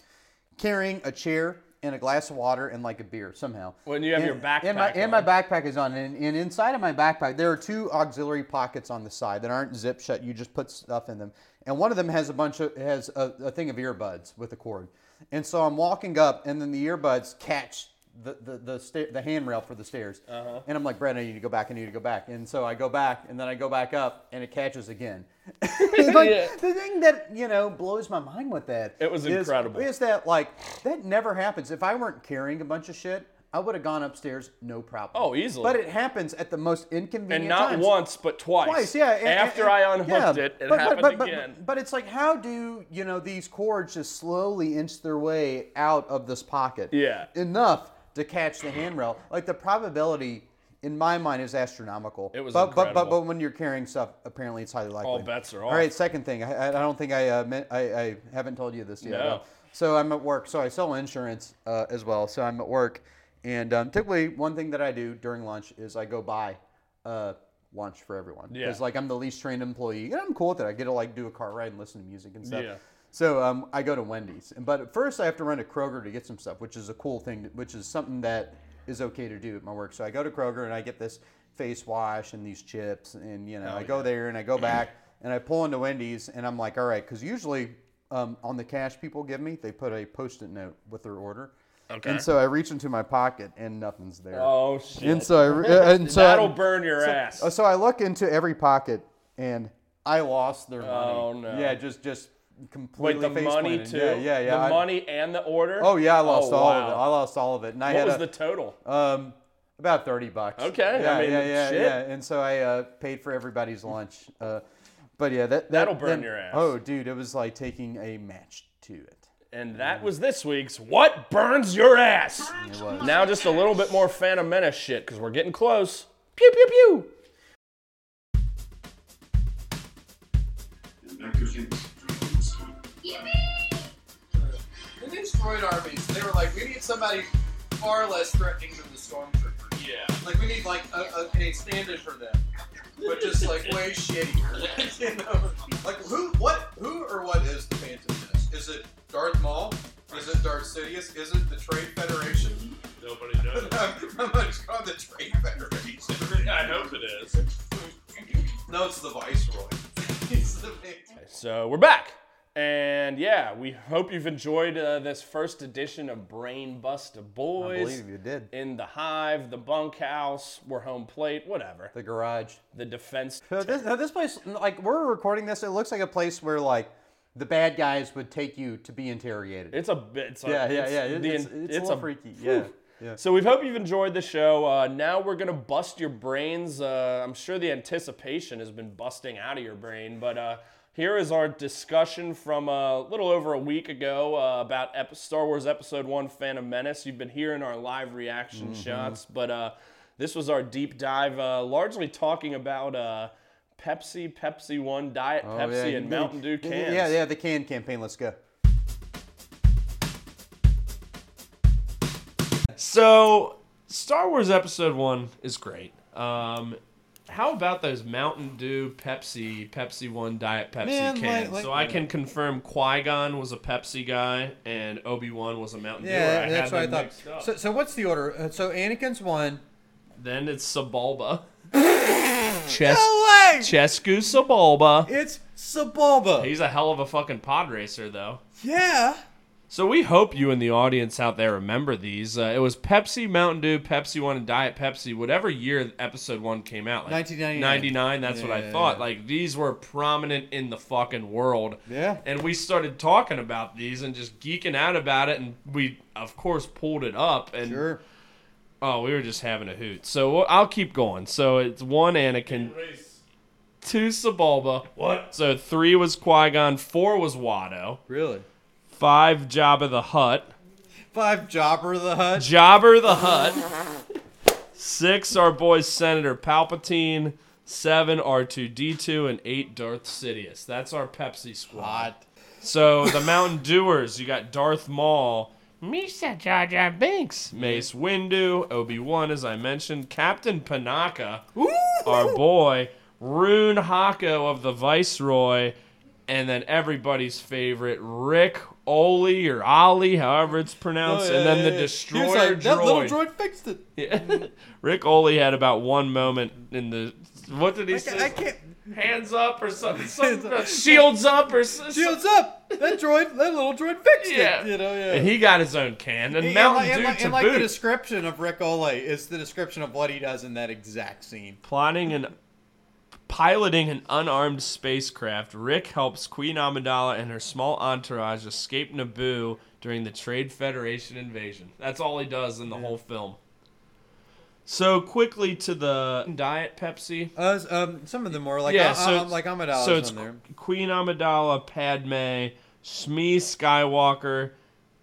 Speaker 2: carrying a chair and a glass of water and like a beer somehow.
Speaker 1: When you have
Speaker 2: And-
Speaker 1: your backpack
Speaker 2: and my and my
Speaker 1: on.
Speaker 2: backpack is on, and, and inside of my backpack there are two auxiliary pockets on the side that aren't zip shut. You just put stuff in them, and one of them has a bunch of has a, a thing of earbuds with a cord, and so I'm walking up, and then the earbuds catch. The the the, sta- the handrail for the stairs,
Speaker 1: Uh-huh.
Speaker 2: and I'm like, Brad, I need to go back. I need to go back, and so I go back, and then I go back up, and it catches again. It's like,
Speaker 1: Yeah.
Speaker 2: the thing that you know blows my mind with that
Speaker 1: It was
Speaker 2: is-
Speaker 1: incredible.
Speaker 2: is that like that never happens if i weren't carrying a bunch of shit i would have gone upstairs no problem
Speaker 1: Oh, easily.
Speaker 2: but it happens at the most inconvenient
Speaker 1: and not
Speaker 2: times.
Speaker 1: once, but twice.
Speaker 2: twice yeah and- and-
Speaker 1: After
Speaker 2: and-
Speaker 1: I unhooked
Speaker 2: yeah,
Speaker 1: it, it
Speaker 2: but,
Speaker 1: happened
Speaker 2: but, but,
Speaker 1: again.
Speaker 2: but, but it's like how do you know these cords just slowly inch their way out of this pocket
Speaker 1: Yeah.
Speaker 2: enough to catch the handrail like the probability in my mind is astronomical
Speaker 1: It was
Speaker 2: but, but but
Speaker 1: incredible.
Speaker 2: but when you're carrying stuff apparently it's highly likely
Speaker 1: All bets are
Speaker 2: all right
Speaker 1: off.
Speaker 2: second thing, I, I I don't think I, uh, meant, I I haven't told you this yet.
Speaker 1: No.
Speaker 2: uh, So I'm at work. So I sell insurance uh, as well. So I'm at work, and um, typically one thing that I do during lunch is I go buy uh, lunch for everyone because
Speaker 1: Yeah.
Speaker 2: like I'm the least trained employee, and I'm cool with it. I get to like do a car ride and listen to music and stuff.
Speaker 1: Yeah.
Speaker 2: So um, I go to Wendy's, And- but first I have to run to Kroger to get some stuff, which is a cool thing, to- which is something that is okay to do at my work. So I go to Kroger and I get this face wash and these chips, and you know I go there and I go back and I pull into Wendy's and I'm like, all right, because usually um, on the cash people give me, they put a post-it note with their order.
Speaker 1: Okay.
Speaker 2: And so I reach into my pocket and nothing's there. Uh,
Speaker 1: Oh shit!
Speaker 2: And so I re- uh, and so I-
Speaker 1: That'll burn your ass.
Speaker 2: uh, So I look into every pocket and I lost their money.
Speaker 1: Oh, no.
Speaker 2: Yeah, just just
Speaker 1: Wait,
Speaker 2: completely.
Speaker 1: the
Speaker 2: face
Speaker 1: money
Speaker 2: planted.
Speaker 1: too.
Speaker 2: Yeah, yeah, yeah.
Speaker 1: The
Speaker 2: I-
Speaker 1: money and the order.
Speaker 2: Oh yeah, I lost
Speaker 1: Oh,
Speaker 2: all
Speaker 1: wow.
Speaker 2: of it. I lost all of it, and I
Speaker 1: What
Speaker 2: had
Speaker 1: was
Speaker 2: a-
Speaker 1: the total?
Speaker 2: um about thirty bucks.
Speaker 1: Okay, I
Speaker 2: Yeah,
Speaker 1: mean,
Speaker 2: yeah, yeah,
Speaker 1: shit.
Speaker 2: yeah. And so I uh, paid for everybody's lunch. Uh, but yeah, that, that
Speaker 1: That'll burn
Speaker 2: then-
Speaker 1: your ass.
Speaker 2: Oh, dude, it was like taking a match to it.
Speaker 1: and that was this week's What Burns Your Ass. Now just a little bit more Phantom Menace shit because we're getting close. Pew pew pew.
Speaker 9: They destroyed armies. They were like, we need somebody far less threatening than the stormtroopers.
Speaker 3: Yeah.
Speaker 9: Like, we need like a, a, a stand-in for them, but just like way shittier. you know? Like, who, what, who, or what is the Phantom Menace? Is it Darth Maul? Is it Darth Sidious? Is it the Trade Federation?
Speaker 3: Nobody knows.
Speaker 9: I'm gonna just call it the Trade Federation.
Speaker 3: I hope it is.
Speaker 9: No, it's the Viceroy. He's the Phantom.
Speaker 1: So we're back. And yeah, we hope you've enjoyed uh, this first edition of Brain Buster
Speaker 2: I
Speaker 1: Boys.
Speaker 2: believe you did.
Speaker 1: In the hive, the bunkhouse, we're home plate, whatever.
Speaker 2: The garage.
Speaker 1: The defense.
Speaker 2: So this, now this place, like we're recording this, it looks like a place where like the bad guys would take you to be interrogated.
Speaker 1: It's a bit. It's a-
Speaker 2: yeah, yeah,
Speaker 1: it's
Speaker 2: yeah. It-
Speaker 1: the-
Speaker 2: it's, it's, a little freaky. Yeah, yeah.
Speaker 1: So we hope you've enjoyed the show. Uh, now we're gonna bust your brains. Uh, I'm sure the anticipation has been busting out of your brain, but uh, here is our discussion from uh, a little over a week ago uh, about Ep- Star Wars Episode One: Phantom Menace. You've been hearing our live reaction
Speaker 2: Mm-hmm.
Speaker 1: shots, but uh, this was our deep dive, uh, largely talking about. Uh, Pepsi, Pepsi One, Diet
Speaker 2: Oh,
Speaker 1: Pepsi,
Speaker 2: yeah,
Speaker 1: and
Speaker 2: the-
Speaker 1: Mountain Dew
Speaker 2: the-
Speaker 1: cans.
Speaker 2: Yeah, yeah, the can campaign. Let's go.
Speaker 5: So, Star Wars Episode One is great. Um, how about those Mountain Dew, Pepsi, Pepsi One, Diet Pepsi
Speaker 2: Man, like-
Speaker 5: cans?
Speaker 2: like-
Speaker 5: so I can confirm Qui Gon was a Pepsi guy and Obi Wan was a Mountain Dew. I had them mixed up.
Speaker 2: so what's the order? Uh, so Anakin's one.
Speaker 5: then it's Sabalba. Ches-
Speaker 2: way!
Speaker 5: Chesku Sabalba.
Speaker 2: It's Sebulba.
Speaker 5: He's a hell of a fucking pod racer, though.
Speaker 2: Yeah.
Speaker 1: So we hope you in the audience out there remember these. Uh, it was Pepsi, Mountain Dew, Pepsi One, and Diet Pepsi. Whatever year episode one came out, like
Speaker 10: 1999.
Speaker 1: 99, That's what I
Speaker 10: Yeah.
Speaker 1: thought. Like these were prominent in the fucking world.
Speaker 10: Yeah.
Speaker 1: And we started talking about these and just geeking out about it, and we of course pulled it up and.
Speaker 10: Sure.
Speaker 1: Oh, we were just having a hoot. So I'll keep going. So it's one Anakin, two Sebulba. What? So three was Qui Gon, four was Watto,
Speaker 10: Really?
Speaker 1: five Jabba the Hutt,
Speaker 10: Five Jobber the Hut.
Speaker 1: Jobber the Hutt, six our boy Senator Palpatine, seven R two D two, and eight Darth Sidious. That's our Pepsi squad.
Speaker 10: Hot.
Speaker 1: So the Mountain Dewars, you got Darth Maul, Misa Jar Jar Binks, Mace Windu, Obi Wan, as I mentioned, Captain Panaka, our boy, Rune Hako of the Viceroy, and then everybody's favorite Rick Oli or Ali, however it's pronounced, and then the Destroyer
Speaker 10: He was like, That little
Speaker 1: droid.
Speaker 10: droid fixed it.
Speaker 1: Yeah. Rick Oli had about one moment in the. What did he
Speaker 10: I can't. I
Speaker 1: say?
Speaker 10: can't.
Speaker 1: Hands up or something. something
Speaker 10: up.
Speaker 1: shields up or something.
Speaker 10: Shields up. That droid. That little droid fixed
Speaker 1: Yeah.
Speaker 10: it. You know. Yeah.
Speaker 1: And he got his own can. And
Speaker 10: And
Speaker 1: Mountain
Speaker 10: like- and
Speaker 1: Dew
Speaker 10: like,
Speaker 1: to
Speaker 10: and like the
Speaker 1: boot.
Speaker 10: description of Rick Ole is the description of what he does in that exact scene.
Speaker 1: Plotting and piloting an unarmed spacecraft, Rick helps Queen Amidala and her small entourage escape Naboo during the Trade Federation invasion. That's all he does in the whole film. So quickly to the diet Pepsi.
Speaker 10: Uh, s- um, some of them were like,
Speaker 1: yeah,
Speaker 10: uh,
Speaker 1: so
Speaker 10: uh, like Amidala's
Speaker 1: so it's
Speaker 10: on there.
Speaker 1: Queen Amidala, Padme, Smee Skywalker,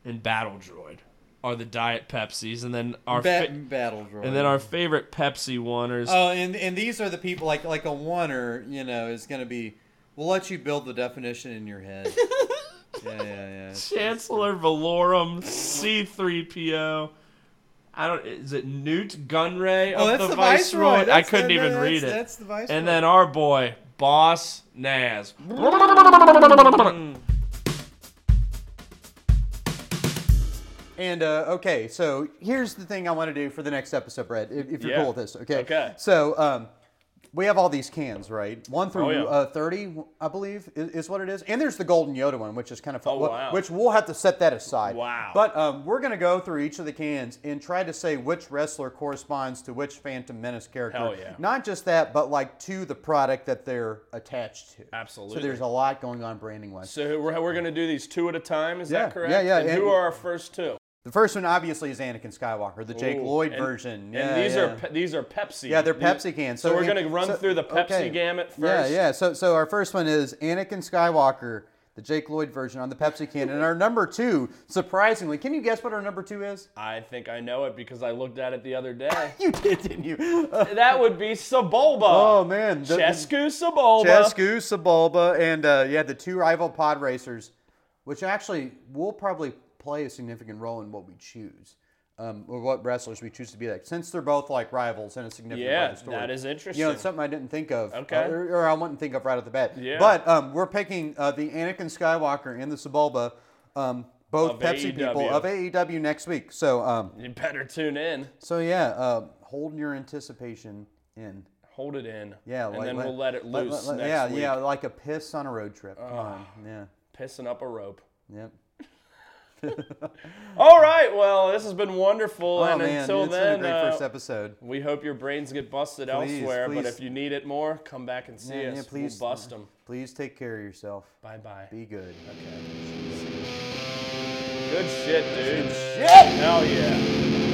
Speaker 1: and Battle Droid are the diet Pepsis, and then our
Speaker 10: Bat-
Speaker 1: fa-
Speaker 10: battle droid.
Speaker 1: and then our favorite Pepsi oneers.
Speaker 10: Oh, and and these are the people like like a oneer, you know, is gonna be. We'll let you build the definition in your head. yeah, yeah, yeah.
Speaker 1: Chancellor Valorum, C3PO. I don't. Is it Newt Gunray of
Speaker 10: Oh, that's
Speaker 1: the,
Speaker 10: the
Speaker 1: Viceroy?
Speaker 10: Viceroy.
Speaker 1: I
Speaker 10: That's-
Speaker 1: couldn't
Speaker 10: no, no,
Speaker 1: even read it.
Speaker 10: that's- that's the Viceroy.
Speaker 1: And then our boy, Boss Naz.
Speaker 7: And uh, okay, so here's the thing I want to do for the next episode, Brett. If, if you're
Speaker 1: Yeah.
Speaker 7: cool with this, okay?
Speaker 1: Okay.
Speaker 7: So um, we have all these cans, right? One through
Speaker 1: Oh, yeah.
Speaker 7: uh, thirty, I believe, is, is what it is. And there's the golden Yoda one, which is kind of fun.
Speaker 1: Oh,
Speaker 7: wh-
Speaker 1: wow.
Speaker 7: Which we'll have to set that aside.
Speaker 1: Wow.
Speaker 7: But um, we're gonna go through each of the cans and try to say which wrestler corresponds to which Phantom Menace character.
Speaker 1: Hell yeah.
Speaker 7: Not just that, but like to the product that they're attached to.
Speaker 1: Absolutely.
Speaker 7: So there's a lot going on branding wise.
Speaker 1: So we're, we're gonna do these two at a time. Is
Speaker 7: Yeah,
Speaker 1: that correct?
Speaker 7: yeah, yeah,
Speaker 1: And,
Speaker 7: and-
Speaker 1: who are our first two?
Speaker 7: the first one obviously is Anakin Skywalker, the Jake
Speaker 1: Ooh,
Speaker 7: Lloyd
Speaker 1: and-
Speaker 7: version. Yeah,
Speaker 1: and these
Speaker 7: yeah.
Speaker 1: are pe- these are Pepsi.
Speaker 7: Yeah, they're
Speaker 1: These-
Speaker 7: Pepsi cans.
Speaker 1: So, we're
Speaker 7: and-
Speaker 1: gonna run
Speaker 7: so-
Speaker 1: through the Pepsi
Speaker 7: okay.
Speaker 1: gamut first.
Speaker 7: Yeah, yeah. So so our first one is Anakin Skywalker, the Jake Lloyd version on the Pepsi can, and our number two, surprisingly, can you guess what our number two is?
Speaker 1: I think I know it because I looked at it the other day.
Speaker 7: You did, didn't you? Uh,
Speaker 1: that would be Sebulba.
Speaker 7: oh man, the-
Speaker 1: Chesku Sebulba.
Speaker 7: Chesku, Sebulba, and uh, yeah, the two rival pod racers, which actually will probably play a significant role in what we choose. Um, or what wrestlers we choose to be like, since they're both like rivals and a significant part
Speaker 1: Yeah,
Speaker 7: of the story.
Speaker 1: that is
Speaker 7: You know, it's
Speaker 1: interesting.
Speaker 7: something I didn't think of.
Speaker 1: Okay.
Speaker 7: uh, or, or I wouldn't think of right off the bat.
Speaker 1: Yeah.
Speaker 7: But um, we're picking uh, the Anakin Skywalker and the Sebulba, um, both
Speaker 1: Of E
Speaker 7: Pepsi people
Speaker 1: AEW.
Speaker 7: of AEW next week. So, um,
Speaker 1: you better tune in.
Speaker 7: so yeah, uh, hold your anticipation in.
Speaker 1: Hold it in.
Speaker 7: Yeah,
Speaker 1: and
Speaker 7: like,
Speaker 1: then we'll let it loose
Speaker 7: let-
Speaker 1: next
Speaker 7: yeah,
Speaker 1: week.
Speaker 7: yeah, like a piss on a road trip. Come on, yeah,
Speaker 1: Pissing up a rope.
Speaker 7: yep.
Speaker 1: All right. Well, this has been wonderful.
Speaker 7: Oh
Speaker 1: and
Speaker 7: man,
Speaker 1: until
Speaker 7: it's
Speaker 1: then,
Speaker 7: been a great
Speaker 1: uh,
Speaker 7: first episode.
Speaker 1: we hope your brains get busted
Speaker 7: Please,
Speaker 1: elsewhere. But
Speaker 7: please.
Speaker 1: if you need it more, come back and see
Speaker 7: Yeah,
Speaker 1: us.
Speaker 7: yeah, please
Speaker 1: We'll bust them.
Speaker 7: Please take care of yourself.
Speaker 1: Bye bye.
Speaker 7: Be good.
Speaker 1: Good shit, dude.
Speaker 7: Shit!
Speaker 1: Hell yeah.